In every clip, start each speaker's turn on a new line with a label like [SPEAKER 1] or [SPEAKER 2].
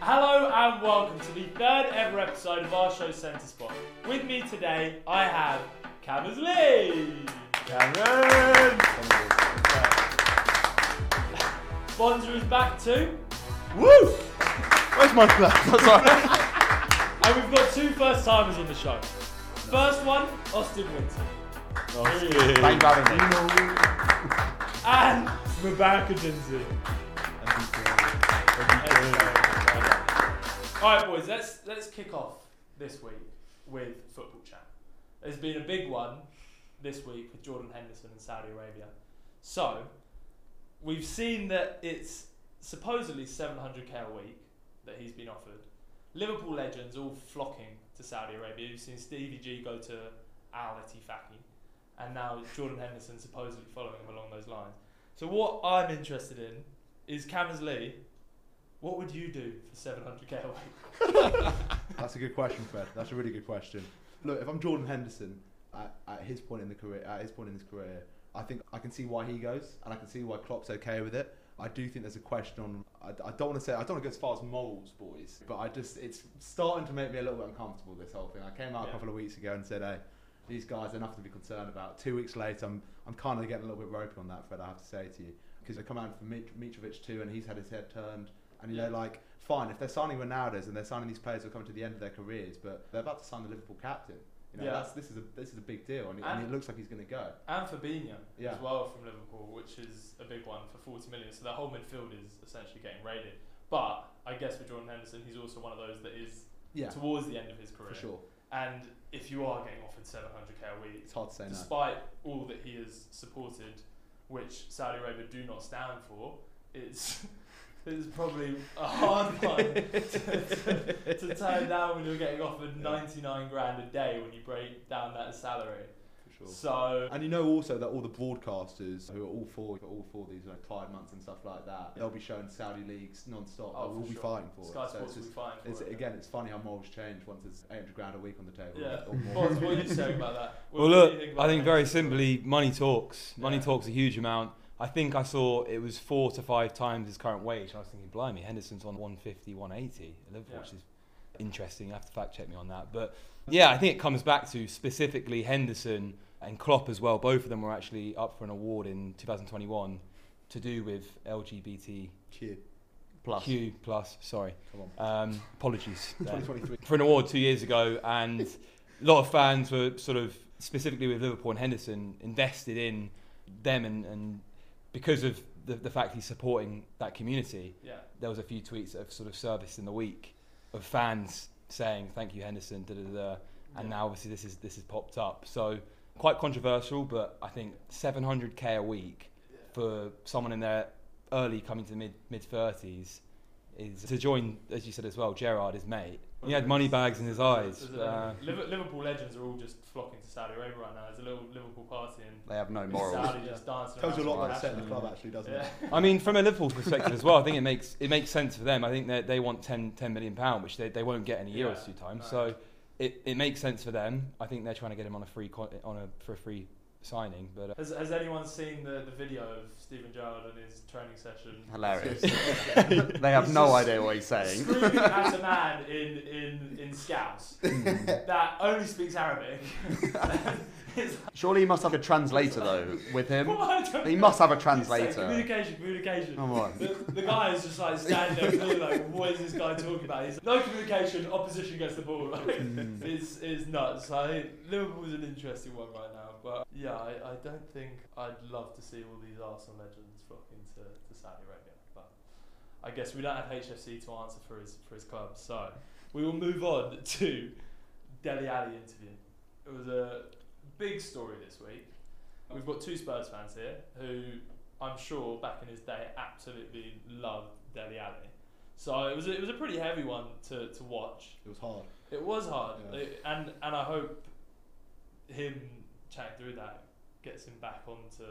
[SPEAKER 1] Hello and welcome to the third ever episode of our show Centre Spot. With me today, I have Cameras Lee.
[SPEAKER 2] Cameron!
[SPEAKER 1] Bonza is back too,
[SPEAKER 2] Woo! Where's my glass? That's alright.
[SPEAKER 1] and we've got two first timers on the show. First one, Austin Winter,
[SPEAKER 2] Thank you for having me.
[SPEAKER 1] and Rebecca Dinsey. All right, boys. Let's let's kick off this week with football chat. There's been a big one this week with Jordan Henderson and Saudi Arabia. So we've seen that it's supposedly 700k a week that he's been offered. Liverpool legends all flocking to Saudi Arabia. You've seen Stevie G go to Al Itifaki, and now Jordan Henderson supposedly following him along those lines. So what I'm interested in is Cameron's Lee. What would you do for 700k a week?
[SPEAKER 3] That's a good question, Fred. That's a really good question. Look, if I'm Jordan Henderson at, at his point in the career, at his point in his career, I think I can see why he goes, and I can see why Klopp's okay with it. I do think there's a question on. I, I don't want to say I don't want to go as far as morals, boys, but I just it's starting to make me a little bit uncomfortable. This whole thing. I came out
[SPEAKER 1] Yeah.
[SPEAKER 3] a couple of weeks ago and said, "Hey, these guys are nothing to be concerned about." Two weeks later, I'm I'm kind of getting a little bit ropey on that, Fred. I have to say to you because they come out for Mit- Mitrovic too, and he's had his head turned. And you
[SPEAKER 1] Yeah.
[SPEAKER 3] know, like, fine, if they're signing Ronaldo's and they're signing these players who are coming to the end of their careers, but they're about to sign the Liverpool captain. You know,
[SPEAKER 1] Yeah.
[SPEAKER 3] that's this is a this is a big deal, and, it- and
[SPEAKER 1] And-
[SPEAKER 3] it looks like he's going to go.
[SPEAKER 1] And Fabinho
[SPEAKER 3] Yeah.
[SPEAKER 1] as well from Liverpool, which is a big one for 40 million. So their whole midfield is essentially getting raided. But I guess with Jordan Henderson, he's also one of those that is
[SPEAKER 3] Yeah,
[SPEAKER 1] towards the end of his career.
[SPEAKER 3] for sure.
[SPEAKER 1] And if you are getting offered 700k a week,
[SPEAKER 3] It's hard to say no.
[SPEAKER 1] despite all that he has supported, which Saudi Arabia do not stand for, it's, it's probably a hard one to, to turn down when you're getting offered
[SPEAKER 3] Yeah.
[SPEAKER 1] 99 grand a day when you break down that salary.
[SPEAKER 3] For sure.
[SPEAKER 1] So
[SPEAKER 3] And you know also that all the broadcasters who are all for all for these you know, Pride months and stuff like that, they'll be showing Saudi leagues
[SPEAKER 1] Oh,
[SPEAKER 3] non-stop. They'll
[SPEAKER 1] for
[SPEAKER 3] all be
[SPEAKER 1] sure.
[SPEAKER 3] fighting for
[SPEAKER 1] Sky
[SPEAKER 3] it. So
[SPEAKER 1] Sports
[SPEAKER 3] it's,
[SPEAKER 1] will be
[SPEAKER 3] just,
[SPEAKER 1] fine. For
[SPEAKER 3] it's
[SPEAKER 1] it.
[SPEAKER 3] again, it's funny how morals change once there's 800 grand a week on the table.
[SPEAKER 1] Yeah.
[SPEAKER 3] Or more.
[SPEAKER 1] Bonds, what are you saying about that? What
[SPEAKER 2] Well,
[SPEAKER 1] do you
[SPEAKER 2] look,
[SPEAKER 1] think about
[SPEAKER 2] I think
[SPEAKER 1] that?
[SPEAKER 2] very simply, money talks. Money
[SPEAKER 1] Yeah.
[SPEAKER 2] talks a huge amount. I think I saw it was four to five times his current wage. And I was thinking, blimey, Henderson's on 150, 180 at Liverpool,
[SPEAKER 1] Yeah.
[SPEAKER 2] which is interesting. You have to fact check me on that. But yeah, I think it comes back to specifically Henderson and Klopp as well. Both of them were actually up for an award in 2021 to do with LGBTQ
[SPEAKER 3] Kid,
[SPEAKER 2] plus. sorry,
[SPEAKER 3] come on.
[SPEAKER 2] um, apologies. there.
[SPEAKER 3] 2023.
[SPEAKER 2] for an award two years ago, and a lot of fans were sort of specifically with Liverpool and Henderson invested in them, and, and because of the, the fact he's supporting that community,
[SPEAKER 1] Yeah.
[SPEAKER 2] there was a few tweets that have sort of serviced in the week of fans saying thank you Henderson, da da da, da," and now obviously this is this has popped up, so quite controversial, but I think 700k a week for someone in their early coming to the mid mid thirties is to join, as you said as well, Gerard, his mate. He had money bags in his eyes.
[SPEAKER 1] There's a-
[SPEAKER 2] Uh,
[SPEAKER 1] Liver- Liverpool legends are all just flocking to Saudi Arabia right now. There's a little Liverpool party and
[SPEAKER 4] They have no morals.
[SPEAKER 1] Saudi just dancing.
[SPEAKER 3] Tells you a
[SPEAKER 1] around
[SPEAKER 3] lot about
[SPEAKER 1] like
[SPEAKER 3] the set in the
[SPEAKER 1] that.
[SPEAKER 3] club, actually, doesn't
[SPEAKER 1] Yeah.
[SPEAKER 3] it?
[SPEAKER 2] I mean, from a Liverpool perspective as well, I think it makes it makes sense for them. I think that they want 10, 10 million pound, which they, they won't get in a year or
[SPEAKER 1] Yeah,
[SPEAKER 2] two time.
[SPEAKER 1] no.
[SPEAKER 2] So it, it makes sense for them. I think they're trying to get him on a free con- on a for a free signing, but uh,
[SPEAKER 1] Has, has anyone seen the, the video of Stephen Gerrard and his training session?
[SPEAKER 4] Hilarious.
[SPEAKER 1] Screaming
[SPEAKER 4] They have
[SPEAKER 1] He's
[SPEAKER 4] no
[SPEAKER 1] just-
[SPEAKER 4] idea what he's saying.
[SPEAKER 1] at a man in in in Scouse
[SPEAKER 4] Mm.
[SPEAKER 1] that only speaks Arabic. it's
[SPEAKER 4] Surely he must have a translator though with
[SPEAKER 1] like,
[SPEAKER 4] him.
[SPEAKER 1] what? I don't
[SPEAKER 4] He
[SPEAKER 1] know.
[SPEAKER 4] must have a
[SPEAKER 1] It's like
[SPEAKER 4] Um, translator.
[SPEAKER 1] Communication, communication.
[SPEAKER 4] Come on.
[SPEAKER 1] The, the guy is just like standing there, clearly like, what is this guy talking about? He's like, no communication, opposition gets the ball. Like, it's, it's nuts. I think Liverpool's an interesting one right now, but yeah, I, I don't think I'd love to see all these Arsenal legends flocking to, to Saudi Arabia. But I guess we don't have HFC to answer for his for his club, so we will move on to Deli Ali interview. It was a big story this week. We've got two Spurs fans here who I'm sure back in his day absolutely loved Deli Ali. So it was a, it was a pretty heavy one to, to watch.
[SPEAKER 3] It was hard.
[SPEAKER 1] It was hard,
[SPEAKER 3] Yeah.
[SPEAKER 1] It- and and I hope him chatting through that gets him back onto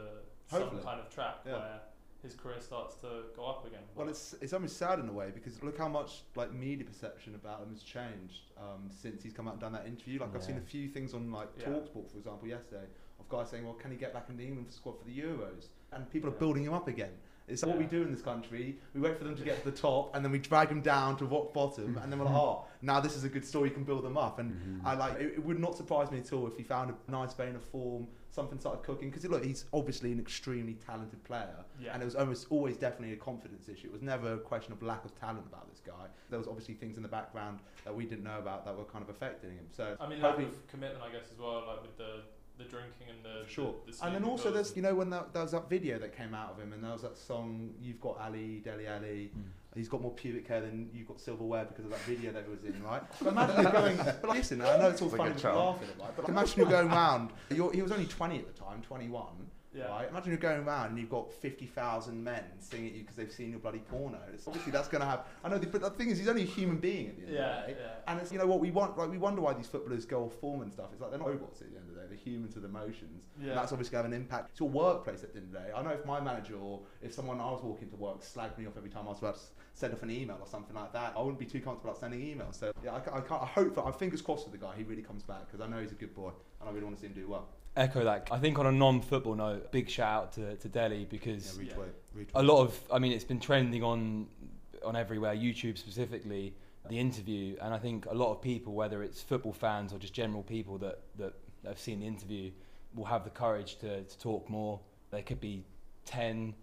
[SPEAKER 1] some
[SPEAKER 3] Hopefully.
[SPEAKER 1] kind of track
[SPEAKER 3] Yeah.
[SPEAKER 1] where his career starts to go up again.
[SPEAKER 3] Well, it's it's almost sad in a way because look how much like media perception about him has changed um, since he's come out and done that interview. Like I've seen a
[SPEAKER 2] Yeah.
[SPEAKER 3] few things on like
[SPEAKER 1] Yeah.
[SPEAKER 3] Talksport, for example, yesterday of guys saying, "Well, can he get back in the England squad for the Euros?" And people
[SPEAKER 1] Yeah.
[SPEAKER 3] are building him up again. It's what we do in this country. We wait for them to get to the top, and then we drag them down to rock bottom, and then we're like, oh, now this is a good story. You can build them up, and
[SPEAKER 1] Mm-hmm.
[SPEAKER 2] Mm.
[SPEAKER 3] I like. It, it would not surprise me at all if he found a nice vein of form, something started cooking. Because look, he's obviously an extremely talented player,
[SPEAKER 1] Yeah.
[SPEAKER 3] and it was almost always definitely a confidence issue. It was never a question of lack of talent about this guy. There was obviously things in the background that we didn't know about that were kind of affecting him. So
[SPEAKER 1] I mean, lack
[SPEAKER 3] hopefully-
[SPEAKER 1] of commitment, I guess, as well, like with the the drinking and the
[SPEAKER 3] For sure.
[SPEAKER 1] the, the
[SPEAKER 3] and then
[SPEAKER 1] sleeping
[SPEAKER 3] also,
[SPEAKER 1] pills.
[SPEAKER 3] there's you know when that, there was that video that came out of him, and there was that song "You've Got Ali, Deli Ali." He's got more pubic hair than you've got silverware because of that video that he was in, right? But imagine you're going. But like, listen, I know it's all
[SPEAKER 4] It's like
[SPEAKER 3] funny
[SPEAKER 4] a
[SPEAKER 3] with
[SPEAKER 4] child.
[SPEAKER 3] laughing at it, right? But imagine you're going round. You're, he was only 20 at the time, 21.
[SPEAKER 1] yeah.
[SPEAKER 3] Right? Imagine you're going round and you've got 50,000 men singing at you because they've seen your bloody porno. It's, obviously, that's going to happen. I know, but the thing is, he's only a human being at the end of
[SPEAKER 1] Yeah,
[SPEAKER 3] the day.
[SPEAKER 1] yeah.
[SPEAKER 3] And it's you know what we want, like we wonder why these footballers go off form and stuff. It's like they're not robots at the end of the day; they're humans with emotions. And
[SPEAKER 1] Yeah.
[SPEAKER 3] that's obviously gonna have an impact. It's your workplace at the end of the day. I know if my manager or if someone I was walking to work slagged me off every time I was about to s- send off an email or something like that, I wouldn't be too comfortable about sending emails. So yeah, I, ca- I can't. I hope that I fingers crossed for the guy. He really comes back because I know he's a good boy and I really want to see him do well.
[SPEAKER 2] Echo that. I think on a non-football note, big shout out to, to Delhi
[SPEAKER 3] Yeah,
[SPEAKER 2] because
[SPEAKER 1] re-
[SPEAKER 3] retweet, retweet.
[SPEAKER 2] a lot of, I mean, it's been trending on on everywhere, YouTube specifically, the interview, and I think a lot of people, whether it's football fans or just general people that that have seen the interview, will have the courage to, to talk more. There could be ten,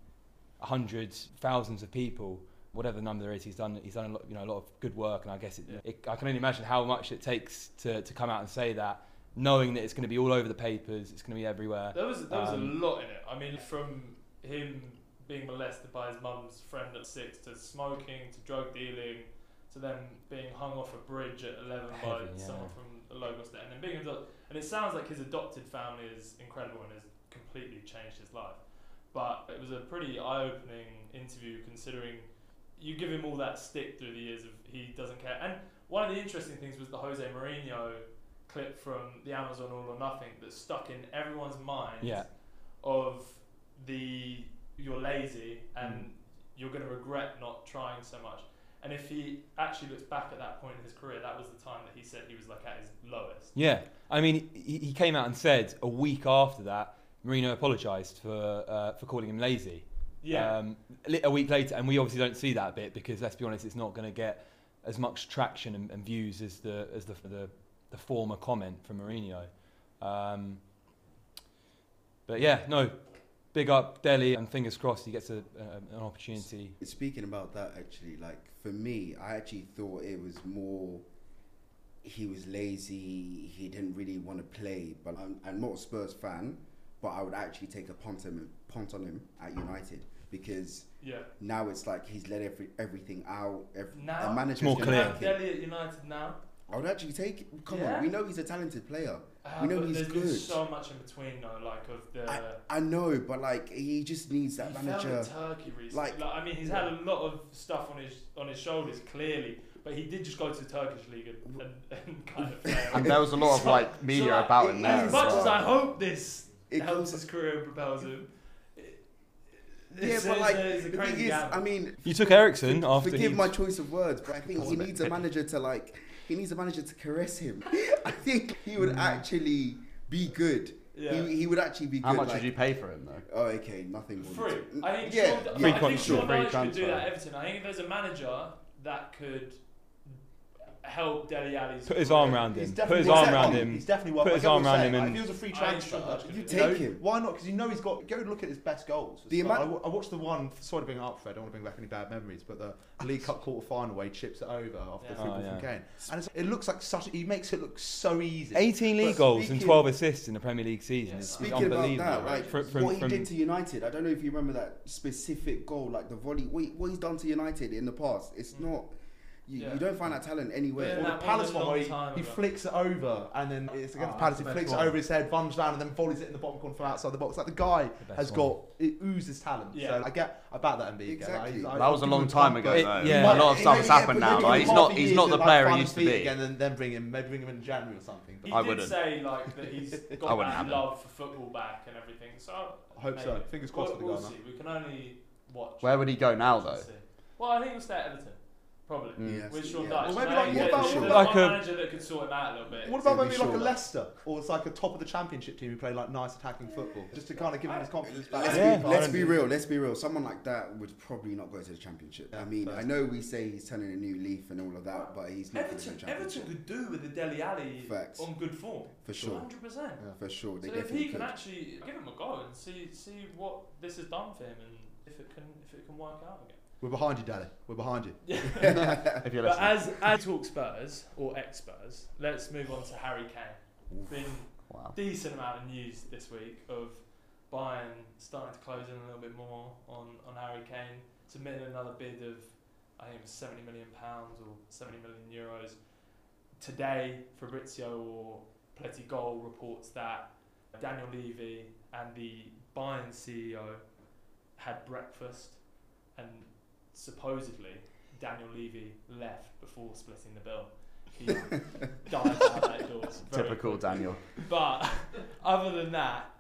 [SPEAKER 2] hundreds, thousands of people. Whatever the number there is, he's done. He's done a lot, you know, a lot of good work, and I guess it,
[SPEAKER 1] Yeah.
[SPEAKER 2] it, I can only imagine how much it takes to, to come out and say that, knowing that it's going to be all over the papers, it's going to be everywhere.
[SPEAKER 1] There was there was
[SPEAKER 2] Um,
[SPEAKER 1] a lot in it. I mean, from him being molested by his mum's friend at six, to smoking, to drug dealing, to then being hung off a bridge at eleven by
[SPEAKER 2] Heavy, yeah.
[SPEAKER 1] someone from Lagos, there, and then being adopted. And it sounds like his adopted family is incredible and has completely changed his life. But it was a pretty eye-opening interview, considering you give him all that stick through the years of he doesn't care. And one of the interesting things was the Jose Mourinho clip from the Amazon All or Nothing that stuck in everyone's mind
[SPEAKER 2] Yeah.
[SPEAKER 1] of the you're lazy and you're going to regret not trying so much. And if he actually looks back at that point in his career, that was the time that he said he was like at his lowest.
[SPEAKER 2] Yeah, I mean, he, he came out and said a week after that, Marino apologised for uh, for calling him lazy.
[SPEAKER 1] Yeah,
[SPEAKER 2] Um, li- a week later, and we obviously don't see that bit because let's be honest, it's not going to get as much traction and, and views as the as the the, the former comment from Mourinho. Um, but yeah, no, big up Delhi, and fingers crossed he gets a, a, an opportunity.
[SPEAKER 5] Speaking about that, actually, like for me, I actually thought it was more he was lazy, he didn't really want to play. But I'm, I'm not a Spurs fan, but I would actually take a punt, him, punt on him at United because
[SPEAKER 1] yeah.
[SPEAKER 5] now it's like he's let every, everything out. Every,
[SPEAKER 1] Now?
[SPEAKER 5] the manager's
[SPEAKER 2] More
[SPEAKER 5] gonna
[SPEAKER 2] clear.
[SPEAKER 5] like
[SPEAKER 1] Have
[SPEAKER 5] it.
[SPEAKER 1] Delhi at United now.
[SPEAKER 5] I would actually take it. Come
[SPEAKER 1] Yeah?
[SPEAKER 5] on, we know he's a talented player.
[SPEAKER 1] Uh,
[SPEAKER 5] We know
[SPEAKER 1] but
[SPEAKER 5] he's
[SPEAKER 1] there's been
[SPEAKER 5] good.
[SPEAKER 1] so much in between though, like of the.
[SPEAKER 5] I, I know, but like he just needs that
[SPEAKER 1] he
[SPEAKER 5] manager.
[SPEAKER 1] fell in Turkey recently. Like,
[SPEAKER 5] Like-
[SPEAKER 1] I mean, he's had a lot of stuff on his on his shoulders clearly, but he did just go to the Turkish league and, and, and kind of. play.
[SPEAKER 4] And there was a lot of
[SPEAKER 1] So-
[SPEAKER 4] like media
[SPEAKER 1] so, like,
[SPEAKER 4] about him
[SPEAKER 5] it
[SPEAKER 4] there.
[SPEAKER 5] is
[SPEAKER 1] As much
[SPEAKER 5] well.
[SPEAKER 1] as I hope this
[SPEAKER 5] It
[SPEAKER 1] helps
[SPEAKER 5] goes-
[SPEAKER 1] his career and propels him. it-
[SPEAKER 5] yeah,
[SPEAKER 1] it's-
[SPEAKER 5] but
[SPEAKER 1] it's
[SPEAKER 5] like
[SPEAKER 1] a- it's a
[SPEAKER 5] the
[SPEAKER 1] crazy
[SPEAKER 5] thing is,
[SPEAKER 1] gamble.
[SPEAKER 5] I mean,
[SPEAKER 2] You took Ericsson after
[SPEAKER 5] forgive
[SPEAKER 2] he
[SPEAKER 5] my choice of words, but I think he
[SPEAKER 4] Wasn't it?
[SPEAKER 5] needs a manager to like he needs a manager to caress him. I think he would actually be good.
[SPEAKER 1] Yeah.
[SPEAKER 5] He, he would actually be good.
[SPEAKER 4] How much
[SPEAKER 5] like,
[SPEAKER 4] would you pay for him though?
[SPEAKER 5] Oh, okay, nothing. more
[SPEAKER 1] Free.
[SPEAKER 5] than-
[SPEAKER 1] I think
[SPEAKER 5] yeah,
[SPEAKER 1] Sean, I
[SPEAKER 5] yeah.
[SPEAKER 1] think
[SPEAKER 4] contract.
[SPEAKER 1] Sean
[SPEAKER 4] Free
[SPEAKER 1] Dyche could
[SPEAKER 4] transfer.
[SPEAKER 1] do that at Everton. I think if there's a manager that could help Deli Ali's
[SPEAKER 2] put his
[SPEAKER 1] career-
[SPEAKER 2] arm around him,
[SPEAKER 3] He's
[SPEAKER 2] put his
[SPEAKER 3] definitely-
[SPEAKER 2] arm around
[SPEAKER 5] exactly.
[SPEAKER 2] him.
[SPEAKER 3] He's definitely worth.
[SPEAKER 2] Put
[SPEAKER 3] I
[SPEAKER 2] his
[SPEAKER 3] get what
[SPEAKER 2] arm
[SPEAKER 3] you're
[SPEAKER 2] around
[SPEAKER 3] saying.
[SPEAKER 2] him
[SPEAKER 3] Like,
[SPEAKER 2] and-
[SPEAKER 3] if he was a free
[SPEAKER 1] I
[SPEAKER 3] transfer,
[SPEAKER 1] actually thought-
[SPEAKER 5] You
[SPEAKER 3] you know,
[SPEAKER 5] take him.
[SPEAKER 3] Why not? Because you know he's got. Go look at his best goals.
[SPEAKER 5] The
[SPEAKER 3] Like, I
[SPEAKER 5] amount-
[SPEAKER 3] wa- I watched the one. Sorry to bring it up, Fred. I don't want to bring back any bad memories, but the League Cup quarter final where he chips it over after
[SPEAKER 1] Yeah.
[SPEAKER 3] the football
[SPEAKER 2] Oh, yeah.
[SPEAKER 3] from Kane, and it's, it looks like such. He makes it look so easy.
[SPEAKER 2] 18 league
[SPEAKER 3] But
[SPEAKER 2] goals and
[SPEAKER 3] speaking-
[SPEAKER 2] 12 assists in the Premier League season.
[SPEAKER 1] Yeah.
[SPEAKER 2] It's
[SPEAKER 1] Speaking
[SPEAKER 5] Speaking about
[SPEAKER 2] unbelievable.
[SPEAKER 5] that, like
[SPEAKER 2] From- from-
[SPEAKER 5] what he
[SPEAKER 2] from-
[SPEAKER 5] did to United, I don't know if you remember that specific goal, like the volley. What, he- what he's done to United in the past, it's
[SPEAKER 1] Mm.
[SPEAKER 5] not. You,
[SPEAKER 1] Yeah.
[SPEAKER 5] you don't find that talent
[SPEAKER 1] Yeah,
[SPEAKER 5] anywhere.
[SPEAKER 3] Or the
[SPEAKER 1] that was
[SPEAKER 3] Palace
[SPEAKER 1] a
[SPEAKER 3] one
[SPEAKER 1] long
[SPEAKER 3] where he,
[SPEAKER 1] time
[SPEAKER 3] he
[SPEAKER 1] ago.
[SPEAKER 3] flicks it over and then it's against
[SPEAKER 2] Oh,
[SPEAKER 3] Palace. He
[SPEAKER 2] that's the
[SPEAKER 3] flicks
[SPEAKER 2] best
[SPEAKER 3] it
[SPEAKER 2] one.
[SPEAKER 3] over his head, runs down, and then volleys it in the bottom corner from outside the box. Like the guy
[SPEAKER 2] best
[SPEAKER 3] has
[SPEAKER 2] one.
[SPEAKER 3] got it oozes talent.
[SPEAKER 1] Yeah.
[SPEAKER 3] So I get I back that Mbika.
[SPEAKER 5] Exactly.
[SPEAKER 3] Like, I-
[SPEAKER 4] That
[SPEAKER 3] I
[SPEAKER 4] was a
[SPEAKER 3] give
[SPEAKER 4] long
[SPEAKER 3] him
[SPEAKER 4] time
[SPEAKER 3] time,
[SPEAKER 4] ago
[SPEAKER 3] but-
[SPEAKER 2] It-
[SPEAKER 4] though.
[SPEAKER 2] yeah.
[SPEAKER 4] Yeah. A lot of
[SPEAKER 5] Yeah,
[SPEAKER 4] stuff has
[SPEAKER 5] yeah,
[SPEAKER 4] happened
[SPEAKER 5] but
[SPEAKER 4] now.
[SPEAKER 5] you
[SPEAKER 4] Like,
[SPEAKER 5] give
[SPEAKER 4] he's
[SPEAKER 5] him
[SPEAKER 4] not
[SPEAKER 3] half a
[SPEAKER 4] he's
[SPEAKER 3] year
[SPEAKER 4] not
[SPEAKER 3] to,
[SPEAKER 4] the
[SPEAKER 3] like,
[SPEAKER 4] player
[SPEAKER 3] find
[SPEAKER 4] he
[SPEAKER 3] his
[SPEAKER 4] used to
[SPEAKER 3] feet
[SPEAKER 4] be.
[SPEAKER 3] again, and then bring him, maybe bring him in January or something.
[SPEAKER 1] He
[SPEAKER 3] But
[SPEAKER 4] I
[SPEAKER 1] did
[SPEAKER 4] wouldn't.
[SPEAKER 1] say like that he's got
[SPEAKER 4] I wouldn't
[SPEAKER 1] that
[SPEAKER 4] have him.
[SPEAKER 1] love for football back and everything. So
[SPEAKER 3] I hope so.
[SPEAKER 1] maybe.
[SPEAKER 3] Fingers crossed
[SPEAKER 1] We'll,
[SPEAKER 3] for the
[SPEAKER 1] we'll
[SPEAKER 3] guy,
[SPEAKER 1] see. We can only watch.
[SPEAKER 4] Where would he go now
[SPEAKER 1] and
[SPEAKER 4] though?
[SPEAKER 1] see. Well, I think he'll stay at Everton. probably.
[SPEAKER 4] Mm.
[SPEAKER 5] Yes,
[SPEAKER 1] With Sean
[SPEAKER 5] yeah.
[SPEAKER 1] Dyche.
[SPEAKER 3] Or maybe
[SPEAKER 1] And
[SPEAKER 3] like-
[SPEAKER 1] I
[SPEAKER 3] what
[SPEAKER 1] think there's
[SPEAKER 3] about- what
[SPEAKER 2] about-
[SPEAKER 1] a
[SPEAKER 2] Like a-
[SPEAKER 1] manager that could sort him out a little bit.
[SPEAKER 3] What
[SPEAKER 5] It'd
[SPEAKER 3] about
[SPEAKER 5] be
[SPEAKER 3] maybe like a
[SPEAKER 5] short.
[SPEAKER 3] Leicester or it's like a top of the championship team who play like nice attacking football, just to kind of give him his confidence back?
[SPEAKER 5] Let's,
[SPEAKER 2] Yeah,
[SPEAKER 5] be,
[SPEAKER 2] I
[SPEAKER 5] let's
[SPEAKER 2] don't
[SPEAKER 5] be
[SPEAKER 2] think-
[SPEAKER 5] real. Let's be real. Someone like that would probably not go to the championship. I mean,
[SPEAKER 3] fair.
[SPEAKER 5] I know we say he's turning a new leaf and all of that, but he's not going to the
[SPEAKER 1] Everton, Everton
[SPEAKER 5] championship
[SPEAKER 1] could do with the Deli Alley
[SPEAKER 5] Facts.
[SPEAKER 1] on good form.
[SPEAKER 5] for sure.
[SPEAKER 1] 100%.
[SPEAKER 5] For sure, they
[SPEAKER 1] So if
[SPEAKER 5] definitely
[SPEAKER 1] he
[SPEAKER 5] could.
[SPEAKER 1] can actually give him a go and see see what this has done for him and if it can if it can work out again.
[SPEAKER 3] We're behind you, Daddy. We're behind you.
[SPEAKER 4] If you're
[SPEAKER 1] But
[SPEAKER 4] listening.
[SPEAKER 1] as as talk Spurs or ex Spurs, let's move on to Harry Kane. Been
[SPEAKER 4] Wow.
[SPEAKER 1] decent amount of news this week of Bayern starting to close in a little bit more on on Harry Kane, submitting another bid of I think it was seventy million pounds or seventy million euros. Today, Fabrizio or Pleti Goal reports that Daniel Levy and the Bayern CEO had breakfast, and supposedly Daniel Levy left before splitting the bill. He dived out that door. very
[SPEAKER 4] Typical
[SPEAKER 1] quickly.
[SPEAKER 4] Daniel.
[SPEAKER 1] But other than that,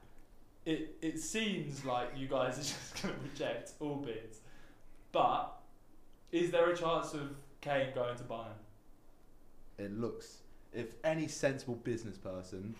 [SPEAKER 1] it it seems like you guys are just going to reject all bids. But is there a chance of Kane going to Bayern?
[SPEAKER 3] It looks if any sensible business person,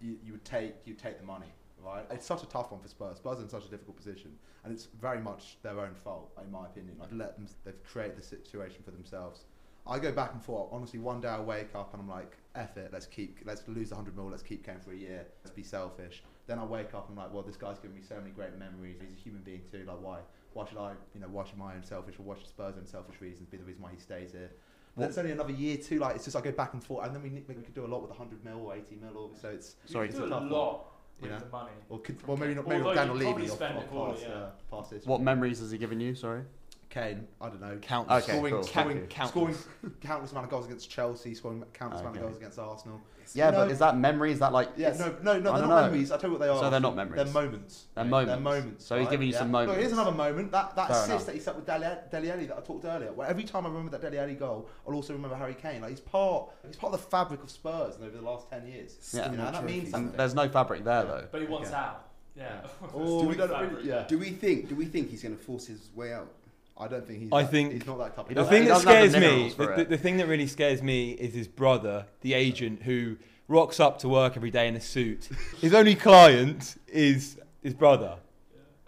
[SPEAKER 3] you, you would take you take the money, right? It's such a tough one for Spurs. Spurs are in such a difficult position, and it's very much their own fault, in my opinion. I've let them. They've created the situation for themselves. I go back and forth. Honestly, one day I wake up and I'm like, "F it, let's keep, let's lose 100 mil, let's keep Kane for a year, let's be selfish." Then I wake up and I'm like, "Well, this guy's given me so many great memories. He's a human being too. Like, why, why should I, you know, why should my own selfish or why should Spurs' own selfish reasons be the reason why he stays here?" And then it's only another year too. Like, it's just I go back and forth, and then we, we could do a lot with 100 mil or 80 mil, or so it's
[SPEAKER 1] You
[SPEAKER 4] Sorry,
[SPEAKER 1] could
[SPEAKER 3] it's
[SPEAKER 1] do
[SPEAKER 3] a
[SPEAKER 1] a
[SPEAKER 3] tough one.
[SPEAKER 1] lot with
[SPEAKER 3] Yeah.
[SPEAKER 1] the money.
[SPEAKER 3] or could,
[SPEAKER 1] From
[SPEAKER 3] well maybe
[SPEAKER 1] Kane.
[SPEAKER 3] not maybe not
[SPEAKER 1] Although
[SPEAKER 3] Daniel
[SPEAKER 1] you'd probably
[SPEAKER 3] Levy off,
[SPEAKER 1] spend
[SPEAKER 3] off
[SPEAKER 1] it all,
[SPEAKER 3] past,
[SPEAKER 1] yeah.
[SPEAKER 3] uh, past this.
[SPEAKER 4] What memories has he given you? Sorry.
[SPEAKER 3] Kane? I don't know.
[SPEAKER 2] Countless.
[SPEAKER 4] Okay,
[SPEAKER 3] scoring,
[SPEAKER 4] cool.
[SPEAKER 3] scoring,
[SPEAKER 4] Thank
[SPEAKER 3] scoring countless amount of goals against Chelsea, scoring countless amount of
[SPEAKER 4] Okay.
[SPEAKER 3] goals against Arsenal.
[SPEAKER 4] Yeah, but
[SPEAKER 3] No.
[SPEAKER 4] is that memory? Is that like?
[SPEAKER 3] Yeah,
[SPEAKER 4] it's-
[SPEAKER 3] no, no, no,
[SPEAKER 4] I
[SPEAKER 3] they're not
[SPEAKER 4] don't know.
[SPEAKER 3] memories. I tell you what they are.
[SPEAKER 4] So they're not memories.
[SPEAKER 3] They're moments.
[SPEAKER 4] They're
[SPEAKER 3] mate.
[SPEAKER 4] moments.
[SPEAKER 3] They're moments.
[SPEAKER 4] So he's
[SPEAKER 3] right?
[SPEAKER 4] giving you
[SPEAKER 3] Yeah.
[SPEAKER 4] some
[SPEAKER 3] Look, here's
[SPEAKER 4] moments.
[SPEAKER 3] another moment. That that
[SPEAKER 4] Fair
[SPEAKER 3] assist
[SPEAKER 4] enough.
[SPEAKER 3] that he set with Deli Deli Alli that I talked earlier. Well, every time I remember that Deli Alli goal, I'll also remember Harry Kane. Like he's part, he's part of the fabric of Spurs and over the last ten years.
[SPEAKER 4] Yeah.
[SPEAKER 5] Still
[SPEAKER 3] Yeah,
[SPEAKER 5] no
[SPEAKER 3] that means
[SPEAKER 5] trophies.
[SPEAKER 3] something.
[SPEAKER 4] And there's no fabric there though.
[SPEAKER 1] But he wants
[SPEAKER 3] Okay.
[SPEAKER 1] out. Yeah.
[SPEAKER 3] Oh, we don't
[SPEAKER 1] Fabric.
[SPEAKER 3] really, yeah.
[SPEAKER 5] Do we think? Do we think he's going to force his way out?
[SPEAKER 3] I don't think he's.
[SPEAKER 2] I
[SPEAKER 3] that,
[SPEAKER 2] think-
[SPEAKER 3] he's not that type
[SPEAKER 4] He
[SPEAKER 3] of
[SPEAKER 2] The
[SPEAKER 4] doesn't-
[SPEAKER 3] guy.
[SPEAKER 2] thing that
[SPEAKER 4] doesn't have
[SPEAKER 2] scares
[SPEAKER 4] the
[SPEAKER 2] me,
[SPEAKER 4] minerals for
[SPEAKER 2] the, the,
[SPEAKER 4] it.
[SPEAKER 2] the thing that really scares me is his brother, the agent, who rocks up to work every day in a suit. His only client is his brother.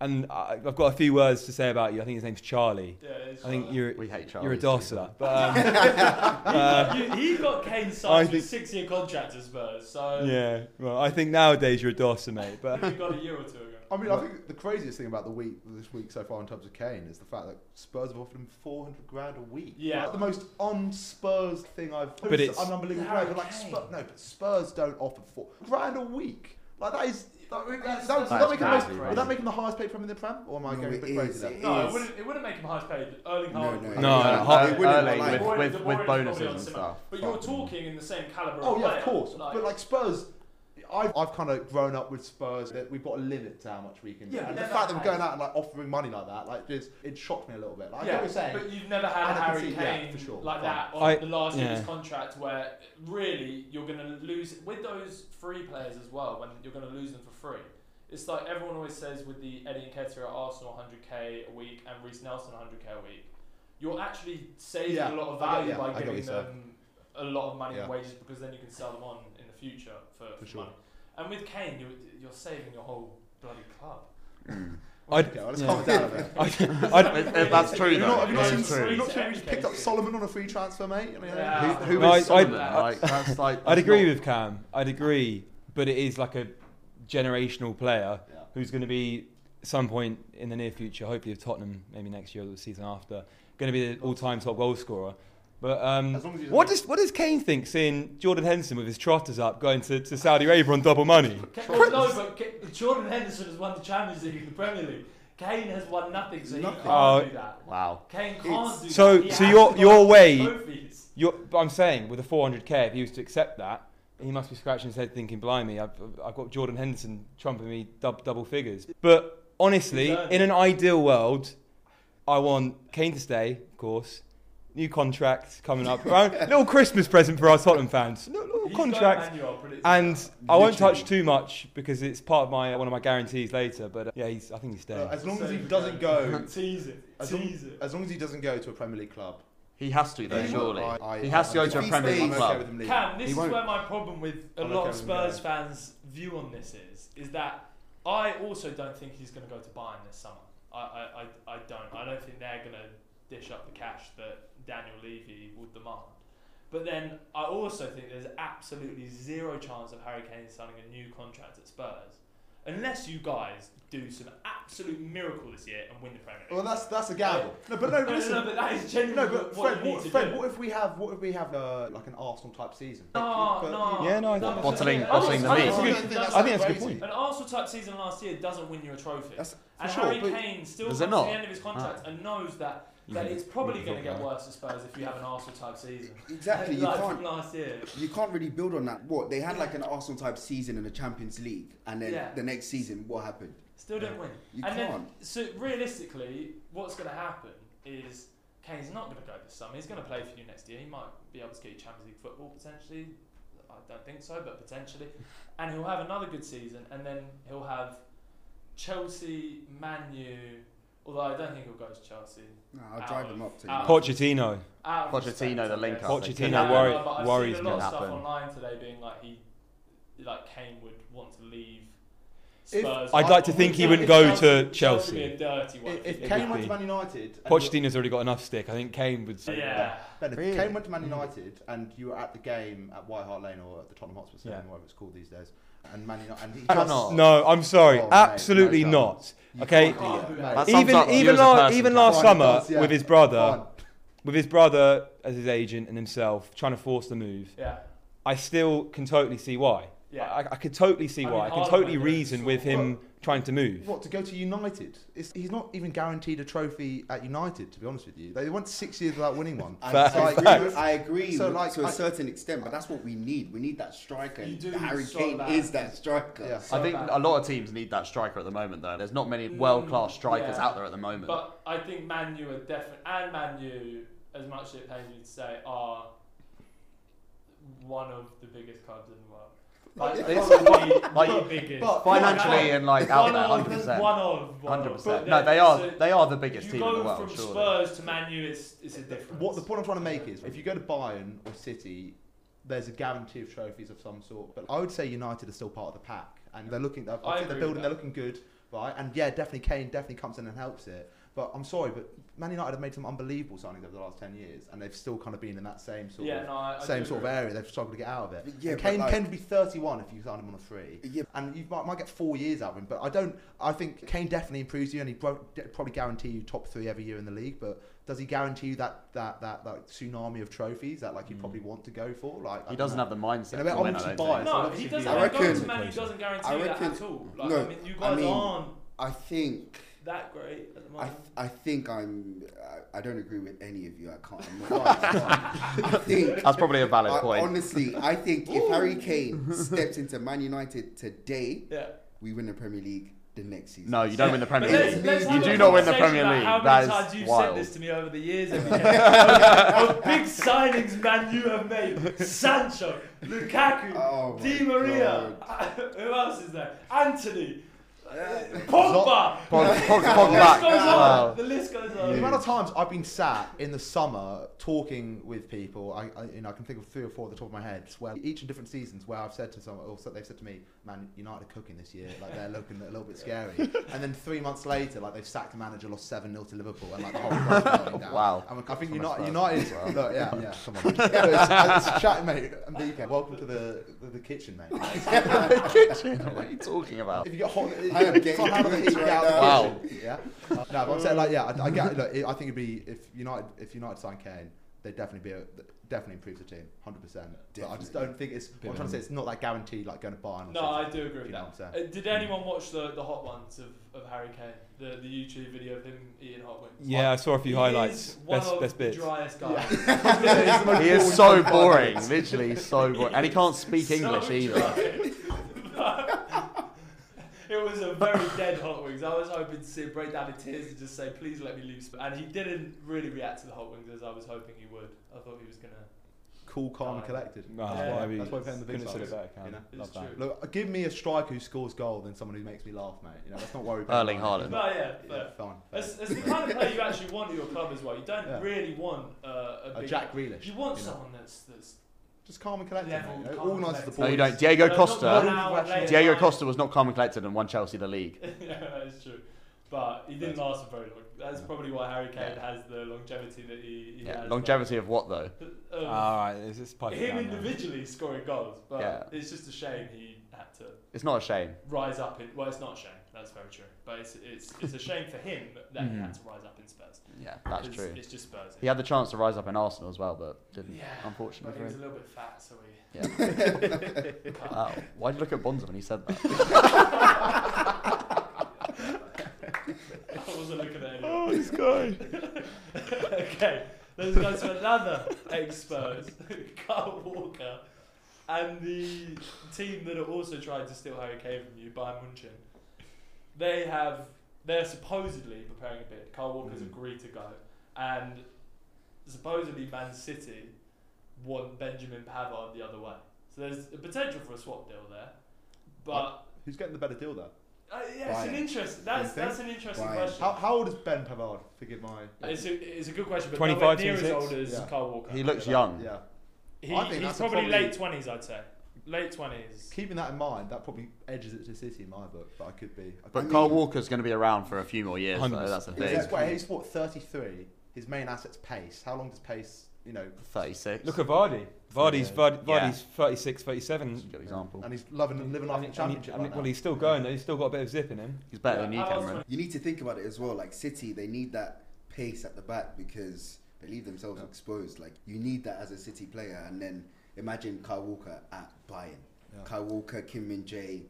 [SPEAKER 2] And I, I've got a few words to say about you. I think his name's Charlie.
[SPEAKER 1] Yeah, it's
[SPEAKER 2] I think
[SPEAKER 1] right.
[SPEAKER 2] you're
[SPEAKER 4] We hate Charlie.
[SPEAKER 2] you're a dosser. But, um,
[SPEAKER 1] he, he got Kane
[SPEAKER 2] I
[SPEAKER 1] signed to a
[SPEAKER 2] think-
[SPEAKER 1] six-year contract at Spurs, so
[SPEAKER 2] um, yeah, well, I think nowadays you're a dosser, mate.
[SPEAKER 1] he
[SPEAKER 2] But
[SPEAKER 1] got a year or two ago.
[SPEAKER 3] I mean, I think the craziest thing about the week this week so far in terms of Kane is the fact that Spurs have offered him 400 grand a week.
[SPEAKER 1] Yeah.
[SPEAKER 3] Like, the most un-Spurs thing I've.
[SPEAKER 2] But it's-
[SPEAKER 3] an unbelievable.
[SPEAKER 1] Harry
[SPEAKER 3] but like,
[SPEAKER 1] Kane.
[SPEAKER 3] Spur, no, but Spurs don't offer four grand a week. Like that is. That, that,
[SPEAKER 1] That's- that's
[SPEAKER 3] that, would that make him the most-
[SPEAKER 4] crazy,
[SPEAKER 3] would that
[SPEAKER 4] right?
[SPEAKER 3] make him the highest paid Prem in the Prem? Or am I
[SPEAKER 5] No,
[SPEAKER 3] going a
[SPEAKER 5] it
[SPEAKER 3] bit crazy
[SPEAKER 5] is,
[SPEAKER 3] there?
[SPEAKER 5] it
[SPEAKER 1] No, it
[SPEAKER 5] is.
[SPEAKER 1] wouldn't, it wouldn't make him highest paid. Erling
[SPEAKER 5] No,
[SPEAKER 1] Haaland.
[SPEAKER 5] no,
[SPEAKER 1] would.
[SPEAKER 2] No,
[SPEAKER 4] No,
[SPEAKER 2] no,
[SPEAKER 4] no,
[SPEAKER 2] Har-
[SPEAKER 4] early,
[SPEAKER 5] wouldn't
[SPEAKER 4] early
[SPEAKER 5] like-
[SPEAKER 4] with,
[SPEAKER 1] Boy,
[SPEAKER 4] with,
[SPEAKER 1] the
[SPEAKER 4] with,
[SPEAKER 1] boy is probably
[SPEAKER 4] bonuses
[SPEAKER 1] on
[SPEAKER 4] and
[SPEAKER 1] similar.
[SPEAKER 4] stuff.
[SPEAKER 1] But you're
[SPEAKER 4] Fuck.
[SPEAKER 1] talking in the same caliber.
[SPEAKER 3] Oh
[SPEAKER 1] of
[SPEAKER 3] yeah,
[SPEAKER 1] player,
[SPEAKER 3] of course.
[SPEAKER 1] like-
[SPEAKER 3] but like Spurs, I've, I've kind of grown up with Spurs that we've got a limit to how much we can.
[SPEAKER 1] Yeah,
[SPEAKER 3] do. and
[SPEAKER 1] but
[SPEAKER 3] the
[SPEAKER 1] they're
[SPEAKER 3] fact that
[SPEAKER 1] not
[SPEAKER 3] we're going out and like offering money like that, like just it shocked me a little bit. Like, I get what you're saying.
[SPEAKER 1] But you've never had
[SPEAKER 3] And
[SPEAKER 1] a
[SPEAKER 3] I can
[SPEAKER 1] Harry
[SPEAKER 3] see- yeah,
[SPEAKER 1] Kane
[SPEAKER 3] for sure.
[SPEAKER 1] like that on
[SPEAKER 2] I-
[SPEAKER 1] the last year of
[SPEAKER 2] yeah.
[SPEAKER 1] his contract, where really you're going to lose with those free players as well. When you're going to lose them for free, it's like everyone always says with the Eddie Nketiah at Arsenal 100k a week and Reece Nelson 100k a week. You're actually saving a
[SPEAKER 3] Yeah,
[SPEAKER 1] lot of
[SPEAKER 3] I get-
[SPEAKER 1] value
[SPEAKER 3] yeah, I get
[SPEAKER 1] by
[SPEAKER 3] what
[SPEAKER 1] giving
[SPEAKER 3] you're saying.
[SPEAKER 1] them a lot of money
[SPEAKER 3] Yeah.
[SPEAKER 1] in wages because then you can sell them on in the future for,
[SPEAKER 3] For
[SPEAKER 1] for
[SPEAKER 3] sure.
[SPEAKER 1] money. And with Kane, you're, you're saving your whole bloody club.
[SPEAKER 2] Mm. I'd,
[SPEAKER 3] Okay, well, let's
[SPEAKER 2] yeah.
[SPEAKER 3] calm it down a bit.
[SPEAKER 2] I'd,
[SPEAKER 1] I'd-
[SPEAKER 4] If- if uh, that's true,
[SPEAKER 3] Have you
[SPEAKER 4] though.
[SPEAKER 3] not, have you not
[SPEAKER 4] Yeah,
[SPEAKER 3] seen,
[SPEAKER 4] it's
[SPEAKER 3] have you
[SPEAKER 4] true.
[SPEAKER 3] not seen he's picked up Solomon on a free transfer, mate? I mean,
[SPEAKER 1] Yeah.
[SPEAKER 4] Who, who is
[SPEAKER 2] No, I- I'd-
[SPEAKER 4] Solomon?
[SPEAKER 2] I'd-
[SPEAKER 4] like, that's like.
[SPEAKER 2] I'd
[SPEAKER 4] that's
[SPEAKER 2] agree
[SPEAKER 4] not-
[SPEAKER 2] with Cam. I'd agree, but it is like a generational player
[SPEAKER 3] Yeah.
[SPEAKER 2] who's going to be at some point in the near future, hopefully with Tottenham, maybe next year or the season after, going to be the all-time top goal scorer. But um,
[SPEAKER 3] As long as he doesn't-
[SPEAKER 2] what does what does Kane think seeing Jordan Henson with his trotters up going to, to Saudi Arabia on double money?
[SPEAKER 1] Ca- well, no, but Ca- Jordan Henderson has won the Champions League and the Premier League. Kane has won nothing, so he
[SPEAKER 5] Nothing.
[SPEAKER 2] Oh.
[SPEAKER 1] can't
[SPEAKER 3] Uh,
[SPEAKER 1] do that.
[SPEAKER 4] Wow.
[SPEAKER 1] Kane can't
[SPEAKER 5] It's-
[SPEAKER 1] do
[SPEAKER 2] So-
[SPEAKER 1] that. He
[SPEAKER 2] so
[SPEAKER 1] has
[SPEAKER 2] your-
[SPEAKER 1] to
[SPEAKER 2] your
[SPEAKER 1] win
[SPEAKER 2] way-
[SPEAKER 1] trophies.
[SPEAKER 2] You're, but I'm saying with a 400k, if he was to accept that, he must be scratching his head thinking, "Blimey, I've, I've got Jordan Henderson trumping me dub, double figures." But honestly,
[SPEAKER 1] He's earned
[SPEAKER 2] in an ideal world, I want Kane to stay, of course. New contract coming up. Around- little Christmas present for our Tottenham fans. Little, little
[SPEAKER 1] He's
[SPEAKER 2] contract.
[SPEAKER 1] got Emmanuel predicted
[SPEAKER 2] And
[SPEAKER 1] that.
[SPEAKER 2] I won't
[SPEAKER 5] Literally.
[SPEAKER 2] touch too much because it's part of my one of my guarantees later. But uh, yeah, he's, I think he's staying.
[SPEAKER 3] Look, as long as he
[SPEAKER 1] Same
[SPEAKER 3] doesn't
[SPEAKER 1] again.
[SPEAKER 3] go,
[SPEAKER 1] tease it,
[SPEAKER 3] as long,
[SPEAKER 1] tease it.
[SPEAKER 3] as long as he doesn't go to a Premier League club,
[SPEAKER 4] He has to though,
[SPEAKER 3] Yeah,
[SPEAKER 4] surely.
[SPEAKER 3] I- I-
[SPEAKER 4] he has to go
[SPEAKER 5] I'm
[SPEAKER 4] to a
[SPEAKER 5] okay.
[SPEAKER 4] Premier
[SPEAKER 5] These
[SPEAKER 4] League
[SPEAKER 5] days-
[SPEAKER 3] I'm okay
[SPEAKER 4] club.
[SPEAKER 3] with him leaving.
[SPEAKER 1] Cam, this
[SPEAKER 4] He
[SPEAKER 1] is
[SPEAKER 4] won't-
[SPEAKER 1] where my problem with a
[SPEAKER 3] I'm
[SPEAKER 1] lot
[SPEAKER 3] okay
[SPEAKER 1] of
[SPEAKER 3] with him going.
[SPEAKER 1] Spurs fans' view on this is, is that I also don't think he's going to go to Bayern this summer. I, I, I, I don't. I don't think they're going to dish up the cash that Daniel Levy will demand. But then I also think there's absolutely zero chance of Harry Kane signing a new contract at Spurs. Unless you guys do some absolute miracle this year and win the Premier League.
[SPEAKER 3] Well, that's that's a gamble. No, but no,
[SPEAKER 1] no,
[SPEAKER 3] but
[SPEAKER 1] no,
[SPEAKER 3] listen.
[SPEAKER 1] no, but that is genuinely
[SPEAKER 3] No, but
[SPEAKER 1] what
[SPEAKER 3] Fred,
[SPEAKER 1] you need
[SPEAKER 3] what,
[SPEAKER 1] to
[SPEAKER 3] Fred,
[SPEAKER 1] do.
[SPEAKER 3] what if we have what if we have uh, like an Arsenal type season?
[SPEAKER 1] No,
[SPEAKER 3] But-
[SPEAKER 1] no.
[SPEAKER 2] Yeah, no, I think-
[SPEAKER 1] but-
[SPEAKER 4] Bottling-
[SPEAKER 1] I don't-
[SPEAKER 4] bottling the
[SPEAKER 1] I don't
[SPEAKER 4] league.
[SPEAKER 1] think
[SPEAKER 3] I
[SPEAKER 1] that's-
[SPEAKER 3] think that's
[SPEAKER 2] I think that's a good
[SPEAKER 3] crazy.
[SPEAKER 2] point.
[SPEAKER 1] An Arsenal type season last year doesn't win you a trophy.
[SPEAKER 5] That's-
[SPEAKER 1] and
[SPEAKER 3] sure,
[SPEAKER 1] Harry
[SPEAKER 3] but-
[SPEAKER 1] Kane still comes
[SPEAKER 4] Does
[SPEAKER 1] to
[SPEAKER 4] it
[SPEAKER 1] the
[SPEAKER 4] not?
[SPEAKER 1] end of his contract and knows that,
[SPEAKER 2] Ah. You
[SPEAKER 1] that
[SPEAKER 2] can-
[SPEAKER 1] it's
[SPEAKER 2] you
[SPEAKER 1] probably
[SPEAKER 2] can
[SPEAKER 1] going to get
[SPEAKER 2] talk
[SPEAKER 1] worse at Spurs if you have an Arsenal type season.
[SPEAKER 5] Exactly, you
[SPEAKER 1] like
[SPEAKER 5] can't.
[SPEAKER 1] from last year.
[SPEAKER 5] You can't really build on that. What they had like an Arsenal type season in the Champions League, and then
[SPEAKER 1] Yeah.
[SPEAKER 5] the next season, what happened?
[SPEAKER 1] Still didn't win.
[SPEAKER 5] You
[SPEAKER 1] and
[SPEAKER 5] can't.
[SPEAKER 1] then, so realistically, what's going to happen is Kane's not going to go this summer. He's going to play for you next year. He might be able to get you Champions League football potentially. I don't think so, but potentially. And he'll have another good season, and then he'll have Chelsea, Man U. Although I don't think he'll go to Chelsea.
[SPEAKER 5] no, I'll
[SPEAKER 1] Out
[SPEAKER 5] drive
[SPEAKER 1] of-
[SPEAKER 5] them up to
[SPEAKER 1] out
[SPEAKER 5] you.
[SPEAKER 1] of-
[SPEAKER 2] Pochettino.
[SPEAKER 1] Out of
[SPEAKER 4] Pochettino,
[SPEAKER 1] respect,
[SPEAKER 4] the
[SPEAKER 1] I
[SPEAKER 4] link
[SPEAKER 1] guess.
[SPEAKER 4] up, I
[SPEAKER 2] Pochettino
[SPEAKER 4] think.
[SPEAKER 1] Yeah, I
[SPEAKER 2] worry-
[SPEAKER 1] know, but I've
[SPEAKER 2] worries
[SPEAKER 1] seen a
[SPEAKER 2] me.
[SPEAKER 1] lot of stuff
[SPEAKER 4] Happen.
[SPEAKER 1] online today being like he, like Kane would want to leave.
[SPEAKER 3] If-
[SPEAKER 1] Spurs.
[SPEAKER 2] I'd like to think he wouldn't go
[SPEAKER 1] Chelsea. would
[SPEAKER 2] to
[SPEAKER 1] be
[SPEAKER 2] Chelsea.
[SPEAKER 1] a dirty one
[SPEAKER 3] If,
[SPEAKER 1] if
[SPEAKER 3] if
[SPEAKER 1] he
[SPEAKER 2] It
[SPEAKER 3] Kane
[SPEAKER 2] would
[SPEAKER 3] went
[SPEAKER 2] be.
[SPEAKER 3] to Man United, and you
[SPEAKER 2] Pochettino's already got enough stick. I think Kane would say.
[SPEAKER 1] Yeah.
[SPEAKER 3] were- Ben, if
[SPEAKER 4] Really?
[SPEAKER 3] Kane went to Man
[SPEAKER 2] Hmm.
[SPEAKER 3] United, and you were at the game at White Hart Lane or at the Tottenham Hotspur Stadium,
[SPEAKER 2] Yeah.
[SPEAKER 3] whatever it's called these days, and Man United, and he
[SPEAKER 4] Cannot.
[SPEAKER 3] just-
[SPEAKER 2] No, I'm sorry.
[SPEAKER 3] Oh, mate,
[SPEAKER 2] Absolutely
[SPEAKER 3] no
[SPEAKER 2] not.
[SPEAKER 3] chance. You
[SPEAKER 2] Okay.
[SPEAKER 3] can't do that, mate.
[SPEAKER 4] That's- sums
[SPEAKER 2] Even
[SPEAKER 4] up you
[SPEAKER 2] even
[SPEAKER 4] as a
[SPEAKER 2] last
[SPEAKER 4] person,
[SPEAKER 2] even
[SPEAKER 4] Cam.
[SPEAKER 2] last
[SPEAKER 3] Fine, it
[SPEAKER 2] summer
[SPEAKER 3] does, yeah.
[SPEAKER 2] with his brother,
[SPEAKER 3] Fine.
[SPEAKER 2] with his brother as his agent and himself trying to force the move.
[SPEAKER 1] Yeah.
[SPEAKER 2] I still can totally see why.
[SPEAKER 1] Yeah.
[SPEAKER 2] I, I could totally see
[SPEAKER 1] I mean,
[SPEAKER 2] why. I can
[SPEAKER 1] Haaland
[SPEAKER 2] totally
[SPEAKER 1] went there,
[SPEAKER 2] reason
[SPEAKER 1] so-
[SPEAKER 2] with him trying to move.
[SPEAKER 3] What to go to United? It's, he's not even guaranteed a trophy at United. To be honest with you, they went six years without winning one.
[SPEAKER 5] I,
[SPEAKER 2] Facts.
[SPEAKER 5] I agree,
[SPEAKER 2] Facts.
[SPEAKER 5] I agree
[SPEAKER 3] So,
[SPEAKER 5] with-
[SPEAKER 3] like,
[SPEAKER 5] to a
[SPEAKER 3] I-
[SPEAKER 5] certain extent, but that's what we need. We need that striker.
[SPEAKER 1] You
[SPEAKER 5] and
[SPEAKER 1] do
[SPEAKER 5] Harry
[SPEAKER 1] need so
[SPEAKER 5] Kane
[SPEAKER 1] bad.
[SPEAKER 5] is that striker.
[SPEAKER 3] Yeah.
[SPEAKER 1] So
[SPEAKER 4] I think
[SPEAKER 1] bad.
[SPEAKER 4] a lot of teams need that striker at the moment, though. There's not many
[SPEAKER 1] Mm,
[SPEAKER 4] world class strikers
[SPEAKER 1] yeah.
[SPEAKER 4] out there at the moment.
[SPEAKER 1] But I think Man U are definitely, and Man U, as much as it pains me to say, are one of the biggest clubs in the world. Like,
[SPEAKER 4] It's-
[SPEAKER 1] probably the
[SPEAKER 4] like,
[SPEAKER 1] biggest.
[SPEAKER 3] but-
[SPEAKER 4] Financially and like out
[SPEAKER 1] one
[SPEAKER 4] there,
[SPEAKER 1] of,
[SPEAKER 4] hundred percent,
[SPEAKER 1] One of, one
[SPEAKER 4] hundred
[SPEAKER 1] of.
[SPEAKER 4] percent.
[SPEAKER 1] But
[SPEAKER 4] No,
[SPEAKER 1] then-
[SPEAKER 4] they are
[SPEAKER 1] so
[SPEAKER 4] they are the biggest
[SPEAKER 1] you
[SPEAKER 4] team
[SPEAKER 1] go
[SPEAKER 4] in the world,
[SPEAKER 1] from
[SPEAKER 4] surely.
[SPEAKER 1] Spurs to Man U, it's, it's a difference.
[SPEAKER 3] What the point I'm trying to make is, if you go to Bayern or City, there's a guarantee of trophies of some sort. But I would say United are still part of the pack, and they're looking. They're,
[SPEAKER 1] I
[SPEAKER 3] I think
[SPEAKER 1] agree
[SPEAKER 3] they're
[SPEAKER 1] with that.
[SPEAKER 3] building. They're looking good, right? And yeah, definitely Kane definitely comes in and helps it. But I'm sorry, but Man United have made some unbelievable signings over the last ten years, and they've still kind of been in that same sort
[SPEAKER 1] yeah,
[SPEAKER 3] of
[SPEAKER 1] no, I, I
[SPEAKER 3] same
[SPEAKER 1] do
[SPEAKER 3] sort of
[SPEAKER 1] agree.
[SPEAKER 3] area. They've struggled to get out of it.
[SPEAKER 5] Yeah,
[SPEAKER 3] And
[SPEAKER 5] but
[SPEAKER 3] Kane
[SPEAKER 5] like-
[SPEAKER 3] Kane would be 31 if you signed him on a free.
[SPEAKER 5] Yeah,
[SPEAKER 3] And you might, might get four years out of him, but I don't. I think Kane definitely improves you, and he pro- de- probably guarantee you top three every year in the league. But does he guarantee you that that that, that tsunami of trophies that like you probably want to go for? Like I
[SPEAKER 4] Hmm. He
[SPEAKER 3] don't
[SPEAKER 4] doesn't
[SPEAKER 3] know.
[SPEAKER 4] have the mindset.
[SPEAKER 3] You know, they're
[SPEAKER 4] to win, I
[SPEAKER 3] obviously
[SPEAKER 4] don't think.
[SPEAKER 3] biased.
[SPEAKER 1] No,
[SPEAKER 3] Obviously,
[SPEAKER 1] he doesn't.
[SPEAKER 5] I
[SPEAKER 1] I reckon,
[SPEAKER 5] reckon-
[SPEAKER 1] Man U doesn't guarantee
[SPEAKER 5] I
[SPEAKER 1] that
[SPEAKER 5] reckon-
[SPEAKER 1] at all. Like, I
[SPEAKER 5] no,
[SPEAKER 1] mean, you
[SPEAKER 5] I
[SPEAKER 1] guys
[SPEAKER 5] mean-
[SPEAKER 1] aren't
[SPEAKER 5] I think.
[SPEAKER 1] that great at the
[SPEAKER 5] I,
[SPEAKER 1] moment.
[SPEAKER 5] th- I think I'm. I, I don't agree with any of you. I can't. I'm not, I think.
[SPEAKER 4] That's probably a valid
[SPEAKER 5] I-
[SPEAKER 4] point.
[SPEAKER 5] honestly, I think if Harry Kane stepped into Man United today,
[SPEAKER 1] yeah.
[SPEAKER 5] we win the Premier League the next season.
[SPEAKER 4] No, you don't win the Premier
[SPEAKER 5] let's-
[SPEAKER 4] League.
[SPEAKER 5] let's
[SPEAKER 4] You
[SPEAKER 5] have a
[SPEAKER 4] do not win the
[SPEAKER 1] conversation about
[SPEAKER 4] Premier League.
[SPEAKER 1] How many
[SPEAKER 4] That
[SPEAKER 1] times
[SPEAKER 4] is
[SPEAKER 1] you've
[SPEAKER 4] wild.
[SPEAKER 1] said this to me over the years? Of of big signings Man U have made: Sancho, Lukaku,
[SPEAKER 5] Oh my
[SPEAKER 1] Di Maria. Who else is there? Anthony, Pogba.
[SPEAKER 4] Pog- Pog-
[SPEAKER 1] The list
[SPEAKER 4] Pogba.
[SPEAKER 1] goes
[SPEAKER 4] Wow.
[SPEAKER 1] on. The list goes
[SPEAKER 3] The
[SPEAKER 1] on.
[SPEAKER 3] amount of times I've been sat in the summer talking with people, I, I, you know, I can think of three or four at the top of my head, where each in different seasons, where I've said to someone, or so- they've said to me, "Man, United are cooking this year. Like they're looking a little bit scary." and then three months later, like they've sacked a manager, lost seven 0 to Liverpool, and like the whole club's going down.
[SPEAKER 4] Wow.
[SPEAKER 3] And I think
[SPEAKER 4] From a
[SPEAKER 3] United,
[SPEAKER 4] Spurs
[SPEAKER 3] United,
[SPEAKER 4] fan as well.
[SPEAKER 3] look, yeah, yeah, come on, it's, it's chat, mate. And BK, welcome to the the, the kitchen, mate.
[SPEAKER 4] What are you talking about?
[SPEAKER 3] If you get hot,
[SPEAKER 5] I am getting
[SPEAKER 3] somehow the
[SPEAKER 5] cooked
[SPEAKER 3] heat
[SPEAKER 5] right
[SPEAKER 3] out
[SPEAKER 4] now.
[SPEAKER 3] of the kitchen, Yeah. No, but I'm saying like, yeah, I, I get. Look, it, I think it'd be if United if United sign Kane, they definitely be a, definitely improve the team, hundred percent. But I just
[SPEAKER 5] Definitely.
[SPEAKER 3] don't think it's. What I'm trying to say it's not that guaranteed like going to Bayern. Or
[SPEAKER 1] No,
[SPEAKER 3] something.
[SPEAKER 1] I do agree with
[SPEAKER 3] You know
[SPEAKER 1] that.
[SPEAKER 3] what I'm
[SPEAKER 1] Uh, did anyone watch the, the hot ones of, of Harry Kane? The the YouTube video of him eating hot wings.
[SPEAKER 2] Yeah, I saw a few
[SPEAKER 1] He
[SPEAKER 2] highlights.
[SPEAKER 1] is one
[SPEAKER 2] Best,
[SPEAKER 1] of
[SPEAKER 2] best
[SPEAKER 1] the
[SPEAKER 2] bits.
[SPEAKER 1] driest guys.
[SPEAKER 4] He is so boring. Literally so boring. And he can't speak
[SPEAKER 1] So
[SPEAKER 4] English either.
[SPEAKER 1] dry. it was a very dead hot wings. I was hoping to see him break down in tears and just say, "Please let me leave." Sp-" And he didn't really react to the hot wings as I was hoping he would. I thought he was gonna
[SPEAKER 3] cool, calm, and
[SPEAKER 1] Ah.
[SPEAKER 3] collected.
[SPEAKER 2] No,
[SPEAKER 3] that's,
[SPEAKER 1] yeah.
[SPEAKER 3] why,
[SPEAKER 2] we-
[SPEAKER 3] that's why we're paying the big
[SPEAKER 2] couldn't have said
[SPEAKER 3] bucks.
[SPEAKER 2] it better, Cam.
[SPEAKER 3] you know?
[SPEAKER 1] It's
[SPEAKER 2] Love that.
[SPEAKER 1] true.
[SPEAKER 3] Look, give me a striker who scores goal than someone who makes me laugh, mate. You know, that's not why we're paying
[SPEAKER 4] Erling
[SPEAKER 3] money.
[SPEAKER 4] Haaland.
[SPEAKER 1] No, yeah,
[SPEAKER 3] Yeah,
[SPEAKER 1] fair.
[SPEAKER 3] fine. fair.
[SPEAKER 1] It's, it's the kind of player you actually want at your club as well. You don't
[SPEAKER 3] Yeah.
[SPEAKER 1] really want uh, a,
[SPEAKER 3] Uh,
[SPEAKER 1] big,
[SPEAKER 3] Jack Grealish.
[SPEAKER 1] You want
[SPEAKER 3] you know.
[SPEAKER 1] someone that's that's
[SPEAKER 3] Just calm and collected.
[SPEAKER 1] Level,
[SPEAKER 3] mate, you know,
[SPEAKER 1] calm and
[SPEAKER 3] organises the
[SPEAKER 1] collected.
[SPEAKER 3] ball.
[SPEAKER 4] No, you don't. Diego
[SPEAKER 1] No, not
[SPEAKER 4] Costa.
[SPEAKER 1] one hour later.
[SPEAKER 4] Diego Costa was not calm and collected and won Chelsea the league.
[SPEAKER 1] yeah, that is true. But he didn't last for very long. That's probably why Harry Kane has the longevity that he, he
[SPEAKER 4] Yeah,
[SPEAKER 1] has.
[SPEAKER 4] longevity Uh, of what though?
[SPEAKER 1] Um,
[SPEAKER 2] All right, is this pipe
[SPEAKER 1] him
[SPEAKER 2] down now?
[SPEAKER 1] individually scoring goals, but
[SPEAKER 4] Yeah.
[SPEAKER 1] it's just a shame he had to
[SPEAKER 4] It's not a shame.
[SPEAKER 1] rise up in. Well, it's not a shame. That's very true. But it's it's, it's a shame for him that he had to rise up in Spurs.
[SPEAKER 4] Yeah, Mm-hmm. that's
[SPEAKER 1] It's-
[SPEAKER 4] true.
[SPEAKER 1] It's just Spurs.
[SPEAKER 4] He had the chance to rise up in Arsenal as well, but didn't.
[SPEAKER 1] yeah,
[SPEAKER 4] unfortunately
[SPEAKER 1] but he
[SPEAKER 4] for
[SPEAKER 1] was a
[SPEAKER 4] him.
[SPEAKER 1] little bit fat, so he.
[SPEAKER 4] Yeah. wow. Why did you look at Bonza when he said that?
[SPEAKER 1] I wasn't looking at anyone.
[SPEAKER 2] Oh, this guy.
[SPEAKER 1] okay, let's go to another expert, Carl Walker, and the team that are also trying to steal Harry Kane from you, Bayern Munchen. They have they're supposedly preparing a bid. Carl Walker's
[SPEAKER 3] Mhm.
[SPEAKER 1] agreed to go, and supposedly Man City want Benjamin Pavard the other way. So there's a potential for a swap deal there, but.
[SPEAKER 3] Who's getting the better deal there?
[SPEAKER 1] Uh, yeah, it's an
[SPEAKER 5] Bayern.
[SPEAKER 1] interest. That's
[SPEAKER 3] think?
[SPEAKER 1] that's an interesting
[SPEAKER 5] Bayern.
[SPEAKER 1] question.
[SPEAKER 3] How, how old is Ben Pavard? Forgive my.
[SPEAKER 1] It's a, it's a good question, but
[SPEAKER 2] 25,
[SPEAKER 1] 25, near as
[SPEAKER 2] 26?
[SPEAKER 1] old as
[SPEAKER 3] Yeah.
[SPEAKER 1] Carl Walker.
[SPEAKER 4] He looks
[SPEAKER 3] Yeah,
[SPEAKER 4] young.
[SPEAKER 3] Yeah.
[SPEAKER 1] He,
[SPEAKER 3] I think
[SPEAKER 1] he's
[SPEAKER 3] that's a
[SPEAKER 1] probably,
[SPEAKER 3] probably-
[SPEAKER 1] late twenties, I'd say. Late twenties.
[SPEAKER 3] Keeping that in mind, that probably edges it to City in my book, but I could be. I could
[SPEAKER 4] But
[SPEAKER 3] be-
[SPEAKER 4] Carl Walker's going to be around for a few more years. Though,
[SPEAKER 2] 100%.
[SPEAKER 4] that's the
[SPEAKER 3] He's,
[SPEAKER 4] thing.
[SPEAKER 5] Exactly.
[SPEAKER 3] wait, he's what, 33? His main asset's pace. How long does pace, you know,
[SPEAKER 4] Thirty-six.
[SPEAKER 2] Look at Vardy. Vardy's,
[SPEAKER 3] Yeah.
[SPEAKER 2] Vard-
[SPEAKER 4] Yeah.
[SPEAKER 2] Vardy's 36, 37.
[SPEAKER 4] Good example.
[SPEAKER 3] and he's loving and living off
[SPEAKER 2] And
[SPEAKER 3] the
[SPEAKER 2] he-
[SPEAKER 3] championship.
[SPEAKER 2] and he-
[SPEAKER 3] right
[SPEAKER 2] well,
[SPEAKER 3] now.
[SPEAKER 2] he's still going though. He's still got a bit of zip in him.
[SPEAKER 4] He's better than you,
[SPEAKER 1] Yeah, I was
[SPEAKER 4] Cameron.
[SPEAKER 5] You need to think about it as well. Like City, they need that pace at the back because they leave themselves exposed. Like you need that as a City player, and then imagine Kyle Walker at Bayern.
[SPEAKER 3] Yeah.
[SPEAKER 5] Kyle Walker, Kim Min Jae,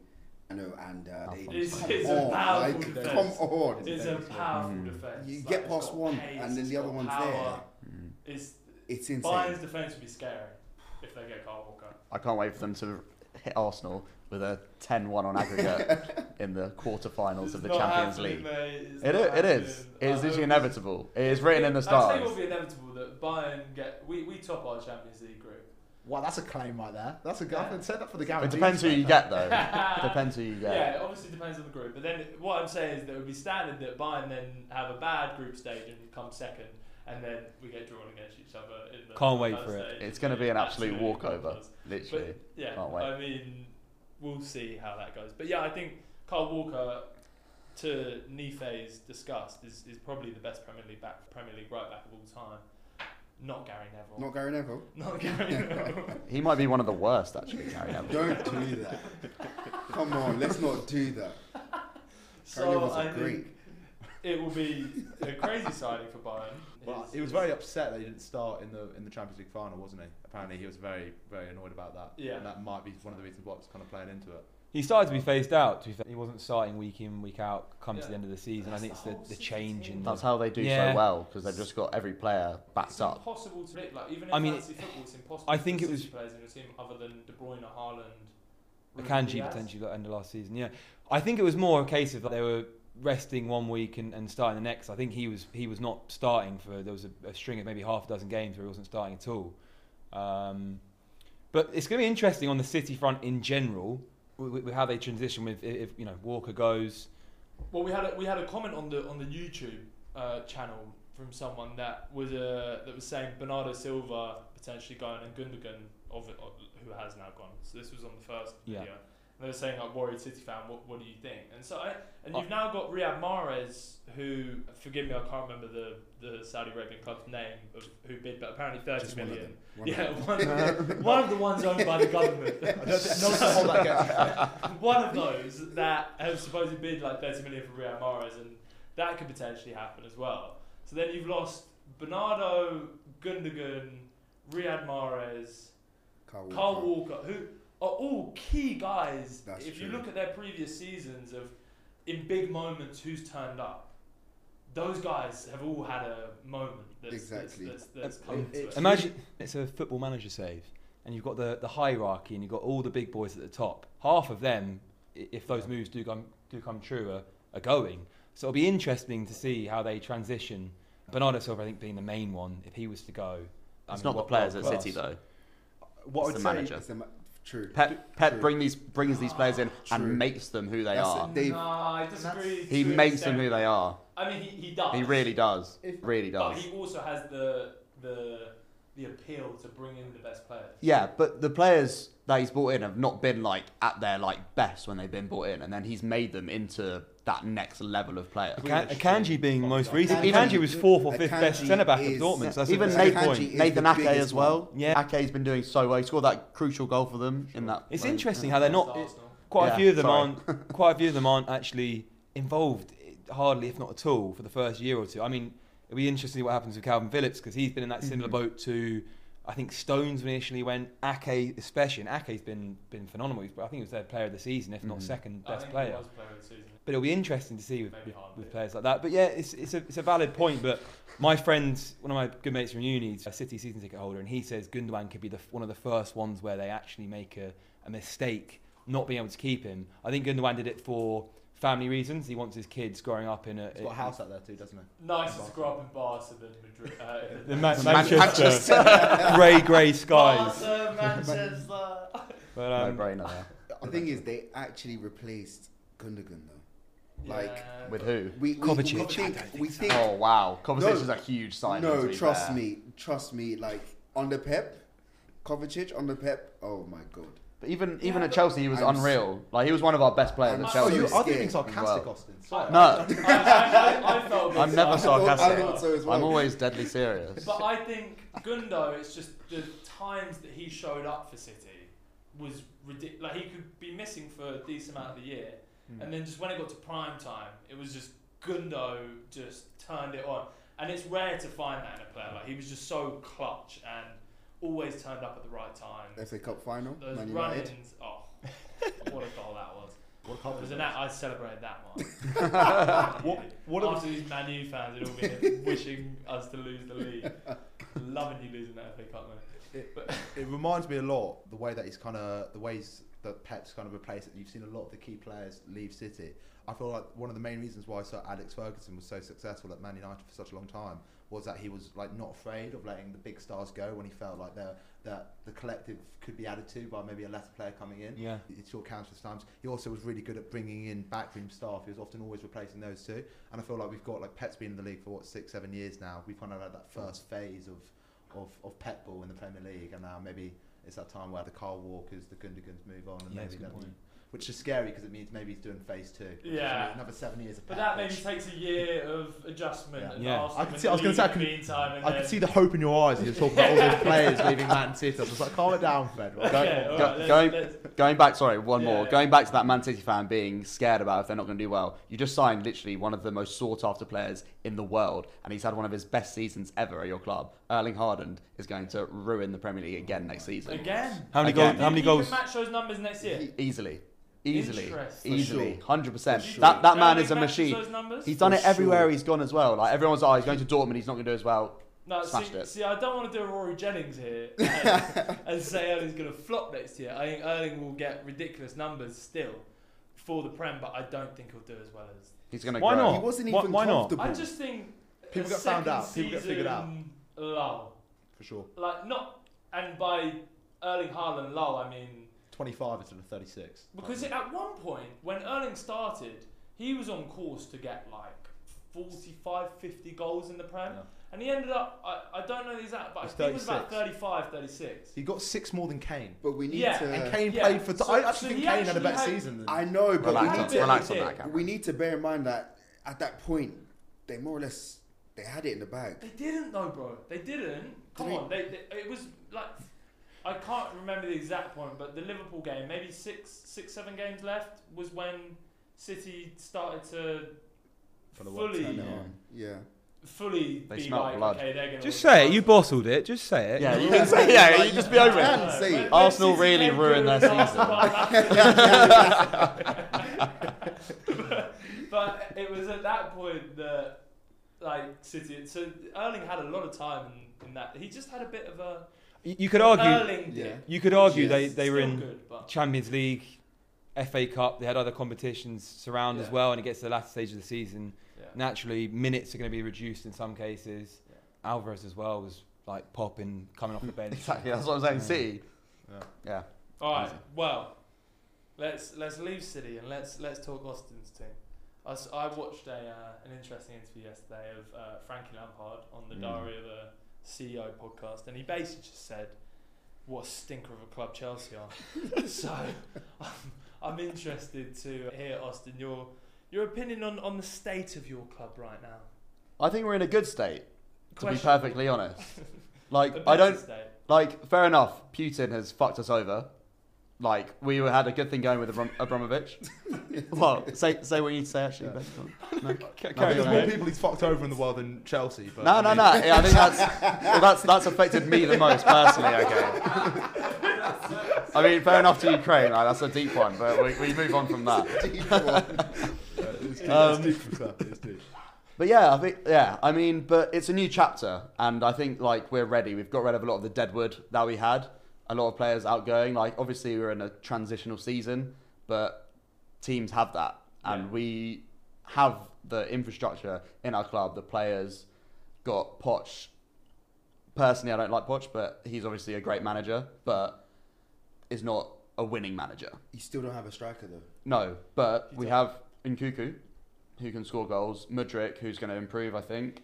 [SPEAKER 5] I know, and uh,
[SPEAKER 4] Alphonso.
[SPEAKER 5] they-
[SPEAKER 1] It's-
[SPEAKER 5] come
[SPEAKER 1] it's a
[SPEAKER 5] on,
[SPEAKER 1] powerful
[SPEAKER 5] like,
[SPEAKER 1] defense.
[SPEAKER 5] come on.
[SPEAKER 1] It's a powerful
[SPEAKER 4] Mm.
[SPEAKER 1] defense.
[SPEAKER 5] You
[SPEAKER 1] Like,
[SPEAKER 5] get
[SPEAKER 1] it's
[SPEAKER 5] past
[SPEAKER 1] got
[SPEAKER 5] one,
[SPEAKER 1] pace,
[SPEAKER 5] and then
[SPEAKER 1] it's
[SPEAKER 5] the other
[SPEAKER 1] got
[SPEAKER 5] one's
[SPEAKER 1] power.
[SPEAKER 4] Mm.
[SPEAKER 1] It's
[SPEAKER 5] It's insane.
[SPEAKER 1] Bayern's defense would be scary if they get Carl Walker.
[SPEAKER 4] I can't wait for them to hit Arsenal with a 10-1 on aggregate in the quarterfinals
[SPEAKER 1] It's
[SPEAKER 4] of the
[SPEAKER 1] not
[SPEAKER 4] Champions
[SPEAKER 1] happening,
[SPEAKER 4] League.
[SPEAKER 1] mate. It's
[SPEAKER 4] It
[SPEAKER 1] not
[SPEAKER 4] is. It is.
[SPEAKER 1] happening.
[SPEAKER 4] It is
[SPEAKER 1] I
[SPEAKER 4] literally
[SPEAKER 1] hope it's-
[SPEAKER 4] inevitable. It is written in the
[SPEAKER 1] I think it will
[SPEAKER 4] stars.
[SPEAKER 1] be inevitable that Bayern get we, we top our Champions League group.
[SPEAKER 3] Wow, that's a claim right there. That's a good. I've said that for the guarantee.
[SPEAKER 4] It depends who you get, though. depends who you
[SPEAKER 1] Yeah.
[SPEAKER 4] get.
[SPEAKER 1] it obviously depends on the group. But then what I'm saying is that it would be standard that Bayern then have a bad group stage and come second, and then we get drawn against each other. In the
[SPEAKER 2] Can't wait
[SPEAKER 1] first
[SPEAKER 2] for it.
[SPEAKER 1] stage.
[SPEAKER 4] It's going to be an absolute
[SPEAKER 1] Absolutely
[SPEAKER 4] walkover,
[SPEAKER 1] ridiculous.
[SPEAKER 4] literally.
[SPEAKER 1] But yeah,
[SPEAKER 4] Can't wait.
[SPEAKER 1] I mean, we'll see how that goes. But yeah, I think Carl Walker, to Nife's disgust, is, is probably the best Premier League back Premier League right back of all time. Not Gary Neville.
[SPEAKER 5] Not Gary Neville.
[SPEAKER 1] Not Gary Neville.
[SPEAKER 4] He might be one of the worst, actually, Gary Neville.
[SPEAKER 5] Don't do that. Come on, let's not do that. Gary
[SPEAKER 1] so
[SPEAKER 5] Neville's a
[SPEAKER 1] I think
[SPEAKER 5] Greek.
[SPEAKER 1] it will be a crazy signing for Bayern.
[SPEAKER 3] Well,
[SPEAKER 1] It's-
[SPEAKER 3] he was very upset that he didn't start in the in the Champions League final, wasn't he? Apparently, he was very very annoyed about that.
[SPEAKER 1] Yeah.
[SPEAKER 3] and that might be one of the reasons why it's kind of playing into it.
[SPEAKER 2] He started to be phased out. To be fair, he wasn't starting week in, week out. Come
[SPEAKER 1] Yeah.
[SPEAKER 2] to the end of the season, I
[SPEAKER 1] That's
[SPEAKER 2] think
[SPEAKER 1] the
[SPEAKER 2] it's the,
[SPEAKER 1] whole
[SPEAKER 2] the
[SPEAKER 1] season
[SPEAKER 2] change
[SPEAKER 1] team.
[SPEAKER 2] in.
[SPEAKER 4] That's how they do
[SPEAKER 2] Yeah.
[SPEAKER 4] so well, because they've just got every player
[SPEAKER 1] it's
[SPEAKER 4] backed up.
[SPEAKER 1] impossible to predict. Like even in
[SPEAKER 2] I mean,
[SPEAKER 1] fantasy football, it's impossible.
[SPEAKER 2] I
[SPEAKER 1] to
[SPEAKER 2] think
[SPEAKER 1] put
[SPEAKER 2] it was-
[SPEAKER 1] City players in your team other than De Bruyne, Haaland, Ruben
[SPEAKER 2] Akanji
[SPEAKER 1] Dias.
[SPEAKER 2] potentially at end of last season. Yeah, I think it was more a case of like, they were resting one week and, and starting the next. I think he was he was not starting for there was a, a string of maybe half a dozen games where he wasn't starting at all. Um, but it's going to be interesting on the City front in general with, with how they transition with if, if, you know Walker goes.
[SPEAKER 1] Well, we had a, we had a comment on the on the YouTube uh, channel from someone that was uh, that was saying Bernardo Silva potentially going and Gundogan of who has now gone. So this was on the first
[SPEAKER 2] Yeah.
[SPEAKER 1] video. And they were saying like worried City fan, what, what do you think? And so I and you've now got Riyad Mahrez, who forgive me, I can't remember the, the Saudi Arabian club's name of who bid, but apparently thirty
[SPEAKER 5] Just one of
[SPEAKER 1] million.
[SPEAKER 5] them. One of
[SPEAKER 1] yeah,
[SPEAKER 5] them.
[SPEAKER 1] one, one of the ones owned by the government.
[SPEAKER 3] I don't think- not to hold that against him.
[SPEAKER 1] one of those that have supposedly bid like 30 million for Riyad Mahrez, and that could potentially happen as well. So then you've lost Bernardo, Gundogan, Riyad Mahrez,
[SPEAKER 5] Kyle
[SPEAKER 1] Carl
[SPEAKER 5] Walker.
[SPEAKER 1] Walker, who are all key guys.
[SPEAKER 5] That's
[SPEAKER 1] if you
[SPEAKER 5] true.
[SPEAKER 1] look at their previous seasons of in big moments, who's turned up. Those guys have all had a moment that's,
[SPEAKER 5] Exactly.
[SPEAKER 1] that's, that's, that's come
[SPEAKER 3] It-
[SPEAKER 1] to
[SPEAKER 3] it's-
[SPEAKER 1] us.
[SPEAKER 2] Imagine it's a football manager save, and you've got the, the hierarchy, and you've got all the big boys at the top. Half of them, i- if those moves do come do come true, are, are going. So it'll be interesting to see how they transition. Bernardo Silva, I think, being the main one. If he was to go, I
[SPEAKER 4] It's
[SPEAKER 2] mean,
[SPEAKER 4] not the
[SPEAKER 2] what-
[SPEAKER 4] players at
[SPEAKER 2] world
[SPEAKER 4] City,
[SPEAKER 2] class.
[SPEAKER 4] though.
[SPEAKER 3] what
[SPEAKER 4] It's
[SPEAKER 3] I'd
[SPEAKER 4] the
[SPEAKER 3] say,
[SPEAKER 4] manager.
[SPEAKER 5] It's the ma- true.
[SPEAKER 4] Pep, Pep
[SPEAKER 5] True.
[SPEAKER 4] bring these, brings these players in
[SPEAKER 5] True.
[SPEAKER 4] and makes them who they
[SPEAKER 5] That's
[SPEAKER 4] are.
[SPEAKER 5] it. They've-
[SPEAKER 1] no, I disagree.
[SPEAKER 4] He
[SPEAKER 1] to an
[SPEAKER 4] makes
[SPEAKER 1] extent.
[SPEAKER 4] them who they are.
[SPEAKER 1] I mean, he, he does.
[SPEAKER 4] He really does.
[SPEAKER 3] If-
[SPEAKER 4] Really
[SPEAKER 1] But
[SPEAKER 4] does.
[SPEAKER 1] he also has the the the appeal to bring in the best players.
[SPEAKER 4] Yeah, but the players that he's brought in have not been like at their like best when they've been brought in, and then he's made them into that next level of player.
[SPEAKER 2] Akan- Akanji being most
[SPEAKER 3] Akanji-
[SPEAKER 2] recent. Akanji was fourth or fifth best
[SPEAKER 5] Akanji
[SPEAKER 2] centre back of
[SPEAKER 5] is-
[SPEAKER 2] Dortmund. So that's
[SPEAKER 4] Even
[SPEAKER 2] a
[SPEAKER 4] Nathan-
[SPEAKER 2] good point.
[SPEAKER 5] is
[SPEAKER 4] Nathan
[SPEAKER 5] the
[SPEAKER 4] Ake
[SPEAKER 5] biggest
[SPEAKER 4] as well.
[SPEAKER 2] one. Yeah.
[SPEAKER 4] Ake's been doing so well. He scored that crucial goal for them in that.
[SPEAKER 2] It's
[SPEAKER 4] moment.
[SPEAKER 2] interesting how they're not.
[SPEAKER 1] Against Arsenal.
[SPEAKER 2] Quite
[SPEAKER 4] Yeah,
[SPEAKER 2] a few of them
[SPEAKER 4] sorry.
[SPEAKER 2] aren't. Quite a few of them aren't actually involved, eh, hardly if not at all, for the first year or two. I mean, it'll be interesting to see what happens with Calvin Phillips because he's been in
[SPEAKER 4] Mm-hmm.
[SPEAKER 2] that similar boat to, I think Stones when he initially went. Ake especially, and Ake's been been phenomenal. He's- I think he was their player of the season, if not
[SPEAKER 4] Mhm.
[SPEAKER 2] second
[SPEAKER 1] I
[SPEAKER 2] best
[SPEAKER 1] think he
[SPEAKER 2] player.
[SPEAKER 1] was player of the season.
[SPEAKER 2] But it'll be interesting to see with,
[SPEAKER 1] Maybe
[SPEAKER 2] with,
[SPEAKER 1] hard,
[SPEAKER 2] with
[SPEAKER 1] yeah.
[SPEAKER 2] players like that. But yeah, it's, it's, a, it's a valid point. But my friend, one of my good mates from uni, is a City season ticket holder, and he says Gundogan could be the, one of the first ones where they actually make a, a mistake not being able to keep him. I think Gundogan did it for family reasons. He wants his kids growing up in a.
[SPEAKER 3] He's got a house out there too, doesn't he?
[SPEAKER 1] Nicer to grow up in Barca than Madrid. Uh,
[SPEAKER 2] The
[SPEAKER 1] than-
[SPEAKER 2] Ma-
[SPEAKER 1] than
[SPEAKER 2] Manchester,
[SPEAKER 4] Manchester.
[SPEAKER 2] grey, grey skies.
[SPEAKER 1] Barca, Manchester.
[SPEAKER 2] But,
[SPEAKER 4] No
[SPEAKER 2] um,
[SPEAKER 4] brainer there.
[SPEAKER 5] The thing is, they actually replaced Gundogan though. Like,
[SPEAKER 1] Yeah.
[SPEAKER 4] With who?
[SPEAKER 5] We, we, we
[SPEAKER 2] Kovacic, I
[SPEAKER 5] think,
[SPEAKER 2] don't
[SPEAKER 5] we think
[SPEAKER 4] Oh wow, Kovacic
[SPEAKER 5] No.
[SPEAKER 4] is a huge sign.
[SPEAKER 5] no, trust me, trust me. Like under Pep, Kovacic under Pep. Oh my god.
[SPEAKER 4] But even
[SPEAKER 1] Yeah,
[SPEAKER 4] even at
[SPEAKER 1] but-
[SPEAKER 4] Chelsea, he was
[SPEAKER 5] I'm s-
[SPEAKER 4] unreal. Like he was one of our best players
[SPEAKER 5] I'm
[SPEAKER 4] at
[SPEAKER 1] so
[SPEAKER 4] Chelsea.
[SPEAKER 5] you-
[SPEAKER 3] are Oh, you being
[SPEAKER 5] scared.
[SPEAKER 3] sarcastic,
[SPEAKER 4] Well.
[SPEAKER 3] Austin?
[SPEAKER 1] I-
[SPEAKER 3] Sorry.
[SPEAKER 4] No.
[SPEAKER 1] I, I, I, I felt a bit
[SPEAKER 4] I'm never
[SPEAKER 1] sorry.
[SPEAKER 5] Oh, I
[SPEAKER 4] sarcastic.
[SPEAKER 5] thought so as well.
[SPEAKER 4] I'm always deadly serious.
[SPEAKER 1] But I think Gundo, it's just the times that he showed up for City was ridiculous. Like he could be missing for a decent amount of the year,
[SPEAKER 3] Hmm.
[SPEAKER 1] and then just when it got to prime time, it was just Gundo just turned it on. And it's rare to find that in a player. Like he was just so clutch and always turned up at the right time.
[SPEAKER 5] FA Cup final,
[SPEAKER 1] Those
[SPEAKER 5] Man United.
[SPEAKER 1] run-ins, oh, what a goal that was!
[SPEAKER 3] What
[SPEAKER 1] It
[SPEAKER 3] a
[SPEAKER 1] was
[SPEAKER 3] compliment.
[SPEAKER 1] an act- I celebrated that one.
[SPEAKER 3] What- what are
[SPEAKER 1] After these Man U fans had all been wishing us to lose the league, loving you losing that FA Cup, man.
[SPEAKER 3] It reminds me a lot the way that he's kind of the ways that Pep's kind of replaced it. You've seen a lot of the key players leave City. I feel like one of the main reasons why Sir Alex Ferguson was so successful at Man United for such a long time was that he was like not afraid of letting the big stars go when he felt like they that the collective could be added to by maybe a lesser player coming in.
[SPEAKER 2] yeah.
[SPEAKER 3] It sort of counts with times. He also was really good at bringing in backroom staff. He was often always replacing those two. And I feel like we've got like Pep's been in the league for what six, seven years now. We've kind of had that first phase of of, of Pep ball in the Premier League, and now maybe it's that time where the Carl Walkers, the Gundogan's move on, and
[SPEAKER 2] Yeah, that's
[SPEAKER 3] maybe
[SPEAKER 2] a good
[SPEAKER 3] then-
[SPEAKER 2] point.
[SPEAKER 3] which is scary because it means maybe he's doing phase two. which is
[SPEAKER 1] Yeah.
[SPEAKER 3] only Another seven years of
[SPEAKER 1] But
[SPEAKER 3] Pep.
[SPEAKER 1] that maybe
[SPEAKER 3] which-
[SPEAKER 1] takes a year of adjustment.
[SPEAKER 3] Yeah.
[SPEAKER 1] And
[SPEAKER 2] Yeah.
[SPEAKER 1] Arsenal
[SPEAKER 3] I could
[SPEAKER 1] in
[SPEAKER 3] see- I was
[SPEAKER 1] the
[SPEAKER 3] gonna say,
[SPEAKER 1] league
[SPEAKER 3] I
[SPEAKER 1] in the meantime, and
[SPEAKER 3] I
[SPEAKER 1] then-
[SPEAKER 3] could see the hope in your eyes. as You're talking about all those players leaving Man City. I was like, calm it down, Fred. Well, don't-
[SPEAKER 1] Okay, all
[SPEAKER 4] go-
[SPEAKER 1] right, let's-
[SPEAKER 4] going-
[SPEAKER 1] let's-
[SPEAKER 4] Going back, sorry, one
[SPEAKER 1] Yeah,
[SPEAKER 4] more.
[SPEAKER 1] yeah.
[SPEAKER 4] Going back to that Man City fan being scared about if they're not going to do well. You just signed literally one of the most sought after players in the world, and he's had one of his best seasons ever at your club. Erling Haaland is going to ruin the Premier League again next season.
[SPEAKER 1] again.
[SPEAKER 2] How many
[SPEAKER 4] Again.
[SPEAKER 2] goals? How many
[SPEAKER 1] You can
[SPEAKER 2] goals?
[SPEAKER 1] match those numbers next year.
[SPEAKER 5] He-
[SPEAKER 4] Easily. Easily.
[SPEAKER 1] Interesting.
[SPEAKER 4] Easily.
[SPEAKER 5] For sure.
[SPEAKER 4] 100%.
[SPEAKER 5] For sure.
[SPEAKER 4] That, that
[SPEAKER 1] Can
[SPEAKER 4] man
[SPEAKER 1] they
[SPEAKER 4] is a
[SPEAKER 1] match
[SPEAKER 4] machine.
[SPEAKER 1] Those numbers?
[SPEAKER 4] He's done
[SPEAKER 5] For
[SPEAKER 4] it everywhere
[SPEAKER 5] sure.
[SPEAKER 4] he's gone as well. Like everyone's, oh, he's going to Dortmund. He's not going to do as well.
[SPEAKER 1] No,
[SPEAKER 4] Smashed
[SPEAKER 1] see,
[SPEAKER 4] it.
[SPEAKER 1] see, I don't want to do a Rory Jennings here and, and say Erling's going to flop next year. I think Erling will get ridiculous numbers still for the Prem, but I don't think he'll do as well as.
[SPEAKER 4] He's going to.
[SPEAKER 2] Why
[SPEAKER 4] grow.
[SPEAKER 5] He
[SPEAKER 2] not?
[SPEAKER 5] wasn't
[SPEAKER 2] Oh, Why-
[SPEAKER 5] even
[SPEAKER 2] why not?
[SPEAKER 5] comfortable.
[SPEAKER 1] I just think a
[SPEAKER 3] People get found
[SPEAKER 1] second
[SPEAKER 3] out. People get figured out.
[SPEAKER 1] season Lull,
[SPEAKER 3] for sure.
[SPEAKER 1] like not, and by Erling Haaland lull, I mean
[SPEAKER 3] 25 instead of 36.
[SPEAKER 1] because it, at one point when Erling started, he was on course to get like 45, 50 goals in the Prem,
[SPEAKER 3] Yeah.
[SPEAKER 1] and he ended up. I, I don't know the exact, but I
[SPEAKER 3] He's
[SPEAKER 1] think it was about
[SPEAKER 3] 36.
[SPEAKER 1] 35, 36.
[SPEAKER 3] He got six more than Kane.
[SPEAKER 5] But we need
[SPEAKER 1] Yeah.
[SPEAKER 5] to.
[SPEAKER 3] and Kane
[SPEAKER 1] yeah.
[SPEAKER 3] played for.
[SPEAKER 1] So-
[SPEAKER 3] I
[SPEAKER 1] so
[SPEAKER 3] actually think
[SPEAKER 1] he
[SPEAKER 3] Kane had a
[SPEAKER 1] actually
[SPEAKER 3] better
[SPEAKER 1] had-
[SPEAKER 3] season than.
[SPEAKER 5] I know, but
[SPEAKER 4] Relax,
[SPEAKER 5] we
[SPEAKER 1] on-
[SPEAKER 5] need to.
[SPEAKER 1] relax
[SPEAKER 5] we
[SPEAKER 1] on
[SPEAKER 4] that, Cameron.
[SPEAKER 5] We need to bear in mind that at that point, they more or less they had it in the bag.
[SPEAKER 1] They didn't though, bro. They didn't. Come
[SPEAKER 5] Did we-
[SPEAKER 1] on, they, they, it was like I can't remember the exact point, but the Liverpool game, maybe six, six, seven games left, was when City started to
[SPEAKER 3] Kinda what,
[SPEAKER 1] fully,
[SPEAKER 5] Turn it
[SPEAKER 3] Yeah.
[SPEAKER 5] on. Yeah.
[SPEAKER 1] fully
[SPEAKER 4] They
[SPEAKER 1] be
[SPEAKER 4] smelt
[SPEAKER 1] like,
[SPEAKER 4] blood.
[SPEAKER 1] okay, they're gonna
[SPEAKER 2] Just
[SPEAKER 1] win the
[SPEAKER 2] say it. You
[SPEAKER 1] title.
[SPEAKER 2] bottled it. Just say it.
[SPEAKER 4] Yeah,
[SPEAKER 2] You
[SPEAKER 4] you
[SPEAKER 2] know?
[SPEAKER 4] can say yeah. You just be over
[SPEAKER 5] Yeah.
[SPEAKER 4] it.
[SPEAKER 5] can say it.
[SPEAKER 1] When
[SPEAKER 4] Arsenal
[SPEAKER 1] City
[SPEAKER 4] really
[SPEAKER 1] came
[SPEAKER 4] ruined
[SPEAKER 1] good,
[SPEAKER 4] their
[SPEAKER 1] Arsenal but, but it was at that point that, like City, so Erling had a lot of time in, in that. He just had a bit of a
[SPEAKER 2] You you could argue.
[SPEAKER 1] Erling
[SPEAKER 5] Yeah.
[SPEAKER 1] dip.
[SPEAKER 2] You could argue
[SPEAKER 5] Yes.
[SPEAKER 2] they, they were
[SPEAKER 1] Still
[SPEAKER 2] in
[SPEAKER 1] good, but
[SPEAKER 2] Champions League, FA Cup. They had other competitions surround as
[SPEAKER 1] Yeah.
[SPEAKER 2] well, and it gets to the latter stage of the season.
[SPEAKER 1] yeah.
[SPEAKER 2] Naturally, minutes are going to be reduced in some cases. Alvarez as well was like popping, coming off the bench.
[SPEAKER 4] Exactly. That's what I'm saying.
[SPEAKER 2] Yeah.
[SPEAKER 4] City
[SPEAKER 3] Yeah.
[SPEAKER 4] Yeah.
[SPEAKER 1] All right.
[SPEAKER 4] Amazing.
[SPEAKER 1] Well, let's let's leave City and let's let's talk Austin's team. I, s- I watched a uh, an interesting interview yesterday of uh, Frankie Lampard on the
[SPEAKER 4] Mm.
[SPEAKER 1] Diary of a CEO podcast, and he basically just said, "What a stinker of a club Chelsea are." so, I'm, I'm interested to hear Austin your your opinion on, on the state of your club right now.
[SPEAKER 4] I think we're in a good state, to be
[SPEAKER 1] Question-
[SPEAKER 4] perfectly honest. Like,
[SPEAKER 1] a better
[SPEAKER 4] I don't
[SPEAKER 1] state.
[SPEAKER 4] Like, fair enough. Putin has fucked us over. Like, we had a good thing going with Abram- Abramovich. well, say say what you need to say, actually.
[SPEAKER 3] Yeah.
[SPEAKER 4] Ben.
[SPEAKER 3] I think
[SPEAKER 4] Carry
[SPEAKER 3] there's
[SPEAKER 4] on,
[SPEAKER 3] more
[SPEAKER 4] mate.
[SPEAKER 3] people he's fucked over in the world than Chelsea. But
[SPEAKER 4] No,
[SPEAKER 3] I
[SPEAKER 4] no,
[SPEAKER 3] mean,
[SPEAKER 4] no. Yeah, I think that's, well, that's that's affected me the most personally. Okay. I mean, fair enough to Ukraine. Like, that's a deep one, but we, we move on from that.
[SPEAKER 3] yeah, it's deep,
[SPEAKER 4] Um,
[SPEAKER 3] it's deep from South, it's deep.
[SPEAKER 4] But yeah, I think yeah, I mean, but it's a new chapter, and I think like we're ready. We've got rid of a lot of the deadwood that we had, a lot of players outgoing. Like obviously we're in a transitional season, but teams have that, and
[SPEAKER 1] Yeah.
[SPEAKER 4] we have the infrastructure in our club. The players got Poch. Personally, I don't like Poch, but he's obviously a great manager, but is not a winning manager.
[SPEAKER 5] You still don't have a striker though.
[SPEAKER 4] No, but
[SPEAKER 1] You
[SPEAKER 4] we
[SPEAKER 1] don't.
[SPEAKER 4] have Nkuku, who can score goals. Mudrik, who's going to improve, I think.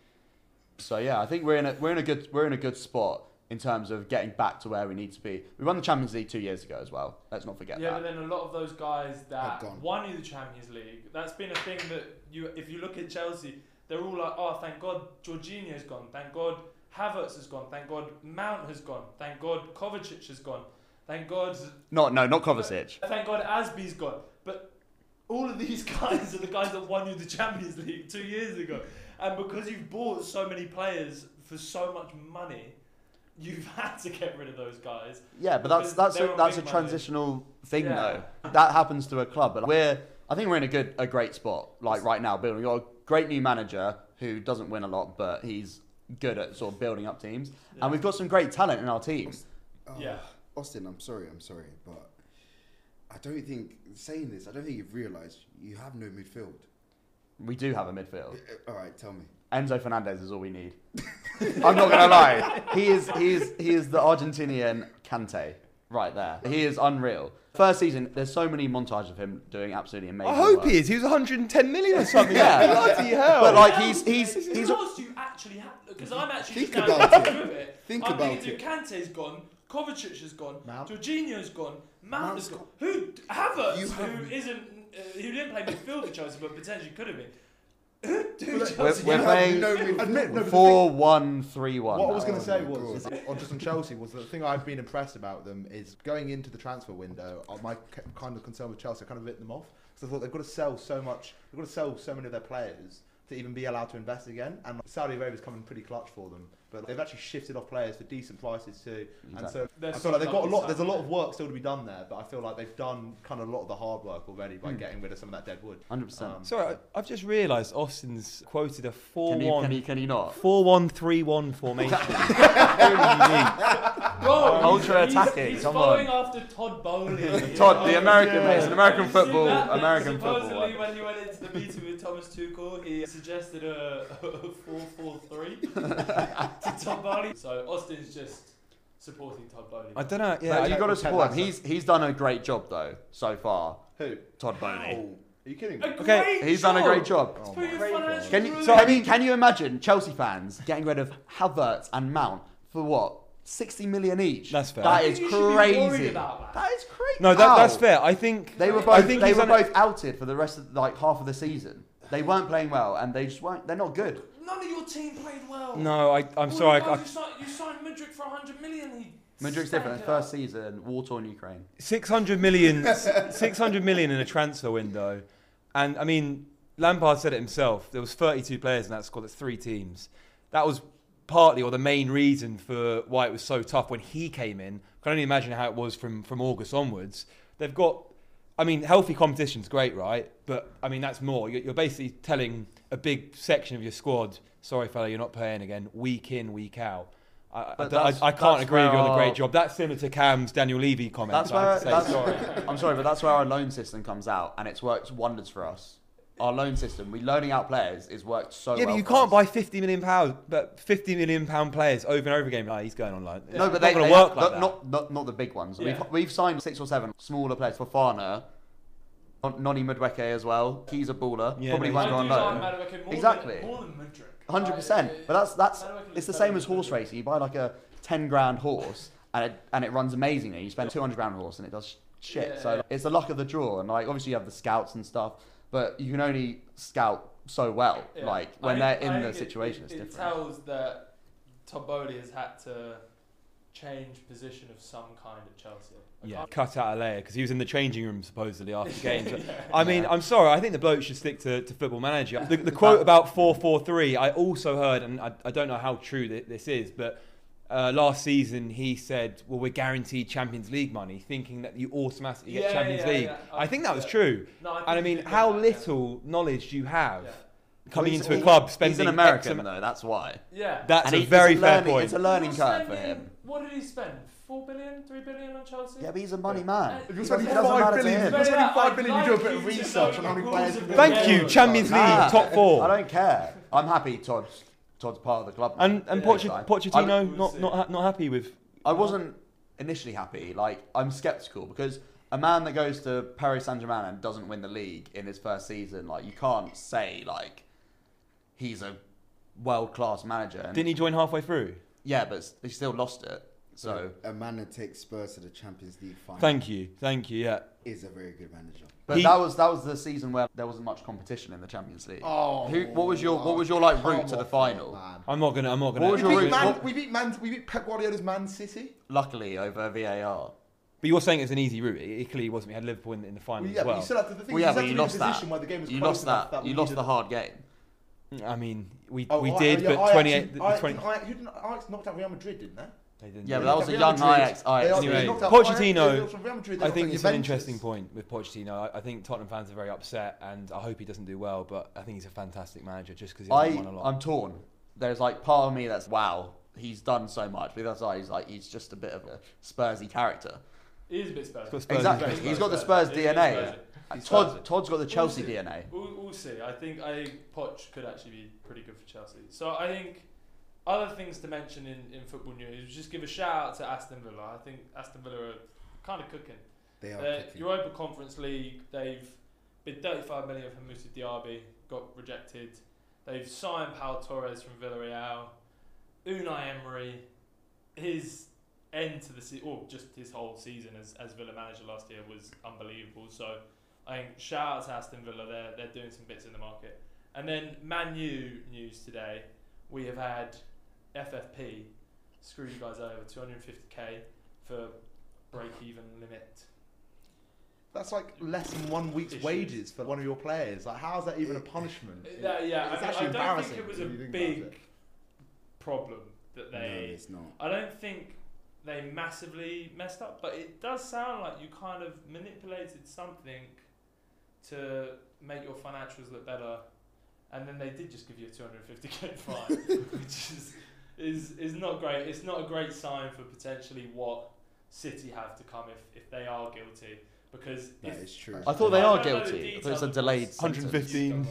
[SPEAKER 4] So yeah, I think we're in a we're in a good we're in a good spot in terms of getting back to where we need to be. We won the Champions League two years ago as well. Let's not forget
[SPEAKER 1] Yeah,
[SPEAKER 4] that.
[SPEAKER 1] but then a lot of those guys that
[SPEAKER 5] gone.
[SPEAKER 1] won you the Champions League, that's been a thing that you, if you look at Chelsea, they're all like, oh, thank God Jorginho's gone, thank God Havertz has gone, thank God Mount has gone, thank God Kovacic has gone, thank God,
[SPEAKER 4] Not no, not Kovacic.
[SPEAKER 1] thank God Asby's gone. But all of these guys are the guys that won you the Champions League two years ago, and because you've bought so many players for so much money, you've had to get rid of those guys.
[SPEAKER 4] Yeah, but that's
[SPEAKER 1] Because
[SPEAKER 4] that's
[SPEAKER 1] they're
[SPEAKER 4] a,
[SPEAKER 1] on
[SPEAKER 4] that's a
[SPEAKER 1] big money.
[SPEAKER 4] transitional thing
[SPEAKER 1] Yeah.
[SPEAKER 4] though. That happens to a club, but we're I think we're in a good a great spot like right now. Building we got a great new manager who doesn't win a lot, but he's good at sort of building up teams, and we've got some great talent in our team.
[SPEAKER 5] Oh,
[SPEAKER 1] Yeah.
[SPEAKER 5] Austin, I'm sorry, I'm sorry, but I don't think saying this, I don't think you've realised you have no midfield. Uh,
[SPEAKER 4] We do have a midfield.
[SPEAKER 5] All right, tell me.
[SPEAKER 4] Enzo Fernandez is all we need. I'm not gonna lie. He is he is he is the Argentinian Kante right there. He is unreal. First season, there's so many montages of him doing absolutely amazing.
[SPEAKER 2] I hope
[SPEAKER 4] work.
[SPEAKER 2] he is. He was 110 million or something.
[SPEAKER 4] Yeah.
[SPEAKER 2] Bloody hell.
[SPEAKER 4] But like he's he's
[SPEAKER 1] It's
[SPEAKER 4] he's
[SPEAKER 1] because you actually have. Because I'm actually
[SPEAKER 5] Think
[SPEAKER 1] just
[SPEAKER 5] about
[SPEAKER 1] now thinking of it.
[SPEAKER 5] Think
[SPEAKER 1] I'm
[SPEAKER 5] about
[SPEAKER 1] thinking
[SPEAKER 5] it.
[SPEAKER 1] Kante's gone, Kovacic has gone,
[SPEAKER 3] Mount.
[SPEAKER 1] Jorginho's gone, Mount
[SPEAKER 5] Mount's
[SPEAKER 1] has gone. Who Havertz,
[SPEAKER 5] You have-
[SPEAKER 1] who isn't, uh, who didn't play midfield for Chelsea, but potentially could have been. Who do
[SPEAKER 3] Well,
[SPEAKER 1] Chelsea?
[SPEAKER 4] we're, we're
[SPEAKER 5] You have
[SPEAKER 4] playing
[SPEAKER 5] no midfield.
[SPEAKER 3] Admit, no, but the
[SPEAKER 4] four one three one.
[SPEAKER 3] What I was going
[SPEAKER 5] Oh
[SPEAKER 3] to say
[SPEAKER 5] my
[SPEAKER 3] was, is, on just on Chelsea, was the thing I've been impressed about them is going into the transfer window. uh, My c- kind of concern with Chelsea, I kind of written them off because I thought they've got to sell so much, they've got to sell so many of their players to even be allowed to invest again. And Saudi Arabia's coming pretty clutch for them, but they've actually shifted off players for decent prices too. And so
[SPEAKER 1] There's
[SPEAKER 3] I feel like they've got a
[SPEAKER 1] some
[SPEAKER 3] lot. There's a lot
[SPEAKER 1] lucky
[SPEAKER 3] of work still to be done there, but I feel like they've done kind of a lot of the hard work already by getting rid of some of that dead wood.
[SPEAKER 4] hundred percent.
[SPEAKER 3] Um,
[SPEAKER 2] Sorry, I- I've just realised Austin's quoted a 4
[SPEAKER 4] Can you can
[SPEAKER 2] 1
[SPEAKER 4] you can you not?
[SPEAKER 2] 4 1 3 1 formation.
[SPEAKER 1] stuff. Bro,
[SPEAKER 4] Ultra
[SPEAKER 1] he's- he's-
[SPEAKER 4] attacking,
[SPEAKER 1] He's
[SPEAKER 4] come
[SPEAKER 1] following after Todd Bowley. Oh,
[SPEAKER 4] Todd, the American,
[SPEAKER 2] yeah.
[SPEAKER 4] mate, it's an American
[SPEAKER 1] Have you seen
[SPEAKER 4] football,
[SPEAKER 1] that? That
[SPEAKER 4] American
[SPEAKER 1] supposedly
[SPEAKER 4] football.
[SPEAKER 1] when he went into the meeting with Thomas Tuchel, he suggested a, a 4-4-3 to Todd Bowley. So Austin's just supporting Todd Bowley.
[SPEAKER 2] I don't know.
[SPEAKER 4] No,
[SPEAKER 2] Yeah, I
[SPEAKER 4] you
[SPEAKER 2] don't-
[SPEAKER 4] got to
[SPEAKER 3] pretend
[SPEAKER 4] support him.
[SPEAKER 3] that's a-
[SPEAKER 4] He's he's done a great job though so far.
[SPEAKER 3] Who? Are
[SPEAKER 4] Todd Bowley.
[SPEAKER 3] you kidding? me?
[SPEAKER 1] A
[SPEAKER 2] Okay,
[SPEAKER 1] great
[SPEAKER 4] He's done a great job.
[SPEAKER 1] It's
[SPEAKER 3] Oh
[SPEAKER 1] for your
[SPEAKER 3] my God.
[SPEAKER 1] financial
[SPEAKER 4] Can you,
[SPEAKER 1] ruin.
[SPEAKER 4] so can, you, can you imagine Chelsea fans getting rid of Havertz and Mount for what? 60 million each?
[SPEAKER 2] That's fair.
[SPEAKER 4] That
[SPEAKER 1] I
[SPEAKER 4] is
[SPEAKER 1] think you should be worried
[SPEAKER 4] crazy.
[SPEAKER 1] about that.
[SPEAKER 4] that is crazy.
[SPEAKER 2] No, that,
[SPEAKER 4] Ow.
[SPEAKER 2] that's fair. I think
[SPEAKER 4] They were
[SPEAKER 2] I
[SPEAKER 4] both,
[SPEAKER 2] think
[SPEAKER 4] they
[SPEAKER 2] he's
[SPEAKER 4] were
[SPEAKER 2] under-
[SPEAKER 4] both outed for the rest of like half of the season. They weren't playing well and they just weren't they're not good.
[SPEAKER 1] None of your team played well.
[SPEAKER 2] No, I,
[SPEAKER 1] All
[SPEAKER 2] I'm
[SPEAKER 1] the
[SPEAKER 2] sorry. I,
[SPEAKER 1] guys
[SPEAKER 2] I,
[SPEAKER 1] you, signed, you signed Mudrik for 100 million. He
[SPEAKER 4] Madrid's
[SPEAKER 1] stank
[SPEAKER 4] different.
[SPEAKER 1] it
[SPEAKER 4] First
[SPEAKER 1] up.
[SPEAKER 4] season, war torn Ukraine.
[SPEAKER 2] 600 million, 600 million in a transfer window. And I mean, Lampard said it himself. There was 32 players in that squad. That's three teams. That was partly or the main reason for why it was so tough when he came in. I can only imagine how it was from, from August onwards. They've got, I mean, healthy competition's great, right? But I mean, that's more. You're, you're basically telling a big section of your squad, sorry, fella, you're not playing again, week in, week out. I, I,
[SPEAKER 4] But
[SPEAKER 2] don't- I-
[SPEAKER 4] that's-
[SPEAKER 2] I can't
[SPEAKER 4] that's
[SPEAKER 2] agree with you on the
[SPEAKER 4] where
[SPEAKER 2] great
[SPEAKER 4] our-
[SPEAKER 2] job. That's similar to Cam's Daniel Levy comment.
[SPEAKER 4] That's
[SPEAKER 2] I have
[SPEAKER 4] where
[SPEAKER 2] to say
[SPEAKER 4] that's,
[SPEAKER 2] sorry.
[SPEAKER 4] I'm sorry, but that's where our loan system comes out and it's worked wonders for us. our loan system, we loaning out players is worked so
[SPEAKER 2] yeah,
[SPEAKER 4] well.
[SPEAKER 2] but you
[SPEAKER 4] for
[SPEAKER 2] can't
[SPEAKER 4] us.
[SPEAKER 2] buy fifty million pounds, but fifty million pound players over and over again. Like he's going on loan.
[SPEAKER 4] No,
[SPEAKER 2] It's
[SPEAKER 4] but
[SPEAKER 2] not
[SPEAKER 4] they,
[SPEAKER 2] gonna
[SPEAKER 4] they-
[SPEAKER 2] work like
[SPEAKER 4] not,
[SPEAKER 2] that.
[SPEAKER 4] Not, not not the big ones.
[SPEAKER 1] Yeah.
[SPEAKER 4] We've we've signed six or seven smaller players. Fofana, N- Nonny Mudweke as well. He's a baller.
[SPEAKER 2] Yeah,
[SPEAKER 4] Probably
[SPEAKER 2] no,
[SPEAKER 4] won't
[SPEAKER 2] he's
[SPEAKER 4] go
[SPEAKER 2] a
[SPEAKER 4] on
[SPEAKER 2] baller.
[SPEAKER 4] loan. Exactly.
[SPEAKER 1] exactly. more than Madrid.
[SPEAKER 4] Hundred percent. But that's that's it's the same as horse
[SPEAKER 1] racing.
[SPEAKER 4] racing. You buy like a ten grand horse and it and it runs amazingly. You spend two hundred grand on a horse and it does shit.
[SPEAKER 1] Yeah,
[SPEAKER 4] so
[SPEAKER 1] yeah.
[SPEAKER 4] it's the luck of the draw. And like obviously you have the scouts and stuff, but you can only scout so well.
[SPEAKER 1] Yeah.
[SPEAKER 4] Like
[SPEAKER 1] I
[SPEAKER 4] when
[SPEAKER 1] think-
[SPEAKER 4] they're
[SPEAKER 1] I
[SPEAKER 4] in
[SPEAKER 1] think
[SPEAKER 4] the
[SPEAKER 1] it-
[SPEAKER 4] situation,
[SPEAKER 1] it,
[SPEAKER 4] it's
[SPEAKER 1] it
[SPEAKER 4] different.
[SPEAKER 1] tells that Tomboli has had to change position of some kind at Chelsea. I
[SPEAKER 2] Yeah,
[SPEAKER 1] can't-
[SPEAKER 2] cut out a layer because he was in the changing room supposedly after games.
[SPEAKER 1] Yeah.
[SPEAKER 2] I mean,
[SPEAKER 4] Yeah.
[SPEAKER 2] I'm sorry. I think the bloke should stick to, to football manager. The, the quote about four four three. I also heard, and I, I don't know how true th- this is, but uh, last season he said, "Well, we're guaranteed Champions League money," thinking that you automatically get
[SPEAKER 1] Yeah,
[SPEAKER 2] Champions
[SPEAKER 1] yeah,
[SPEAKER 2] League.
[SPEAKER 1] yeah.
[SPEAKER 2] I think that was
[SPEAKER 1] Yeah.
[SPEAKER 2] true.
[SPEAKER 1] No, think
[SPEAKER 2] And I
[SPEAKER 1] you
[SPEAKER 2] mean,
[SPEAKER 1] did
[SPEAKER 2] how
[SPEAKER 1] that, yeah.
[SPEAKER 2] little knowledge do you have
[SPEAKER 1] Yeah.
[SPEAKER 2] coming
[SPEAKER 4] He's-
[SPEAKER 2] into a
[SPEAKER 4] he-
[SPEAKER 2] club spending
[SPEAKER 4] He's an
[SPEAKER 2] X
[SPEAKER 4] American
[SPEAKER 2] amou-
[SPEAKER 4] though. That's why.
[SPEAKER 1] Yeah.
[SPEAKER 2] That's
[SPEAKER 4] And
[SPEAKER 2] a
[SPEAKER 4] he- it's
[SPEAKER 2] very fair
[SPEAKER 4] learning-
[SPEAKER 2] point.
[SPEAKER 4] It's a learning
[SPEAKER 1] He
[SPEAKER 4] curve for
[SPEAKER 1] spent in-
[SPEAKER 4] him.
[SPEAKER 1] What did he spend? Four billion, three billion on Chelsea?
[SPEAKER 4] Yeah, but he's a money man.
[SPEAKER 1] If
[SPEAKER 3] If you're
[SPEAKER 4] It doesn't-
[SPEAKER 3] spending
[SPEAKER 4] it doesn't
[SPEAKER 3] five
[SPEAKER 4] matter to
[SPEAKER 3] billion, if
[SPEAKER 4] him.
[SPEAKER 3] you're spending
[SPEAKER 1] I'd
[SPEAKER 3] five billion, you do a
[SPEAKER 1] like
[SPEAKER 3] bit of
[SPEAKER 1] you to
[SPEAKER 3] research on
[SPEAKER 1] know
[SPEAKER 3] how many
[SPEAKER 1] the
[SPEAKER 3] players.
[SPEAKER 1] rules
[SPEAKER 3] can
[SPEAKER 1] of
[SPEAKER 3] go
[SPEAKER 1] the
[SPEAKER 3] on
[SPEAKER 2] Thank
[SPEAKER 1] game.
[SPEAKER 3] loan.
[SPEAKER 2] you, Champions League,
[SPEAKER 4] Nah.
[SPEAKER 2] top four.
[SPEAKER 4] Ah. I don't care. I'm happy Todd's Todd's part of the club. now.
[SPEAKER 2] And and
[SPEAKER 1] Yeah,
[SPEAKER 2] Poch-
[SPEAKER 4] yeah.
[SPEAKER 1] I-
[SPEAKER 2] Pochettino
[SPEAKER 1] we'll
[SPEAKER 2] not
[SPEAKER 1] see.
[SPEAKER 2] not ha- not happy with.
[SPEAKER 4] I wasn't initially happy. Like I'm skeptical because a man that goes to Paris Saint Germain and doesn't win the league in his first season, like you can't say like he's a world class manager. And,
[SPEAKER 2] Didn't he join halfway through?
[SPEAKER 4] Yeah, but s- he still lost it. So,
[SPEAKER 5] a man that takes Spurs to the Champions League final
[SPEAKER 2] Thank you, thank you. Yeah.
[SPEAKER 5] is a very good manager.
[SPEAKER 4] but
[SPEAKER 2] He-
[SPEAKER 4] that was that was the season where there wasn't much competition in the Champions League.
[SPEAKER 3] Oh,
[SPEAKER 4] Who- what was your- what was your, like, route to the
[SPEAKER 3] come off
[SPEAKER 4] final?
[SPEAKER 3] it, man.
[SPEAKER 2] I'm not gonna. I'm not gonna.
[SPEAKER 4] What was
[SPEAKER 3] We
[SPEAKER 4] your
[SPEAKER 3] beat,
[SPEAKER 4] route?
[SPEAKER 3] man,
[SPEAKER 4] What-
[SPEAKER 3] we beat Man. We beat Pep Guardiola's Man City.
[SPEAKER 4] Luckily, over VAR.
[SPEAKER 2] But you're saying it was an easy route. It it clearly wasn't. We had Liverpool in, in the final
[SPEAKER 3] Well, yeah,
[SPEAKER 2] as
[SPEAKER 3] but you
[SPEAKER 2] well.
[SPEAKER 3] still have to. The thing
[SPEAKER 4] Well,
[SPEAKER 3] is,
[SPEAKER 4] yeah,
[SPEAKER 3] you
[SPEAKER 4] but
[SPEAKER 3] have
[SPEAKER 4] you
[SPEAKER 3] to be in a
[SPEAKER 4] lost that.
[SPEAKER 3] position where the game was
[SPEAKER 4] You
[SPEAKER 3] close
[SPEAKER 4] lost
[SPEAKER 3] enough
[SPEAKER 4] that. You
[SPEAKER 3] we
[SPEAKER 4] lost
[SPEAKER 3] needed-
[SPEAKER 4] the hard game.
[SPEAKER 2] I mean, we,
[SPEAKER 3] Oh,
[SPEAKER 2] we
[SPEAKER 3] I-
[SPEAKER 2] did,
[SPEAKER 3] yeah,
[SPEAKER 2] but
[SPEAKER 3] Ajax-
[SPEAKER 2] 28. the
[SPEAKER 3] Ajax-
[SPEAKER 2] 20,
[SPEAKER 3] Ajax- Who didn't Ajax knocked out Real Madrid? Didn't they?
[SPEAKER 2] they didn't.
[SPEAKER 4] Yeah, but
[SPEAKER 3] They
[SPEAKER 4] that
[SPEAKER 3] knocked out
[SPEAKER 4] was a
[SPEAKER 3] Real
[SPEAKER 4] young
[SPEAKER 3] Madrid.
[SPEAKER 4] Ajax- Ajax.
[SPEAKER 3] They knocked- they
[SPEAKER 2] Anyway,
[SPEAKER 3] knocked out
[SPEAKER 2] Pochettino-
[SPEAKER 3] Ajax, they knocked out Real Madrid, they
[SPEAKER 2] I
[SPEAKER 3] knocked
[SPEAKER 2] think
[SPEAKER 3] out
[SPEAKER 2] it's an
[SPEAKER 3] Juventus.
[SPEAKER 2] interesting point with Pochettino. I, I think Tottenham fans are very upset, and I hope he doesn't do well. But I think he's a fantastic manager just because he
[SPEAKER 4] I,
[SPEAKER 2] hasn't won a lot.
[SPEAKER 4] I'm torn. There's like part of me that's wow, he's done so much, but the other side he's like he's just a bit of a Spursy character.
[SPEAKER 1] He is a bit Spurs.
[SPEAKER 2] He's got Spurs-
[SPEAKER 4] Exactly,
[SPEAKER 1] Spurs-
[SPEAKER 4] he's got the
[SPEAKER 1] Spurs-
[SPEAKER 4] Spurs
[SPEAKER 1] Spurs-
[SPEAKER 4] DNA.
[SPEAKER 1] Spurs-
[SPEAKER 4] And
[SPEAKER 3] He's
[SPEAKER 4] Todd,
[SPEAKER 3] Spursy.
[SPEAKER 4] Todd's got the Chelsea
[SPEAKER 1] Who's it?
[SPEAKER 4] DNA.
[SPEAKER 1] We'll, we'll see. I think I think Poch could actually be pretty good for Chelsea. So I think other things to mention in, in football news. Just give a shout out to Aston Villa. I think Aston Villa are kind of cooking.
[SPEAKER 5] They are
[SPEAKER 1] They're
[SPEAKER 5] kicking.
[SPEAKER 1] Uh, Europa Conference League. They've bid 35 million for Moussa Diaby. Got rejected. They've signed Paul Torres from Villarreal. Unai Emery, his end to the season, or just his whole season as, as Villa manager last year was unbelievable. So I think shout out to Aston Villa. They're, they're doing some bits in the market. And then Man U news today. We have had FFP screw you guys over 250k for break even limit.
[SPEAKER 3] That's like less than one week's
[SPEAKER 1] Issues.
[SPEAKER 3] wages for one of your players. Like, how's that even a punishment?
[SPEAKER 1] That- yeah,
[SPEAKER 3] It's
[SPEAKER 1] I,
[SPEAKER 3] actually
[SPEAKER 1] mean, I don't think
[SPEAKER 3] embarrassing
[SPEAKER 1] it was a
[SPEAKER 3] if you think about
[SPEAKER 1] big
[SPEAKER 3] it.
[SPEAKER 1] problem that
[SPEAKER 5] No,
[SPEAKER 1] they.
[SPEAKER 5] it's not.
[SPEAKER 1] I don't think they massively messed up, but it does sound like you kind of manipulated something to make your financials look better, and then they did just give you a 250k fine, which is, is is not great. It's not a great sign for potentially what City have to come if, if they are guilty, because
[SPEAKER 5] That
[SPEAKER 1] if,
[SPEAKER 5] is true.
[SPEAKER 4] I thought they are
[SPEAKER 1] I don't know the
[SPEAKER 4] guilty. I thought
[SPEAKER 1] details
[SPEAKER 4] it's a
[SPEAKER 1] of
[SPEAKER 4] delayed
[SPEAKER 1] what's-
[SPEAKER 2] 150.
[SPEAKER 4] sentence.
[SPEAKER 2] 15.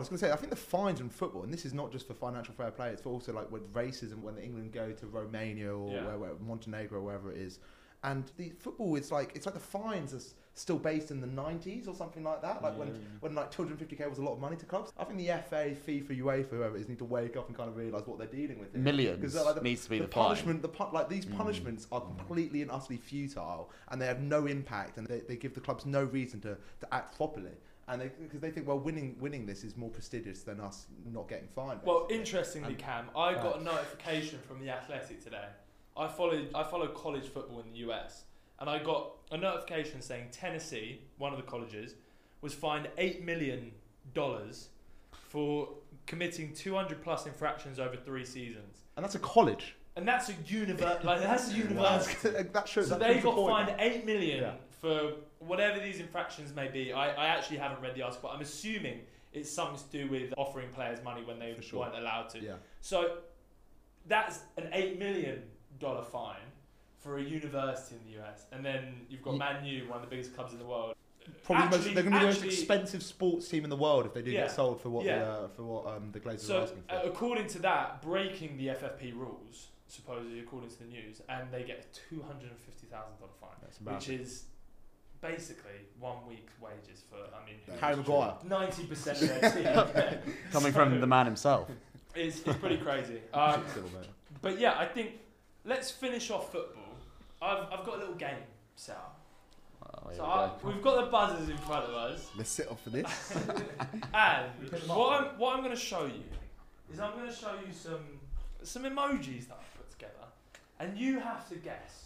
[SPEAKER 3] I was going to say, I think the fines in football, and this is not just for financial fair play, it's for also like with racism when England go to Romania or
[SPEAKER 1] Yeah.
[SPEAKER 3] where, where, Montenegro or wherever it is. And the football, it's like it's like the fines are s- still based in the 90s or something like that. Like when when like 250k was a lot of money to clubs. I think the FA, FIFA, UEFA, whoever it is, need to wake up and kind of realise what they're dealing with. here.
[SPEAKER 4] Millions
[SPEAKER 3] 'Cause they're like the-
[SPEAKER 4] needs to be
[SPEAKER 3] the,
[SPEAKER 4] the, fine.
[SPEAKER 3] punishment, the pun- like these punishments are completely and utterly futile, and they have no impact, and they, they give the clubs no reason to, to act properly, and they because they think well winning winning this is more prestigious than us not getting fined.
[SPEAKER 1] Well,
[SPEAKER 3] basically.
[SPEAKER 1] interestingly,
[SPEAKER 3] And-
[SPEAKER 1] Cam, I got a
[SPEAKER 2] Facts.
[SPEAKER 1] notification from the Athletic today. I followed I follow college football in the US, and I got a notification saying Tennessee, one of the colleges, was fined eight million dollars for committing 200 plus infractions over three seasons,
[SPEAKER 3] and that's a college.
[SPEAKER 1] and that's a univer- like that's a university.
[SPEAKER 3] that
[SPEAKER 1] So
[SPEAKER 3] shows that
[SPEAKER 1] they
[SPEAKER 3] proves a
[SPEAKER 1] got
[SPEAKER 3] point.
[SPEAKER 1] fined eight million
[SPEAKER 3] Yeah.
[SPEAKER 1] for whatever these infractions may be. I, I actually haven't read the article. I'm assuming it's something to do with offering players money when they
[SPEAKER 3] For sure.
[SPEAKER 1] weren't allowed to.
[SPEAKER 3] Yeah,
[SPEAKER 1] So that's an eight million dollar fine for a university in the US, and then you've got
[SPEAKER 4] Ye-
[SPEAKER 1] Man U, one of the biggest clubs in the world.
[SPEAKER 3] Probably the
[SPEAKER 1] Actually-
[SPEAKER 3] most, they're going to be the
[SPEAKER 1] actually-
[SPEAKER 3] most expensive sports team in the world if they do
[SPEAKER 1] Yeah.
[SPEAKER 3] get sold for what
[SPEAKER 1] Yeah.
[SPEAKER 3] the, uh, for what um, the Glazers are
[SPEAKER 1] So,
[SPEAKER 3] asking for.
[SPEAKER 1] uh, according to that, breaking the FFP rules, supposedly according to the news, and they get a two hundred and fifty thousand dollar fine,
[SPEAKER 3] That's
[SPEAKER 1] which
[SPEAKER 3] massive.
[SPEAKER 1] is basically one week's wages for. I mean,
[SPEAKER 5] is-
[SPEAKER 3] Harry Maguire.
[SPEAKER 1] ninety percent of their team.
[SPEAKER 4] Coming from the man himself.
[SPEAKER 1] it's, it's pretty crazy. Um,
[SPEAKER 3] Still, mate.
[SPEAKER 1] but yeah, I think let's finish off football. I've I've got a little game set up.
[SPEAKER 4] Oh,
[SPEAKER 1] so I, we've got the buzzers in front of us.
[SPEAKER 5] Let's sit off for this.
[SPEAKER 1] and what I'm, what I'm going to show you is I'm going to show you some some emojis that I've put together, and you have to guess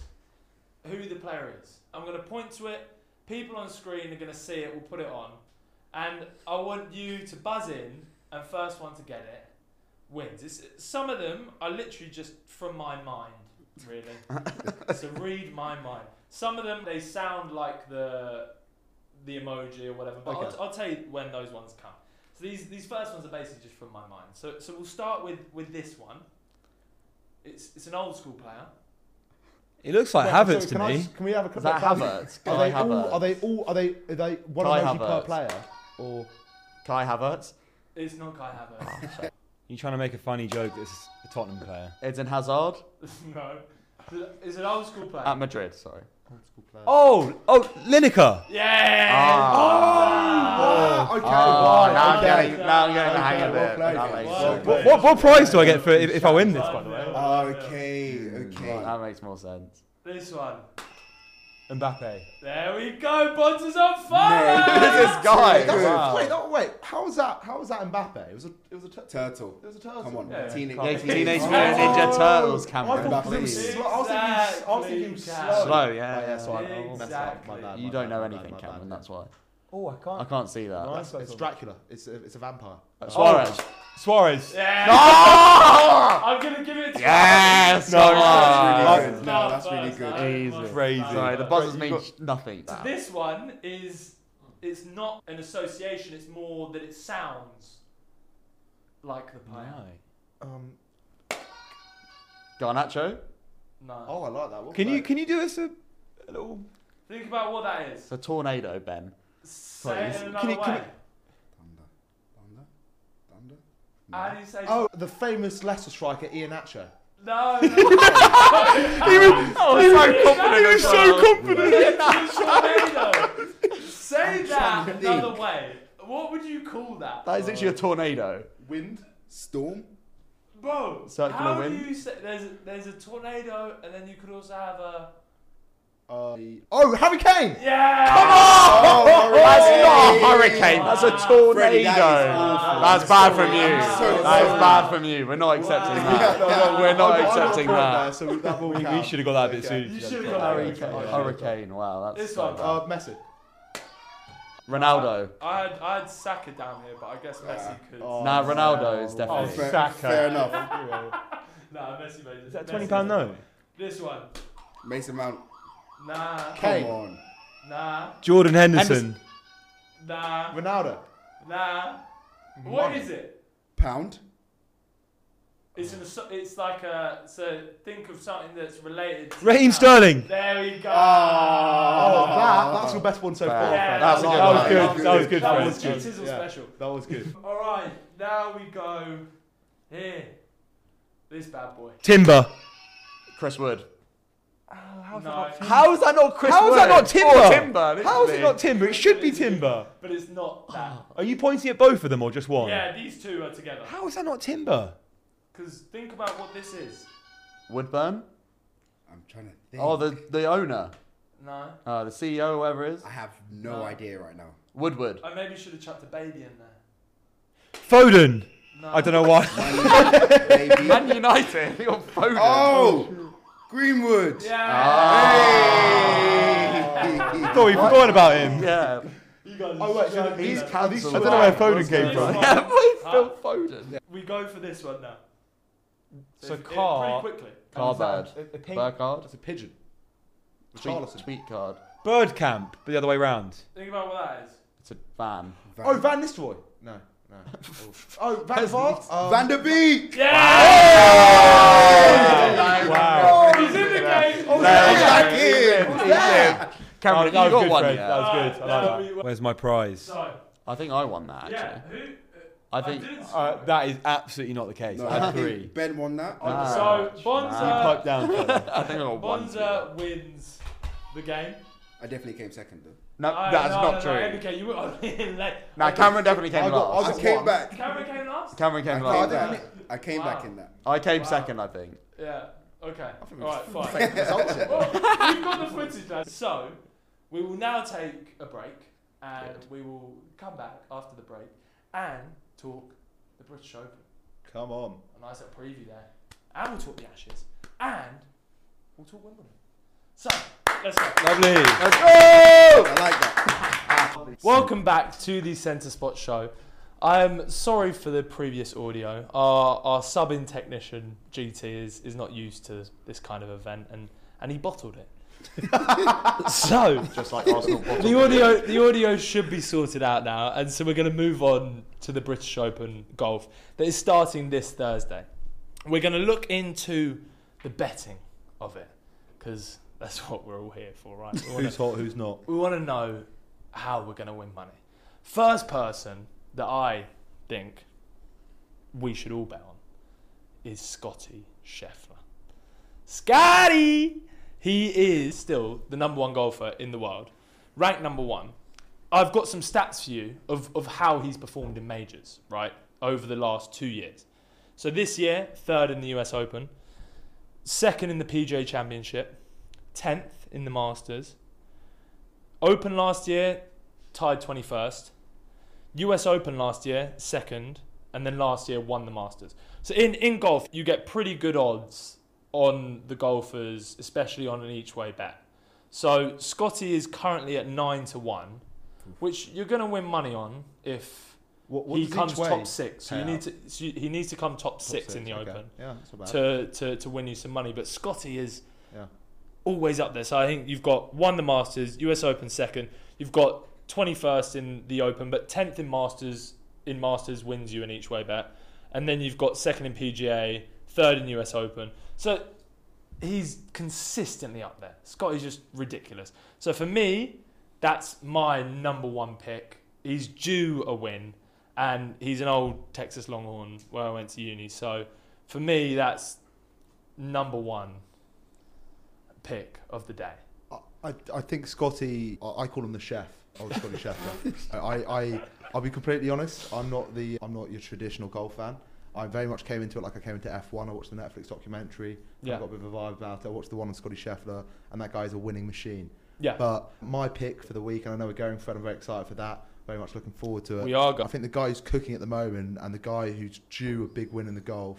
[SPEAKER 1] who the player is. I'm going to point to it. People on screen are going to see it. We'll put it on, and I want you to buzz in, and first one to get it wins. It's, some of them are literally just from my mind, really. so read my mind. Some of them they sound like the the emoji or whatever, but
[SPEAKER 3] Okay.
[SPEAKER 1] I'll, I'll tell you when those ones come. So these these first ones are basically just from my mind. So so we'll start with with this one. It's it's an old school player.
[SPEAKER 2] It looks like
[SPEAKER 3] Wait, sorry,
[SPEAKER 2] Havertz to
[SPEAKER 3] can I
[SPEAKER 2] me.
[SPEAKER 3] just- can we have a
[SPEAKER 4] Is that
[SPEAKER 3] can we-
[SPEAKER 4] Havertz?
[SPEAKER 3] Are
[SPEAKER 4] Kai
[SPEAKER 3] they, all,
[SPEAKER 4] Havertz.
[SPEAKER 3] are they all? Are they? Are they one
[SPEAKER 4] Kai
[SPEAKER 3] emoji per
[SPEAKER 4] Havertz.
[SPEAKER 3] player? Or
[SPEAKER 4] Kai Havertz.
[SPEAKER 1] It's not Kai Havertz.
[SPEAKER 2] You trying to make a funny joke? This is a Tottenham player.
[SPEAKER 4] Eden Hazard
[SPEAKER 1] no, it's an old school player.
[SPEAKER 3] Um,
[SPEAKER 4] at Madrid. Sorry.
[SPEAKER 2] Oh, oh, Lineker.
[SPEAKER 1] yeah.
[SPEAKER 3] Ah, okay, right,
[SPEAKER 4] Oh, now, I'm
[SPEAKER 3] okay.
[SPEAKER 4] getting, now I'm getting the hang of
[SPEAKER 3] Okay,
[SPEAKER 4] it.
[SPEAKER 3] well
[SPEAKER 4] That
[SPEAKER 3] played.
[SPEAKER 4] makes
[SPEAKER 1] Well
[SPEAKER 4] sense.
[SPEAKER 2] What, what, what prize do I get for if, if I win this? By the way,
[SPEAKER 5] okay, okay.
[SPEAKER 4] That makes more sense.
[SPEAKER 1] This one.
[SPEAKER 2] Mbappe.
[SPEAKER 1] There we go. Bonds is on fire.
[SPEAKER 4] Who is this guy?
[SPEAKER 3] That was-
[SPEAKER 4] Wow.
[SPEAKER 3] Wait, that, wait. How was that? How was that Mbappe? It was a. It was a. tur-
[SPEAKER 5] Turtle.
[SPEAKER 3] it was a turtle.
[SPEAKER 5] Come on.
[SPEAKER 1] Yeah.
[SPEAKER 5] Teenage,
[SPEAKER 4] Yeah,
[SPEAKER 5] Mutant
[SPEAKER 4] Teenage
[SPEAKER 5] Ninja
[SPEAKER 4] Mutant
[SPEAKER 5] Turtles.
[SPEAKER 4] Ninja Turtles,
[SPEAKER 3] I thought
[SPEAKER 4] Cameron.
[SPEAKER 5] Mbappe.
[SPEAKER 3] it was slow- I was thinking. I was thinking
[SPEAKER 1] Exactly.
[SPEAKER 3] slow.
[SPEAKER 4] Slow, yeah,
[SPEAKER 3] Oh,
[SPEAKER 4] yeah.
[SPEAKER 3] so I- I messed up.
[SPEAKER 1] Exactly.
[SPEAKER 3] My bad.
[SPEAKER 4] You
[SPEAKER 3] my
[SPEAKER 4] don't
[SPEAKER 3] bad,
[SPEAKER 4] know
[SPEAKER 3] my bad,
[SPEAKER 4] anything,
[SPEAKER 3] my bad.
[SPEAKER 4] Cameron. That's why.
[SPEAKER 2] Oh, I can't.
[SPEAKER 4] I can't see that.
[SPEAKER 3] That's- It's Dracula. It's a, it's a vampire.
[SPEAKER 4] Suarez.
[SPEAKER 2] Uh, Suarez.
[SPEAKER 1] Yeah.
[SPEAKER 4] Oh!
[SPEAKER 1] I'm gonna give it to
[SPEAKER 4] Yes!
[SPEAKER 2] No,
[SPEAKER 4] come
[SPEAKER 5] that's really
[SPEAKER 4] on.
[SPEAKER 5] good. No, that's really good.
[SPEAKER 4] Jesus.
[SPEAKER 2] Crazy.
[SPEAKER 4] Sorry, the buzzers mean sh- nothing.
[SPEAKER 1] So this one is it's not an association, it's more that it sounds like the player.
[SPEAKER 3] Um.
[SPEAKER 4] Garnacho?
[SPEAKER 1] No.
[SPEAKER 3] Oh, I like that one.
[SPEAKER 2] Can you can you do us a, a little?
[SPEAKER 1] Think about what that is.
[SPEAKER 4] It's a tornado, Ben.
[SPEAKER 1] Say it
[SPEAKER 4] Please.
[SPEAKER 1] in
[SPEAKER 4] Can
[SPEAKER 1] another
[SPEAKER 2] you- can
[SPEAKER 1] way.
[SPEAKER 5] Thunder. Thunder. Thunder.
[SPEAKER 1] How do you say
[SPEAKER 3] Oh, the famous Leicester striker Ian Acho.
[SPEAKER 1] no, no, no.
[SPEAKER 4] Oh, he's so
[SPEAKER 1] confident. He was so It's
[SPEAKER 4] confident.
[SPEAKER 1] a tornado. Say that another way. What would you call that?
[SPEAKER 4] That is actually a tornado.
[SPEAKER 3] Wind.
[SPEAKER 5] Storm.
[SPEAKER 1] Bro,
[SPEAKER 4] Circular
[SPEAKER 1] how
[SPEAKER 4] wind.
[SPEAKER 1] do you say there's there's a tornado and then you could also have a
[SPEAKER 3] Uh, oh, Harry Kane.
[SPEAKER 1] Yeah
[SPEAKER 4] That's not a
[SPEAKER 5] Hey.
[SPEAKER 4] hurricane. That's a
[SPEAKER 5] Freddie,
[SPEAKER 4] tornado.
[SPEAKER 5] that is awful.
[SPEAKER 4] That's bad from you.
[SPEAKER 5] So
[SPEAKER 4] That is
[SPEAKER 5] sorry.
[SPEAKER 4] bad from you. We're not accepting that. We're not
[SPEAKER 3] I got- I got a
[SPEAKER 4] accepting
[SPEAKER 3] point
[SPEAKER 4] that.
[SPEAKER 3] There, so we, that will
[SPEAKER 2] We,
[SPEAKER 3] count.
[SPEAKER 2] should have got that bit
[SPEAKER 3] Okay.
[SPEAKER 2] sooner.
[SPEAKER 1] You should have got
[SPEAKER 4] Hurricane.
[SPEAKER 1] that.
[SPEAKER 3] Hurricane.
[SPEAKER 4] Hurricane. Wow, that's
[SPEAKER 1] This one.
[SPEAKER 4] so
[SPEAKER 3] Uh, Messi.
[SPEAKER 4] bad. Ronaldo.
[SPEAKER 1] I had I had Saka down here, but I guess Messi could.
[SPEAKER 3] Oh,
[SPEAKER 4] Nah, Ronaldo is
[SPEAKER 1] Oh,
[SPEAKER 4] definitely.
[SPEAKER 5] fair,
[SPEAKER 2] Saka.
[SPEAKER 5] fair enough.
[SPEAKER 1] Nah, Messi made it.
[SPEAKER 2] Is that
[SPEAKER 1] Messi
[SPEAKER 2] twenty pound
[SPEAKER 1] did it.
[SPEAKER 2] note?
[SPEAKER 1] This one.
[SPEAKER 5] Mason Mount.
[SPEAKER 1] Nah.
[SPEAKER 5] Come
[SPEAKER 3] Kane.
[SPEAKER 5] on.
[SPEAKER 1] Nah.
[SPEAKER 2] Jordan Henderson.
[SPEAKER 1] Nah.
[SPEAKER 3] Ronaldo.
[SPEAKER 1] Nah. What
[SPEAKER 3] Money.
[SPEAKER 1] is it?
[SPEAKER 5] Pound.
[SPEAKER 1] It's an, asso- it's like a so think of something that's related. To
[SPEAKER 2] Raheem
[SPEAKER 1] that.
[SPEAKER 2] Sterling.
[SPEAKER 1] There we go.
[SPEAKER 3] Oh,
[SPEAKER 4] Ah.
[SPEAKER 3] that, that's your best one so far.
[SPEAKER 1] Yeah,
[SPEAKER 3] Fred.
[SPEAKER 1] that was
[SPEAKER 3] I like
[SPEAKER 1] good.
[SPEAKER 2] That was good. That was good.
[SPEAKER 1] That
[SPEAKER 2] Fred.
[SPEAKER 1] was Chisel
[SPEAKER 3] Yeah.
[SPEAKER 1] special.
[SPEAKER 3] That was good.
[SPEAKER 1] All right, now we go here. This bad boy.
[SPEAKER 2] Timber.
[SPEAKER 4] Chris Wood.
[SPEAKER 1] no,
[SPEAKER 4] How is that not Chris
[SPEAKER 2] How is that
[SPEAKER 4] Wood?
[SPEAKER 2] not Timber?
[SPEAKER 4] Or Timber?
[SPEAKER 2] How is it
[SPEAKER 4] literally.
[SPEAKER 2] not Timber? It should be Timber.
[SPEAKER 1] but it's not that.
[SPEAKER 2] Are you pointing at both of them or just
[SPEAKER 4] Oh.
[SPEAKER 2] one?
[SPEAKER 1] Yeah, these two are together.
[SPEAKER 2] How is that not Timber?
[SPEAKER 1] Because think about what this is.
[SPEAKER 4] Woodburn?
[SPEAKER 5] I'm trying to think.
[SPEAKER 4] Oh, the, the owner.
[SPEAKER 1] No.
[SPEAKER 4] Uh, the CEO, whoever it is.
[SPEAKER 5] I have no
[SPEAKER 1] No.
[SPEAKER 5] idea right now.
[SPEAKER 4] Woodward.
[SPEAKER 1] I maybe should have chucked a baby in there.
[SPEAKER 2] Foden.
[SPEAKER 1] No.
[SPEAKER 2] I don't know why.
[SPEAKER 5] Maybe.
[SPEAKER 4] Man United. You're Foden.
[SPEAKER 5] Oh, Greenwood.
[SPEAKER 1] Yeah.
[SPEAKER 4] Ah.
[SPEAKER 2] I thought we forgot about him.
[SPEAKER 4] Yeah.
[SPEAKER 1] You guys.
[SPEAKER 3] Oh, wait, so
[SPEAKER 1] shocking
[SPEAKER 3] these-
[SPEAKER 1] there.
[SPEAKER 3] are these
[SPEAKER 4] I
[SPEAKER 2] I don't know where Foden
[SPEAKER 1] This
[SPEAKER 2] came from.
[SPEAKER 1] one.
[SPEAKER 4] Yeah, please,
[SPEAKER 1] Huh?
[SPEAKER 4] Phil Foden.
[SPEAKER 1] We go for this one now.
[SPEAKER 2] So
[SPEAKER 1] if- it-
[SPEAKER 2] Carr-
[SPEAKER 1] Pretty quickly.
[SPEAKER 4] Carbad.
[SPEAKER 3] A, a pink.
[SPEAKER 4] Burkard.
[SPEAKER 3] That's a pigeon.
[SPEAKER 4] Tweet,
[SPEAKER 3] Richarlison.
[SPEAKER 4] tweet card.
[SPEAKER 2] Bird camp, but the other way round.
[SPEAKER 1] Think about what that is.
[SPEAKER 4] It's a van.
[SPEAKER 3] Oh, Van Nistelrooy. No, no. oh, Van Vaart. Um,
[SPEAKER 5] Van der Beek.
[SPEAKER 1] Yeah.
[SPEAKER 2] Wow.
[SPEAKER 1] He's in the game.
[SPEAKER 3] yeah.
[SPEAKER 5] Back in.
[SPEAKER 4] Yeah. Cameron,
[SPEAKER 2] that was
[SPEAKER 4] you got
[SPEAKER 2] good,
[SPEAKER 4] one
[SPEAKER 2] Fred.
[SPEAKER 4] yet?
[SPEAKER 2] That was good. I
[SPEAKER 1] No,
[SPEAKER 2] like
[SPEAKER 1] we-
[SPEAKER 2] that. Where's my prize?
[SPEAKER 1] So,
[SPEAKER 4] I think I won that, actually.
[SPEAKER 1] yeah, who? uh,
[SPEAKER 4] I think.
[SPEAKER 1] didn't score
[SPEAKER 2] Uh,
[SPEAKER 1] it.
[SPEAKER 2] that is absolutely not the case.
[SPEAKER 5] No,
[SPEAKER 2] I had
[SPEAKER 5] I think
[SPEAKER 2] three.
[SPEAKER 5] Ben won that.
[SPEAKER 4] Ah.
[SPEAKER 1] so
[SPEAKER 4] Ouch.
[SPEAKER 1] Bonza,
[SPEAKER 2] Pipe down. Trevor.
[SPEAKER 4] I think I got one.
[SPEAKER 1] Bonza wins the game.
[SPEAKER 5] I definitely came second though.
[SPEAKER 4] No,
[SPEAKER 1] I-
[SPEAKER 4] that's
[SPEAKER 1] no,
[SPEAKER 4] not
[SPEAKER 1] no,
[SPEAKER 4] true.
[SPEAKER 1] No, okay, you were on in late.
[SPEAKER 4] Nah, Cameron definitely came
[SPEAKER 3] I got- I
[SPEAKER 4] last.
[SPEAKER 5] I
[SPEAKER 3] got
[SPEAKER 5] came
[SPEAKER 3] one.
[SPEAKER 5] back.
[SPEAKER 1] Cameron came last.
[SPEAKER 4] Cameron
[SPEAKER 5] I
[SPEAKER 4] came
[SPEAKER 5] came,
[SPEAKER 4] last.
[SPEAKER 5] back.
[SPEAKER 1] Wow.
[SPEAKER 5] I came back
[SPEAKER 1] Wow.
[SPEAKER 5] in that.
[SPEAKER 4] I came
[SPEAKER 1] Wow.
[SPEAKER 4] second, I think.
[SPEAKER 1] Yeah. Okay.
[SPEAKER 4] think
[SPEAKER 1] All right. Fine.
[SPEAKER 3] Fake results here.
[SPEAKER 1] well, we've got the footage now. So, we will now take a break and we will come back after the break and talk the British Open.
[SPEAKER 3] Come on.
[SPEAKER 1] A nice little preview there. And we'll talk the Ashes and we'll talk Wimbledon. So, let's go.
[SPEAKER 2] Lovely.
[SPEAKER 4] Let's go!
[SPEAKER 5] I like that.
[SPEAKER 1] Welcome back to the Centre Spot Show. I'm sorry for the previous audio. Our, our sub in technician, GT, is, is not used to this kind of event and, and he bottled it. so,
[SPEAKER 4] Just like Arsenal. bottled
[SPEAKER 1] the audio the audio should be sorted out now, and so we're going to move on to the British Open golf that is starting this Thursday. We're going to look into the betting of it because that's what we're all here for, right? We wanna-
[SPEAKER 3] Who's hot, who's not?
[SPEAKER 1] we want to know how we're going to win money. First person that I think we should all bet on is Scotty Scheffler. Scotty! He is still the number one golfer in the world, ranked number one. I've got some stats for you of, of how he's performed in majors, right, over the last two years. So this year, third in the US Open, second in the PGA Championship, 10th in the Masters, Open last year, tied 21st. US Open last year, second. And then last year, won the Masters. So in, in golf, you get pretty good odds on the golfers, especially on an each way bet. So Scotty is currently at 9 to 1, which you're going to win money on if
[SPEAKER 3] What,
[SPEAKER 1] he comes top six. So you
[SPEAKER 3] pay
[SPEAKER 1] need
[SPEAKER 3] out?
[SPEAKER 1] to, so you- he needs to come top, six, in the Open
[SPEAKER 3] Yeah, that's about
[SPEAKER 1] to, to, to win you some money. But Scotty is
[SPEAKER 3] Yeah.
[SPEAKER 1] always up there. So I think you've got won the Masters, US Open second. You've got 21st in the Open, but 10th in Masters in Masters wins you an each way bet. And then you've got second in PGA, third in US Open. So he's consistently up there. Scott is just ridiculous. So for me, that's my number one pick. He's due a win, and he's an old Texas Longhorn where I went to uni. So for me, that's number one pick of the day.
[SPEAKER 3] I, I- I think Scotty, I, I call him the chef. Oh, Scotty Chef. I, I, I, I'll be completely honest. I'm not the, I'm not your traditional golf fan. I very much came into it like I came into F1. I watched the Netflix documentary.
[SPEAKER 1] Yeah.
[SPEAKER 3] I got a bit of a vibe about it. I watched the one on Scotty Scheffler, and that guy is a winning machine.
[SPEAKER 1] Yeah,
[SPEAKER 3] But my pick for the week, and I know we're going Fred, I'm very excited for that. Very much looking forward to it.
[SPEAKER 1] we are
[SPEAKER 3] I
[SPEAKER 1] going.
[SPEAKER 3] think the guy who's cooking at the moment and the guy who's due a big win in the golf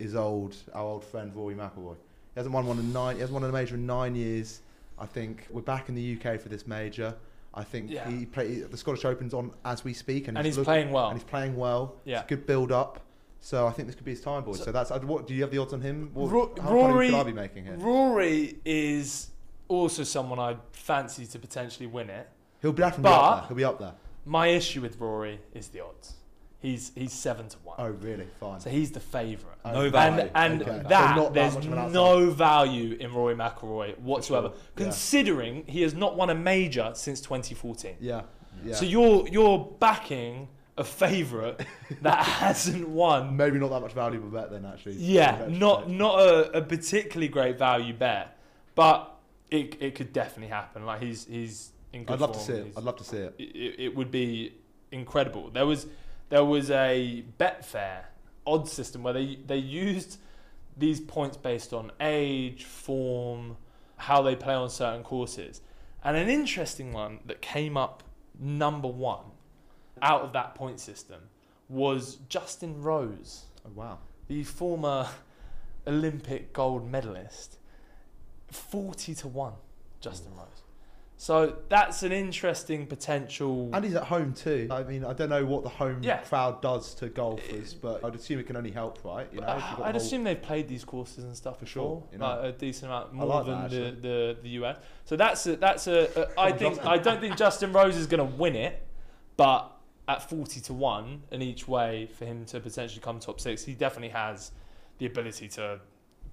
[SPEAKER 3] is old our old friend Rory McIlroy. He hasn't won one in nine. He hasn't won a major in nine years. I think we're back in the UK for this major. I think
[SPEAKER 1] Yeah.
[SPEAKER 3] he play, the Scottish Open's on as we speak, and,
[SPEAKER 1] And he's
[SPEAKER 3] look-
[SPEAKER 1] playing well.
[SPEAKER 3] And he's playing well.
[SPEAKER 1] Yeah.
[SPEAKER 3] it's a good build up. So I think this could be his time, boys. So, that's I'd- what. Do you have the odds on him? What,
[SPEAKER 1] Ro-
[SPEAKER 3] how funny
[SPEAKER 1] Rory-
[SPEAKER 3] could I be making here?
[SPEAKER 1] Rory is also someone I fancy to potentially win it.
[SPEAKER 3] He'll be definitely be up
[SPEAKER 1] But-
[SPEAKER 3] there. He'll be up there.
[SPEAKER 1] My issue with Rory is the odds. He's he's seven to one,
[SPEAKER 3] Oh, really? Fine.
[SPEAKER 1] so he's the favourite.
[SPEAKER 3] Oh,
[SPEAKER 2] No
[SPEAKER 3] okay.
[SPEAKER 2] value.
[SPEAKER 1] And, and
[SPEAKER 3] Okay. So
[SPEAKER 1] that,
[SPEAKER 3] not that
[SPEAKER 1] there's
[SPEAKER 3] much of an outside.
[SPEAKER 1] no value in Rory McIlroy whatsoever,
[SPEAKER 3] sure, yeah.
[SPEAKER 1] considering he has not won a major since 2014.
[SPEAKER 3] Yeah. Yeah.
[SPEAKER 1] So you're you're backing a favourite that hasn't won.
[SPEAKER 3] Maybe not that much valuable bet then, actually.
[SPEAKER 1] Yeah,
[SPEAKER 3] Actually.
[SPEAKER 1] not not a, a particularly great value bet, but it, it could definitely happen. Like he's he's in good
[SPEAKER 3] I'd love to
[SPEAKER 1] form.
[SPEAKER 3] see it.
[SPEAKER 1] He's-
[SPEAKER 3] I'd love to see it.
[SPEAKER 1] it, it would be incredible. There was there was a Betfair odds system where they they used these points based on age, form, how they play on certain courses, and an interesting one that came up number one out of that point system was Justin Rose
[SPEAKER 3] Oh, wow.
[SPEAKER 1] the former Olympic gold medalist, 40 to 1, Justin
[SPEAKER 3] Mm.
[SPEAKER 1] Rose. So that's an interesting potential.
[SPEAKER 3] And he's at home too. I mean, I don't know what the home
[SPEAKER 1] Yeah.
[SPEAKER 3] crowd does to golfers, but I'd assume it can only help, right? You know, if you've got the
[SPEAKER 1] I'd
[SPEAKER 3] whole-
[SPEAKER 1] assume they've played these courses and stuff
[SPEAKER 3] For sure,
[SPEAKER 1] before,
[SPEAKER 3] you know.
[SPEAKER 1] like a decent amount
[SPEAKER 3] I
[SPEAKER 1] more
[SPEAKER 3] like
[SPEAKER 1] than
[SPEAKER 3] that,
[SPEAKER 1] the, the, the US. So that's a, that's a, a I
[SPEAKER 3] on,
[SPEAKER 1] think
[SPEAKER 3] Justin.
[SPEAKER 1] I don't think Justin Rose is going to win it, but at forty to one in each way for him to potentially come top six, he definitely has the ability to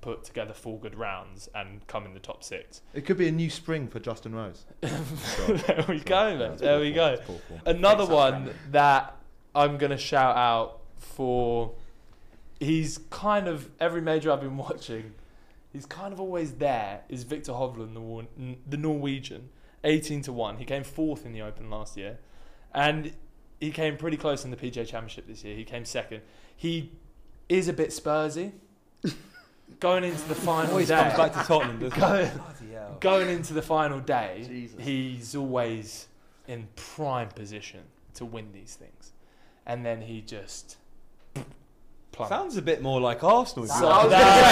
[SPEAKER 1] put together four good rounds and come in the top six.
[SPEAKER 3] It could be a new spring for Justin Rose.
[SPEAKER 1] there we go,
[SPEAKER 3] Yeah,
[SPEAKER 1] then.
[SPEAKER 3] it's
[SPEAKER 1] There
[SPEAKER 3] poor
[SPEAKER 1] we
[SPEAKER 3] form,
[SPEAKER 1] go.
[SPEAKER 3] it's poor form.
[SPEAKER 1] Another
[SPEAKER 5] Thanks,
[SPEAKER 1] one
[SPEAKER 5] Alfred.
[SPEAKER 1] that I'm going to shout out for. He's kind of every major I've been watching. He's kind of always there. Is Victor Hovland, the Wor- n- the Norwegian, eighteen to one. He came fourth in the Open last year, and he came pretty close in the PJ Championship this year. He came second. He is a bit Spursy. going into the final
[SPEAKER 2] Always
[SPEAKER 1] day,
[SPEAKER 2] comes back to Tottenham, doesn't
[SPEAKER 1] Go-
[SPEAKER 2] he? Bloody hell.
[SPEAKER 1] going into the final day,
[SPEAKER 4] Jesus.
[SPEAKER 1] he's always in prime position to win these things, and then he just plummets.
[SPEAKER 2] Sounds a bit more like Arsenal. if you
[SPEAKER 1] So-
[SPEAKER 2] like.
[SPEAKER 1] I was gonna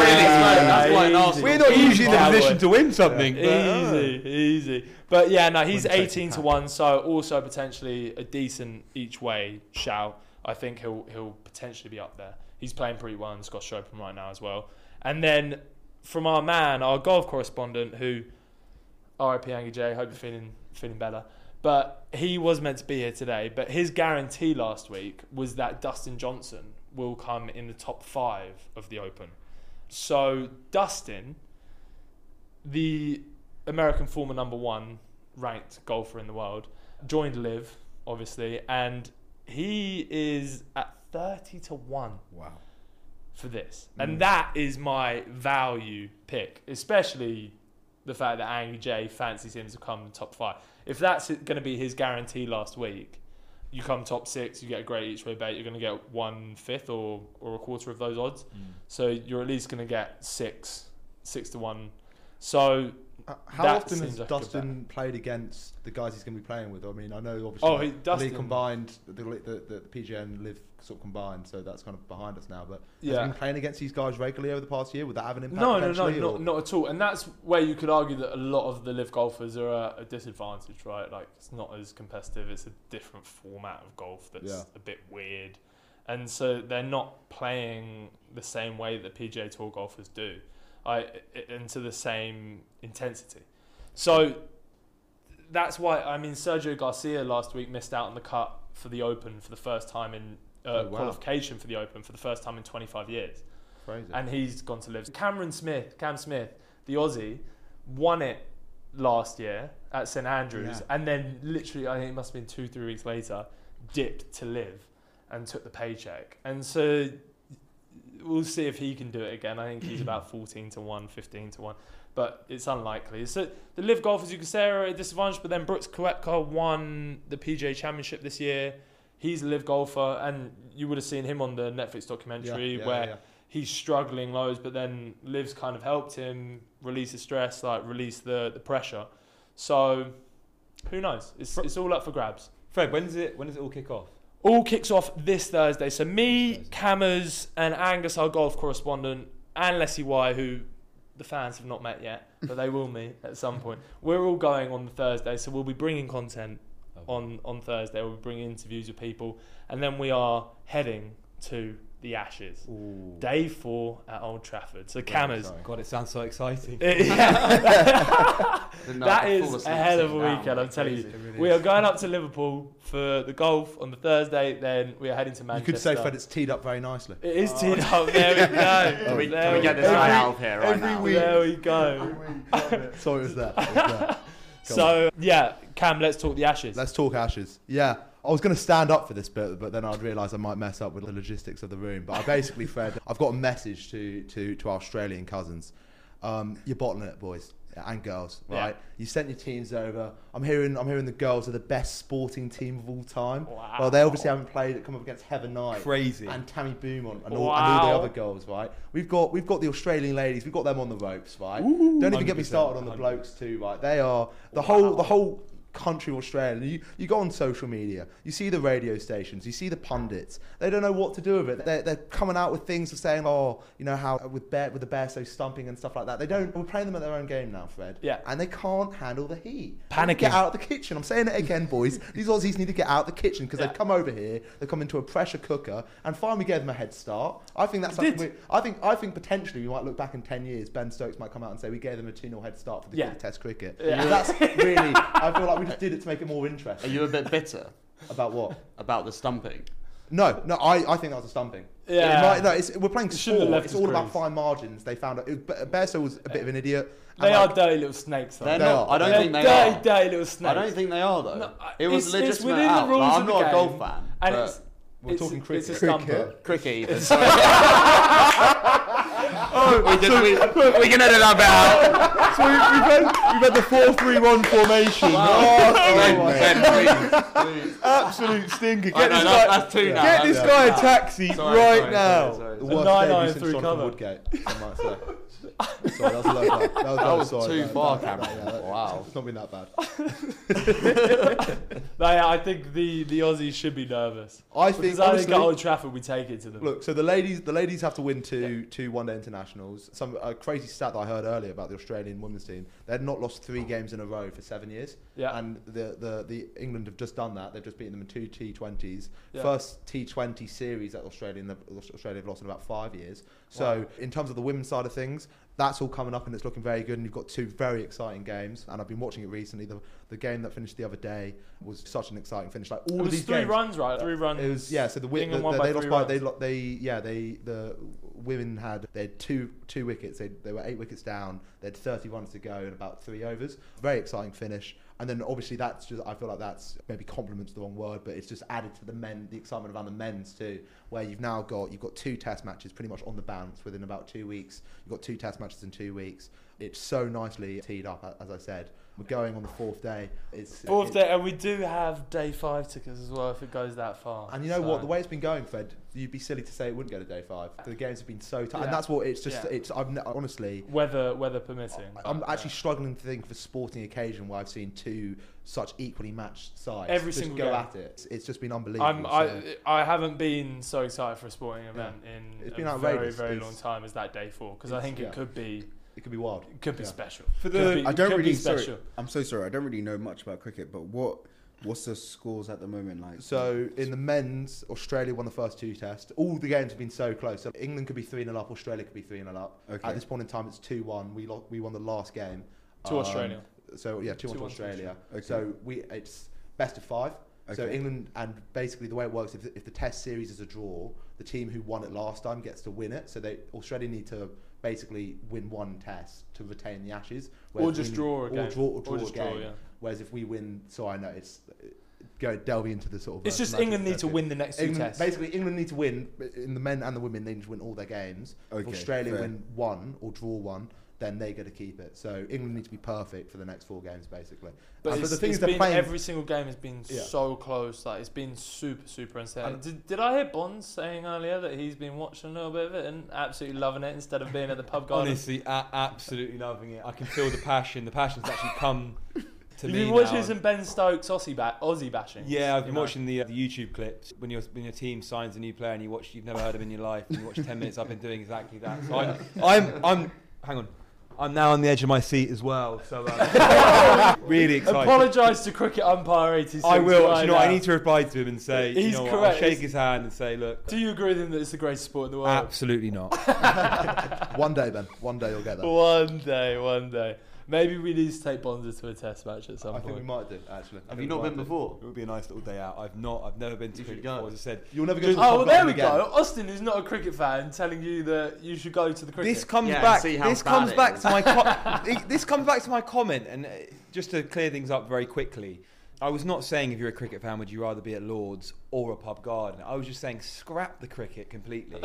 [SPEAKER 1] say, that's really slow. That's quite an Arsenal.
[SPEAKER 2] We're not
[SPEAKER 1] Easy.
[SPEAKER 2] usually in the
[SPEAKER 1] Yeah,
[SPEAKER 2] position
[SPEAKER 1] boy.
[SPEAKER 2] to win something. but, uh,
[SPEAKER 1] Easy, easy. But yeah, no, he's
[SPEAKER 3] oh. Wouldn't take the
[SPEAKER 1] 18 to
[SPEAKER 3] pack.
[SPEAKER 1] 1, so also potentially a decent each way shout. I think he'll he'll potentially be up there. He's playing pretty well in the Scottish Open right now as well. And then from our man, our golf correspondent, who RIP Angie J, hope you're feeling feeling better. But he was meant to be here today, but his guarantee last week was that Dustin Johnson will come in the top five of the Open. So Dustin, the American former number one ranked golfer in the world, joined Live, obviously, and he is at 30 to 1
[SPEAKER 3] Wow.
[SPEAKER 1] for this. And that is my value pick, especially the fact that Angry J fancies him to come top five. If that's going to be his guarantee last week, you come top six, you get a great each way bet, you're going to get one fifth or, or a quarter of those odds. So you're at least going to get six, six to one. So,
[SPEAKER 3] Uh, How
[SPEAKER 1] That
[SPEAKER 3] often
[SPEAKER 1] seems
[SPEAKER 3] has
[SPEAKER 1] like a good
[SPEAKER 3] Dustin played against the guys he's going to be playing with? I mean, I know obviously
[SPEAKER 1] Oh, he-
[SPEAKER 3] the
[SPEAKER 1] Dustin-
[SPEAKER 3] league combined, the, the, the, the PGN live sort of combined, so that's kind of behind us now. But has
[SPEAKER 1] Yeah.
[SPEAKER 3] he been playing against these guys regularly over the past year? Would that have an impact?
[SPEAKER 1] no, no, no,
[SPEAKER 3] eventually, or-
[SPEAKER 1] not, not at all. And that's where you could argue that a lot of the live golfers are at a disadvantage, right? Like, it's not as competitive, it's a different format of golf that's
[SPEAKER 3] Yeah.
[SPEAKER 1] a bit weird. And so they're not playing the same way that PGA Tour golfers do, I, i- and to the same intensity. So that's why I mean Sergio Garcia last week missed out on the cut for the Open for the first time in uh,
[SPEAKER 3] Oh, wow.
[SPEAKER 1] qualification for the Open for the first time in 25 years
[SPEAKER 3] Crazy.
[SPEAKER 1] and he's gone to live. Cameron Smith, Cam Smith, the Aussie, won it last year at St Andrews,
[SPEAKER 3] Yeah.
[SPEAKER 1] and then literally, I think it must have been two, three weeks later, dipped to live and took the paycheck. And so we'll see if he can do it again. I think he's about 14 to 1, 15 to 1, but it's unlikely. So the live golfers, you could say, are at a disadvantage, but then Brooks Koepka won the PGA Championship this year. He's a live golfer, and you would have seen him on the Netflix documentary
[SPEAKER 3] yeah,
[SPEAKER 1] where
[SPEAKER 3] yeah.
[SPEAKER 1] he's struggling loads, but then Liv's kind of helped him release the stress, like release the, the pressure. So who knows? It's, it's all up for grabs.
[SPEAKER 2] Fred, when does it when does it all kick off?
[SPEAKER 1] All kicks off this Thursday. So me,
[SPEAKER 2] Thursday.
[SPEAKER 1] Cammers, and Angus, our golf correspondent, and Leslie Y, who the fans have not met yet, but they will meet at some point. We're all going on the Thursday, so we'll be bringing content on, on Thursday. We'll be bringing interviews with people, and then we are heading to the Ashes.
[SPEAKER 3] Ooh.
[SPEAKER 1] Day four at Old Trafford. So
[SPEAKER 3] Very
[SPEAKER 1] cameras.
[SPEAKER 3] exciting.
[SPEAKER 2] God, it sounds so exciting.
[SPEAKER 4] Didn't know I
[SPEAKER 1] that
[SPEAKER 4] could fall
[SPEAKER 1] is
[SPEAKER 4] asleep
[SPEAKER 1] a hell of a
[SPEAKER 4] sitting down,
[SPEAKER 1] weekend, I'm
[SPEAKER 4] like
[SPEAKER 1] telling
[SPEAKER 4] crazy.
[SPEAKER 1] you.
[SPEAKER 3] It really
[SPEAKER 1] We
[SPEAKER 3] is.
[SPEAKER 1] are going up to Liverpool for the golf on the Thursday, then we are heading to
[SPEAKER 3] You
[SPEAKER 1] Manchester.
[SPEAKER 3] could say, Fred, it's teed up very nicely.
[SPEAKER 1] It is teed up. There we go.
[SPEAKER 4] Oh. Can we,
[SPEAKER 1] there
[SPEAKER 4] can we get this
[SPEAKER 1] go.
[SPEAKER 4] guy out of here right
[SPEAKER 3] every
[SPEAKER 4] now?
[SPEAKER 3] week-
[SPEAKER 1] There we go.
[SPEAKER 5] Oh,
[SPEAKER 3] Sorry, it was that. It was that.
[SPEAKER 1] So, yeah, Cam, let's talk the Ashes.
[SPEAKER 3] Let's talk ashes. Yeah, I was going to stand up for this bit, but then I'd realise I might mess up with the logistics of the room. But I basically, Fred, I've got a message to to to our Australian cousins. Um, you're bottling it, boys and girls,
[SPEAKER 1] Yeah.
[SPEAKER 3] right? You sent your teams over. I'm hearing, I'm hearing the girls are the best sporting team of all time.
[SPEAKER 1] Wow.
[SPEAKER 3] Well, they obviously haven't played. Come up against Heaven Knight.
[SPEAKER 2] Crazy.
[SPEAKER 3] And Tammy Boom on and all, and all
[SPEAKER 1] Wow.
[SPEAKER 3] the other girls, right? We've got we've got the Australian ladies. We've got them on the ropes, right? Don't even get me
[SPEAKER 2] 100%,
[SPEAKER 3] started on the
[SPEAKER 2] 100%.
[SPEAKER 3] blokes too, right? They are the whole the whole country of Australia. You you go on social media, you see the radio stations, you see the pundits. They don't know what to do with it. They're, they're coming out with things of saying, oh, you know how with bear with the bear so stumping and stuff like that. They don't. We're playing them at their own game now, Fred.
[SPEAKER 1] Yeah.
[SPEAKER 3] And they can't handle the heat. They
[SPEAKER 1] Panicking.
[SPEAKER 3] Get out of the kitchen. I'm saying it again, boys. These Aussies need to get out the kitchen because
[SPEAKER 1] Yeah.
[SPEAKER 3] they've come over here. They come into a pressure cooker and finally gave them a head start. I think that's
[SPEAKER 1] It
[SPEAKER 3] something.
[SPEAKER 1] did.
[SPEAKER 3] We, I think I think potentially we might look back in ten years. Ben Stokes might come out and say we gave them a 2 0 head start for the
[SPEAKER 1] Yeah.
[SPEAKER 3] Test cricket.
[SPEAKER 1] Yeah.
[SPEAKER 3] That's really. I feel like we just did it to make it more
[SPEAKER 4] Are
[SPEAKER 3] interesting.
[SPEAKER 4] you a bit bitter
[SPEAKER 3] About what?
[SPEAKER 4] about the stumping?
[SPEAKER 3] No, no, I, I think that was a stumping.
[SPEAKER 1] Yeah.
[SPEAKER 3] It might- no, it's, we're playing
[SPEAKER 1] It shouldn't have
[SPEAKER 3] sport.
[SPEAKER 1] left
[SPEAKER 3] It's
[SPEAKER 1] us
[SPEAKER 3] all about
[SPEAKER 1] crease.
[SPEAKER 3] fine margins. They found out. It, Bearso was a bit of an idiot. And
[SPEAKER 1] They
[SPEAKER 3] like-
[SPEAKER 1] are dirty little snakes. though.
[SPEAKER 4] They're
[SPEAKER 3] They
[SPEAKER 4] not.
[SPEAKER 3] are.
[SPEAKER 4] I don't
[SPEAKER 1] They're
[SPEAKER 4] think they
[SPEAKER 1] dirty,
[SPEAKER 4] are.
[SPEAKER 1] dirty little snakes.
[SPEAKER 4] I don't think they are though.
[SPEAKER 1] No, I-
[SPEAKER 4] it was
[SPEAKER 1] it's-
[SPEAKER 4] legitimate.
[SPEAKER 1] it's within the
[SPEAKER 4] out.
[SPEAKER 1] rules
[SPEAKER 4] Like, I'm
[SPEAKER 1] of the
[SPEAKER 4] not a
[SPEAKER 1] game.
[SPEAKER 4] golf fan.
[SPEAKER 1] And
[SPEAKER 4] but
[SPEAKER 1] it's,
[SPEAKER 3] We're
[SPEAKER 1] it's-
[SPEAKER 3] talking
[SPEAKER 1] It's a
[SPEAKER 3] cricket.
[SPEAKER 1] stumper.
[SPEAKER 4] cricket even. Sorry. we just, we,
[SPEAKER 1] Oh.
[SPEAKER 4] we can edit that bit out.
[SPEAKER 3] so we, we've, had, we've had the 4 3 1 formation.
[SPEAKER 4] Wow.
[SPEAKER 3] Oh,
[SPEAKER 4] Ben,
[SPEAKER 3] my-
[SPEAKER 4] Ben, please, please.
[SPEAKER 3] absolute stinker. Get
[SPEAKER 4] I know,
[SPEAKER 3] this
[SPEAKER 4] that-
[SPEAKER 3] guy,
[SPEAKER 4] that's two now,
[SPEAKER 3] Get this
[SPEAKER 4] that's
[SPEAKER 3] guy
[SPEAKER 4] two.
[SPEAKER 3] a taxi
[SPEAKER 4] Sorry,
[SPEAKER 3] right
[SPEAKER 4] sorry,
[SPEAKER 3] now.
[SPEAKER 4] sorry, sorry,
[SPEAKER 3] The
[SPEAKER 4] sorry.
[SPEAKER 3] worst
[SPEAKER 1] Nine
[SPEAKER 3] debut
[SPEAKER 1] iron
[SPEAKER 3] since
[SPEAKER 1] through
[SPEAKER 3] Jonathan
[SPEAKER 1] cover.
[SPEAKER 3] Woodgate, I might say. sorry, that was a low blow. That was,
[SPEAKER 4] That
[SPEAKER 3] low,
[SPEAKER 4] was
[SPEAKER 3] sorry,
[SPEAKER 4] too
[SPEAKER 3] no,
[SPEAKER 4] far,
[SPEAKER 3] no, no,
[SPEAKER 4] Cameron.
[SPEAKER 3] no, that-
[SPEAKER 4] Wow.
[SPEAKER 3] It's not been that bad.
[SPEAKER 1] No, yeah, I think the, the Aussies should be nervous.
[SPEAKER 3] I
[SPEAKER 1] Because
[SPEAKER 3] think,
[SPEAKER 1] I
[SPEAKER 3] honestly,
[SPEAKER 1] think at Old Trafford we take it to them.
[SPEAKER 3] Look, so the ladies, the ladies have to win two two one day internationals. Some a crazy stat that I heard earlier about the Australian women's team. They'd not lost three games in a row for seven years.
[SPEAKER 1] Yeah.
[SPEAKER 3] And the, the, the England have just done that. They've just beaten them in two T20s.
[SPEAKER 1] Yeah.
[SPEAKER 3] First T20 series that Australia and the, Australia have lost in about five years. So in terms of the women's side of things, that's all coming up and it's looking very good. And you've got two very exciting games. And I've been watching it recently. The the game that finished the other day was such an exciting finish. Like all
[SPEAKER 1] it
[SPEAKER 3] of
[SPEAKER 1] was
[SPEAKER 3] these
[SPEAKER 1] three
[SPEAKER 3] games.
[SPEAKER 1] runs, right? Three runs.
[SPEAKER 3] It was yeah. So the, wi-
[SPEAKER 1] England
[SPEAKER 3] the,
[SPEAKER 1] won
[SPEAKER 3] the-
[SPEAKER 1] by
[SPEAKER 3] they
[SPEAKER 1] three
[SPEAKER 3] lost by they
[SPEAKER 1] runs.
[SPEAKER 3] lo- they yeah they the women had they had two two wickets. They they were eight wickets down. They had thirty runs to go and about three overs. Very exciting finish. And then obviously that's just I feel like that's maybe compliments the wrong word, but it's just added to the men the excitement around the men's too, where you've now got you've got two test matches pretty much on the bounce within about two weeks. You've got two test matches in two weeks. It's so nicely teed up a- as I said. We're going on the fourth day. It's
[SPEAKER 1] Fourth
[SPEAKER 3] it's-
[SPEAKER 1] day, and we do have day five tickets as well if it goes that far.
[SPEAKER 3] And you know what?
[SPEAKER 1] So-
[SPEAKER 3] The way it's been going, Fred, you'd be silly to say it wouldn't go to day five. The games have been so tight,
[SPEAKER 1] Yeah.
[SPEAKER 3] and that's what it's just.
[SPEAKER 1] Yeah.
[SPEAKER 3] It's I've ne- honestly,
[SPEAKER 1] weather weather permitting.
[SPEAKER 3] I'm
[SPEAKER 1] But,
[SPEAKER 3] actually
[SPEAKER 1] yeah.
[SPEAKER 3] struggling to think of a sporting occasion where I've seen two such equally matched sides
[SPEAKER 1] Every
[SPEAKER 3] just
[SPEAKER 1] single
[SPEAKER 3] go
[SPEAKER 1] game.
[SPEAKER 3] at it. It's, it's just been unbelievable.
[SPEAKER 1] I'm,
[SPEAKER 3] so-
[SPEAKER 1] I I haven't been so excited for a sporting event in
[SPEAKER 3] It's been
[SPEAKER 1] a very
[SPEAKER 3] outrageous.
[SPEAKER 1] very
[SPEAKER 3] It's-
[SPEAKER 1] long time as that day four because I
[SPEAKER 3] it's-
[SPEAKER 1] think
[SPEAKER 3] yeah.
[SPEAKER 1] it could be
[SPEAKER 3] it could be wild.
[SPEAKER 1] it could be
[SPEAKER 3] Yeah.
[SPEAKER 1] special.
[SPEAKER 5] For
[SPEAKER 1] Could be-
[SPEAKER 5] I don't
[SPEAKER 1] could be
[SPEAKER 5] really. Sorry,
[SPEAKER 1] special.
[SPEAKER 5] oh. I'm so sorry. I don't really know much about cricket, but what what's the scores at the moment like?
[SPEAKER 3] So in the men's, Australia won the first two tests. All the games have been so close. So England could be three 0 up. Australia could be three 0 up.
[SPEAKER 5] Okay.
[SPEAKER 3] At this point in time, it's two one. We lo- we won the last game
[SPEAKER 1] To
[SPEAKER 3] Um,
[SPEAKER 1] Australia.
[SPEAKER 3] So yeah, two, one
[SPEAKER 1] 2-1
[SPEAKER 3] to
[SPEAKER 1] to
[SPEAKER 3] Australia.
[SPEAKER 5] Okay.
[SPEAKER 3] So we it's best of five. So
[SPEAKER 5] Okay.
[SPEAKER 3] England and basically the way it works, if, if the Test series is a draw, the team who won it last time gets to win it. So they Australia need to basically win one Test to retain the Ashes.
[SPEAKER 1] or
[SPEAKER 3] whereas
[SPEAKER 1] just
[SPEAKER 3] we-
[SPEAKER 1] draw a
[SPEAKER 3] or
[SPEAKER 1] game.
[SPEAKER 3] draw, or draw
[SPEAKER 1] just
[SPEAKER 3] a game.
[SPEAKER 1] yeah.
[SPEAKER 3] Whereas if we win, so I know it's uh, go delving into the sort of.
[SPEAKER 1] It's
[SPEAKER 3] uh,
[SPEAKER 1] just
[SPEAKER 3] semantics
[SPEAKER 1] England need
[SPEAKER 3] there
[SPEAKER 1] to
[SPEAKER 3] too.
[SPEAKER 1] win the next two
[SPEAKER 3] England,
[SPEAKER 1] tests.
[SPEAKER 3] basically, England need to win uh, in the men and the women. They need to win all their games.
[SPEAKER 5] Okay,
[SPEAKER 3] if Australia
[SPEAKER 5] fair.
[SPEAKER 3] win one or draw one, then they get to keep it. So England need to be perfect for the next four games, basically.
[SPEAKER 1] But
[SPEAKER 3] And
[SPEAKER 1] it's,
[SPEAKER 3] the thing
[SPEAKER 1] it's
[SPEAKER 3] is, they're
[SPEAKER 1] been
[SPEAKER 3] playing.
[SPEAKER 1] every single game has been
[SPEAKER 3] Yeah.
[SPEAKER 1] so close. Like it's been super, super insane.
[SPEAKER 3] And-
[SPEAKER 1] Did, did I hear Bond saying earlier that he's been watching a little bit of it and absolutely loving it instead of being at the pub garden?
[SPEAKER 2] Honestly, a- absolutely loving it. I can feel the passion. The passion's actually come to
[SPEAKER 1] You've
[SPEAKER 2] me
[SPEAKER 1] been
[SPEAKER 2] now.
[SPEAKER 1] watching some Ben Stokes Aussie, ba- Aussie bashing.
[SPEAKER 2] Yeah, I've been
[SPEAKER 1] you know?
[SPEAKER 2] watching the, uh, the YouTube clips when your when your team signs a new player and you watch you've never heard of him in your life and you watch ten minutes. I've been doing exactly that. So I, I'm I'm hang on, I'm now on the edge of my seat as well. So uh, really excited.
[SPEAKER 1] Apologise to cricket umpire 86.
[SPEAKER 2] I will.
[SPEAKER 1] Right
[SPEAKER 2] you know, what,
[SPEAKER 1] now.
[SPEAKER 2] I need to reply to him and say,
[SPEAKER 1] He's
[SPEAKER 2] you know, what, I'll
[SPEAKER 1] correct.
[SPEAKER 2] shake his hand and say, look,
[SPEAKER 1] Do you agree with him that it's the greatest sport in the world?
[SPEAKER 2] absolutely not.
[SPEAKER 3] one day, Ben. One day you'll get there.
[SPEAKER 1] One day, one day. Maybe we need to take Bonza to a test match at some
[SPEAKER 3] I
[SPEAKER 1] point.
[SPEAKER 3] think we might do actually. I
[SPEAKER 4] Have
[SPEAKER 3] think
[SPEAKER 4] you
[SPEAKER 3] we
[SPEAKER 4] not
[SPEAKER 3] might
[SPEAKER 4] been
[SPEAKER 3] do.
[SPEAKER 4] before?
[SPEAKER 2] It would be a nice little day out. I've not. I've never been to
[SPEAKER 4] You should
[SPEAKER 2] cricket
[SPEAKER 4] go.
[SPEAKER 2] before. As I said,
[SPEAKER 3] You'll never go.
[SPEAKER 2] Just-
[SPEAKER 3] to the
[SPEAKER 1] Oh, well,
[SPEAKER 3] pub
[SPEAKER 1] there we
[SPEAKER 3] again.
[SPEAKER 1] go. Austin is not a cricket fan telling you that you should go to the cricket.
[SPEAKER 2] This comes
[SPEAKER 4] Yeah, and
[SPEAKER 2] back.
[SPEAKER 4] see how
[SPEAKER 2] This
[SPEAKER 4] bad
[SPEAKER 2] comes
[SPEAKER 4] it
[SPEAKER 2] back
[SPEAKER 4] is.
[SPEAKER 2] to my. Co- it- this comes back to my comment, and uh, just to clear things up very quickly, I was not saying if you're a cricket fan, would you rather be at Lords or a pub garden. I was just saying scrap the cricket completely,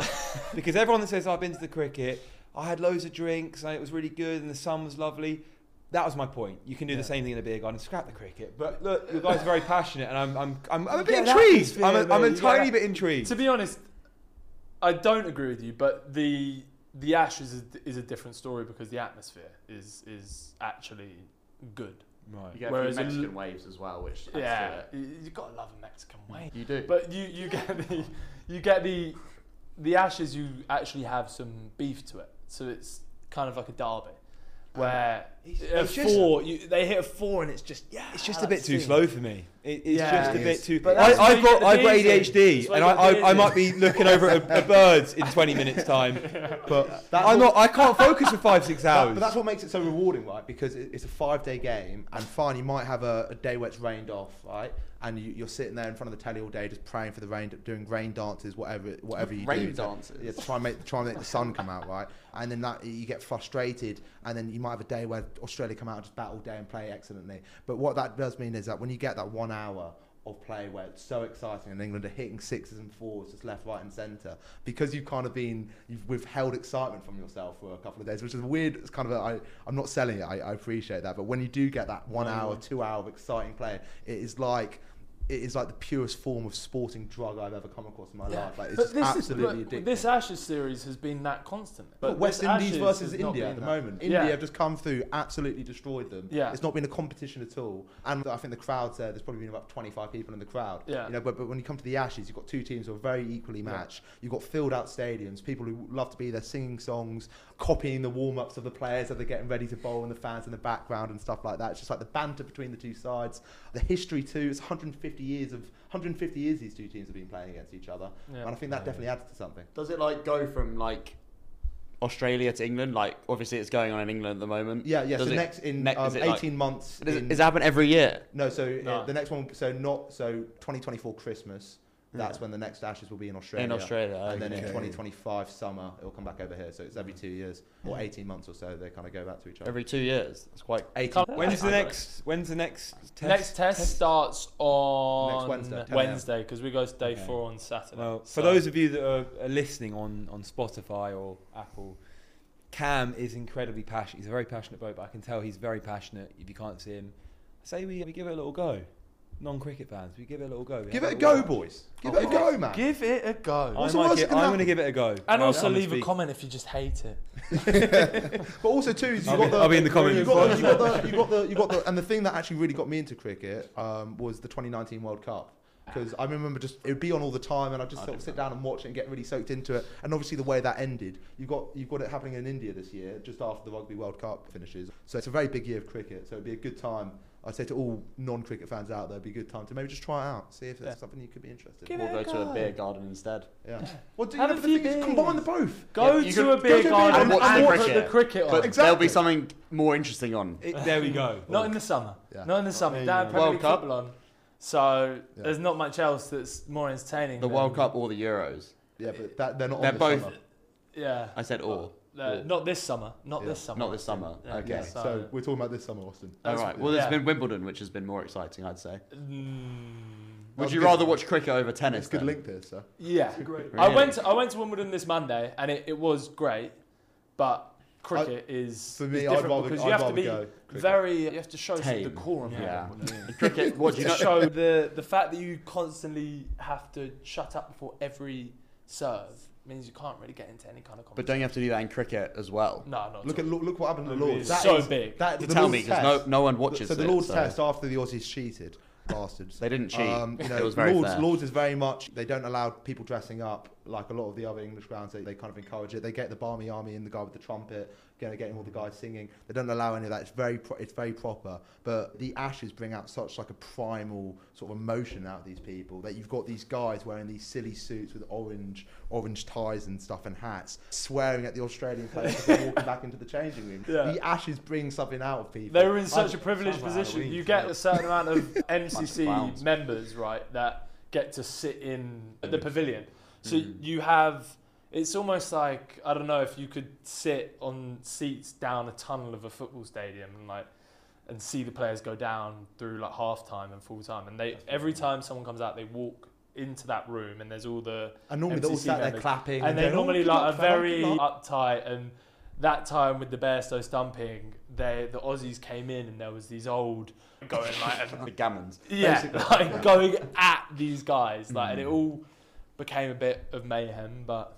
[SPEAKER 2] because everyone that says "Oh, I've been to the cricket, I had loads of drinks, and it was really good, and the sun was lovely. That was my point. You can do the
[SPEAKER 3] Yeah.
[SPEAKER 2] same thing in a beer garden. Scrap the cricket. But look, you guys are very passionate, and I'm, I'm, I'm, I'm a
[SPEAKER 1] You get
[SPEAKER 2] bit
[SPEAKER 1] that
[SPEAKER 2] intrigued.
[SPEAKER 1] atmosphere,
[SPEAKER 2] I'm a, I'm
[SPEAKER 1] mate.
[SPEAKER 2] a
[SPEAKER 1] You get
[SPEAKER 2] tiny
[SPEAKER 1] that-
[SPEAKER 2] bit intrigued.
[SPEAKER 1] To be honest, I don't agree with you, but the the Ash is a, is a different story because the atmosphere is is actually good.
[SPEAKER 4] You
[SPEAKER 2] Right.
[SPEAKER 4] get
[SPEAKER 1] Whereas in-
[SPEAKER 4] Mexican waves as well, which adds to
[SPEAKER 1] yeah,
[SPEAKER 4] it.
[SPEAKER 1] you, you gotta love a Mexican way.
[SPEAKER 4] You do.
[SPEAKER 1] But you, you get the you get the the ashes. You actually have some beef to it, so it's kind of like a derby,
[SPEAKER 3] Uh,
[SPEAKER 1] where
[SPEAKER 2] It's-
[SPEAKER 1] a
[SPEAKER 2] it's just-
[SPEAKER 1] four you, they hit a four and it's just yeah.
[SPEAKER 2] It's just a
[SPEAKER 1] that's
[SPEAKER 2] bit too
[SPEAKER 1] it.
[SPEAKER 2] slow for me. It, it's
[SPEAKER 1] Yeah,
[SPEAKER 2] just a
[SPEAKER 5] it
[SPEAKER 2] bit
[SPEAKER 5] is.
[SPEAKER 2] too.
[SPEAKER 1] But
[SPEAKER 2] I,
[SPEAKER 1] that's where
[SPEAKER 2] I've
[SPEAKER 1] you
[SPEAKER 2] got
[SPEAKER 1] get
[SPEAKER 2] I've
[SPEAKER 1] the
[SPEAKER 2] got
[SPEAKER 1] bees in.
[SPEAKER 2] ADHD,
[SPEAKER 1] That's where
[SPEAKER 2] and
[SPEAKER 1] you
[SPEAKER 2] I,
[SPEAKER 1] get the
[SPEAKER 2] I, I
[SPEAKER 1] bees
[SPEAKER 2] might
[SPEAKER 1] in.
[SPEAKER 2] be looking over at a, a birds in 20 minutes time.
[SPEAKER 3] But that's
[SPEAKER 2] I'm
[SPEAKER 3] what-
[SPEAKER 2] not. I can't focus for five six
[SPEAKER 3] That-
[SPEAKER 2] hours.
[SPEAKER 3] but that's what makes it so rewarding, right? Because it, it's a five-day game, and fine, you might have a, a day where it's rained off, right? and you, you're sitting there in front of the telly all day, just praying for the rain, doing rain dances, whatever, whatever you do.
[SPEAKER 4] Rain
[SPEAKER 3] to-
[SPEAKER 4] dances?
[SPEAKER 3] Yeah, to try and make try and make the sun come out, right? And then that you get frustrated, and then you might have a day where Australia come out and just bat all day and play excellently. But what that does mean is that when you get that one hour of play where it's so exciting and England are hitting sixes and fours just left, right, and centre because you've kind of been you've withheld excitement from yourself for a couple of days, which is weird. It's kind of a, I I'm not selling it. I, I appreciate that, but when you do get that one
[SPEAKER 1] Mm.
[SPEAKER 3] hour, two hour of exciting play, it is like. It is like the purest form of sporting drug I've ever come across in my life. Like it's just absolutely
[SPEAKER 1] is,
[SPEAKER 3] addictive.
[SPEAKER 1] but This Ashes series has been that constant.
[SPEAKER 3] But West
[SPEAKER 1] this
[SPEAKER 3] Indies
[SPEAKER 1] Ashes
[SPEAKER 3] versus
[SPEAKER 1] has not
[SPEAKER 3] India at
[SPEAKER 1] been
[SPEAKER 3] the
[SPEAKER 1] that.
[SPEAKER 3] moment.
[SPEAKER 1] Yeah.
[SPEAKER 3] India have just come through, absolutely destroyed them.
[SPEAKER 1] Yeah.
[SPEAKER 3] It's not been a competition at all. And I think the crowd's there, there's probably been about 25 people in the crowd.
[SPEAKER 1] Yeah.
[SPEAKER 3] You know, but, but when you come to the Ashes, you've got two teams who are very equally matched. You've got filled out stadiums, people who love to be there singing songs, copying the warm ups of the players as they're getting ready to bowl and the fans in the background and stuff like that. It's just like the banter between the two sides, the history too. It's 150 years of 150 years these two teams have been playing against each other.
[SPEAKER 1] Yeah.
[SPEAKER 3] And I think that definitely adds to something.
[SPEAKER 4] Does it like go from like Australia to England? Like obviously it's going on in England at the moment.
[SPEAKER 3] Yeah, yeah.
[SPEAKER 4] Does
[SPEAKER 3] so
[SPEAKER 4] it-
[SPEAKER 3] next in
[SPEAKER 4] ne-
[SPEAKER 3] um,
[SPEAKER 4] is it,
[SPEAKER 3] 18
[SPEAKER 4] like-
[SPEAKER 3] months.
[SPEAKER 4] Does it,
[SPEAKER 3] in-
[SPEAKER 4] does it happen every year?
[SPEAKER 3] No, so uh,
[SPEAKER 1] No.
[SPEAKER 3] the next one, so not so 2024 Christmas. That's when the next Ashes will be in Australia.
[SPEAKER 4] Hmm. In Australia,
[SPEAKER 3] and then in
[SPEAKER 5] okay.
[SPEAKER 3] 2025 summer, it'll come back over here. So it's every two years or 18 months or so. They kind of go back to each other.
[SPEAKER 4] Hmm. Every two years. It's quite
[SPEAKER 3] 18
[SPEAKER 2] When's the
[SPEAKER 1] I got it.
[SPEAKER 2] next? When's the next test?
[SPEAKER 1] Next test, starts on
[SPEAKER 3] Wednesday, 10 a.m.
[SPEAKER 1] Wednesday because we go to day
[SPEAKER 2] Okay.
[SPEAKER 1] four on Saturday.
[SPEAKER 2] Well, for
[SPEAKER 1] So-
[SPEAKER 2] those of you that are, are listening on, on Spotify or Apple, Cam is incredibly passionate. He's a very passionate bloke, but I can tell he's very passionate. If you can't see him, I say we, we give it a little go. Non cricket fans, we give it a little go. We
[SPEAKER 3] Give
[SPEAKER 2] have
[SPEAKER 3] it a go,
[SPEAKER 2] watch.
[SPEAKER 3] boys. Give
[SPEAKER 2] Oh,
[SPEAKER 3] it a
[SPEAKER 2] fuck.
[SPEAKER 3] go, man.
[SPEAKER 1] give it a go,
[SPEAKER 2] I
[SPEAKER 3] What's the worst that can
[SPEAKER 2] am going to
[SPEAKER 3] happen?
[SPEAKER 2] give it a go.
[SPEAKER 1] and
[SPEAKER 2] I'll
[SPEAKER 1] also
[SPEAKER 2] come
[SPEAKER 1] leave a
[SPEAKER 2] speak.
[SPEAKER 1] comment if you just hate it.
[SPEAKER 3] But also too, is you
[SPEAKER 2] I'll
[SPEAKER 3] got
[SPEAKER 2] be-
[SPEAKER 3] the,
[SPEAKER 2] I'll be in the comments
[SPEAKER 3] You got, the-
[SPEAKER 2] first.
[SPEAKER 3] you got the, you got the, you got the, and the thing that actually really got me into cricket um, was the 2019 World Cup. Because I remember just it would be on all the time, and I'd just sort of sit down and watch it and get really soaked into it. And obviously the way that ended, you've got you've got it happening in India this year, just after the Rugby World Cup finishes. So it's a very big year of cricket. So it'd be a good time. I'd say to all non-cricket fans out there, it'd be a good time to maybe just try it out, see if it's
[SPEAKER 2] Yeah.
[SPEAKER 3] something you could be interested.
[SPEAKER 1] Give
[SPEAKER 3] in.
[SPEAKER 1] it
[SPEAKER 4] We'll go
[SPEAKER 1] a
[SPEAKER 4] to a
[SPEAKER 1] go.
[SPEAKER 4] beer garden instead.
[SPEAKER 3] Yeah. Well, do you
[SPEAKER 1] Have
[SPEAKER 3] know,
[SPEAKER 1] a
[SPEAKER 3] but the
[SPEAKER 1] few
[SPEAKER 3] thing is, combine the both.
[SPEAKER 1] Go
[SPEAKER 4] you
[SPEAKER 1] to
[SPEAKER 4] could-
[SPEAKER 1] a beer
[SPEAKER 3] go to
[SPEAKER 1] garden
[SPEAKER 3] a beer garden
[SPEAKER 1] and watch,
[SPEAKER 4] and
[SPEAKER 1] the
[SPEAKER 4] cricket.
[SPEAKER 1] cricket on.
[SPEAKER 4] But there'll
[SPEAKER 3] Exactly.
[SPEAKER 4] be something more interesting on.
[SPEAKER 2] It- there we go.
[SPEAKER 1] Not in the summer.
[SPEAKER 3] Yeah.
[SPEAKER 1] Not in the summer.
[SPEAKER 2] There
[SPEAKER 1] They
[SPEAKER 2] you
[SPEAKER 1] have
[SPEAKER 2] go.
[SPEAKER 1] Premier
[SPEAKER 4] World
[SPEAKER 1] League
[SPEAKER 4] Cup.
[SPEAKER 1] football on. So
[SPEAKER 3] Yeah.
[SPEAKER 1] there's not much else that's more entertaining.
[SPEAKER 4] The
[SPEAKER 1] than-
[SPEAKER 4] World Cup or the Euros.
[SPEAKER 3] Yeah, but that, they're not.
[SPEAKER 4] They're
[SPEAKER 3] on this
[SPEAKER 4] both-
[SPEAKER 3] summer.
[SPEAKER 1] Yeah.
[SPEAKER 4] I said or.
[SPEAKER 1] Uh,
[SPEAKER 4] Or.
[SPEAKER 1] not this summer. Not
[SPEAKER 3] Yeah.
[SPEAKER 1] this summer.
[SPEAKER 4] Not this summer.
[SPEAKER 1] Oh, Yeah.
[SPEAKER 4] Okay.
[SPEAKER 3] Yeah,
[SPEAKER 1] so-
[SPEAKER 3] so we're talking about this summer, Austin.
[SPEAKER 4] All right. Well, there's
[SPEAKER 1] yeah.
[SPEAKER 4] been Wimbledon, which has been more exciting, I'd say.
[SPEAKER 1] Mm,
[SPEAKER 4] Would
[SPEAKER 3] was
[SPEAKER 4] you
[SPEAKER 3] good.
[SPEAKER 4] rather watch cricket over tennis?
[SPEAKER 3] It's good
[SPEAKER 4] then?
[SPEAKER 3] link there, sir.
[SPEAKER 1] yeah. I
[SPEAKER 4] Really?
[SPEAKER 1] went. To, I went to Wimbledon this Monday, and it, it was great, but cricket is
[SPEAKER 3] For me,
[SPEAKER 1] is
[SPEAKER 3] I'd
[SPEAKER 1] different
[SPEAKER 3] rather,
[SPEAKER 1] because
[SPEAKER 3] I'd
[SPEAKER 1] you have
[SPEAKER 3] rather
[SPEAKER 1] to be
[SPEAKER 3] go. cricket.
[SPEAKER 1] very. You have to show some
[SPEAKER 4] Tame.
[SPEAKER 1] decorum.
[SPEAKER 4] Yeah.
[SPEAKER 1] around it.
[SPEAKER 4] Cricket. What do you
[SPEAKER 1] to
[SPEAKER 4] know?
[SPEAKER 1] show the the fact that you constantly have to shut up before every serve means you can't really get into any kind of
[SPEAKER 4] But
[SPEAKER 1] conversation.
[SPEAKER 4] don't you have to do that in cricket as well?
[SPEAKER 1] no, not
[SPEAKER 3] Look
[SPEAKER 1] at
[SPEAKER 3] at
[SPEAKER 1] all.
[SPEAKER 3] look, look what happened to the
[SPEAKER 1] It
[SPEAKER 3] Lords.
[SPEAKER 1] is
[SPEAKER 3] That
[SPEAKER 1] so
[SPEAKER 3] is-
[SPEAKER 1] big.
[SPEAKER 3] That,
[SPEAKER 4] To
[SPEAKER 3] the
[SPEAKER 4] tell
[SPEAKER 3] Lord's
[SPEAKER 4] me, because no,
[SPEAKER 3] Test-
[SPEAKER 4] no one watches
[SPEAKER 3] So the
[SPEAKER 4] it,
[SPEAKER 3] Lord's
[SPEAKER 4] so-
[SPEAKER 3] Test after the Aussies cheated, bastards.
[SPEAKER 4] They didn't cheat.
[SPEAKER 3] Um, you know,
[SPEAKER 4] it was very
[SPEAKER 3] Lords,
[SPEAKER 4] fair.
[SPEAKER 3] Lords is very much they don't allow people dressing up like a lot of the other English grounds. They, they kind of encourage it. They get the Barmy Army in, the guy with the trumpet, getting getting all the guys singing. They don't allow any of that. It's very pro- it's very proper. But the Ashes bring out such like a primal sort of emotion out of these people that you've got these guys wearing these silly suits with orange orange ties and stuff and hats, swearing at the Australian players as they're walking back into the changing room.
[SPEAKER 1] Yeah.
[SPEAKER 3] The Ashes bring something out of people.
[SPEAKER 1] They were in such
[SPEAKER 3] I-
[SPEAKER 1] a privileged
[SPEAKER 2] Sounds like
[SPEAKER 1] position.
[SPEAKER 2] Halloween,
[SPEAKER 1] You get a
[SPEAKER 2] doesn't
[SPEAKER 1] certain amount of
[SPEAKER 4] clowns.
[SPEAKER 1] MCC members, right, that get to sit in the pavilion. So you have. It's almost like I don't know if you could sit on seats down a tunnel of a football stadium and like and see the players go down through like half time and full time and they every time someone comes out they walk into that room and there's all the
[SPEAKER 3] And normally they're all
[SPEAKER 1] MCC
[SPEAKER 3] sat there
[SPEAKER 1] members.
[SPEAKER 3] clapping.
[SPEAKER 1] and they're
[SPEAKER 3] going, "Oh,
[SPEAKER 1] normally
[SPEAKER 3] good
[SPEAKER 1] like
[SPEAKER 3] luck,
[SPEAKER 1] are
[SPEAKER 3] fella, good
[SPEAKER 1] very
[SPEAKER 3] luck."
[SPEAKER 1] uptight and that time with the Bairstow stumping, they the Aussies came in and there was these old going like
[SPEAKER 4] the gammons.
[SPEAKER 1] yeah,
[SPEAKER 3] Basically.
[SPEAKER 1] like going at these guys like
[SPEAKER 4] Hmm.
[SPEAKER 1] and it all became a bit of mayhem, but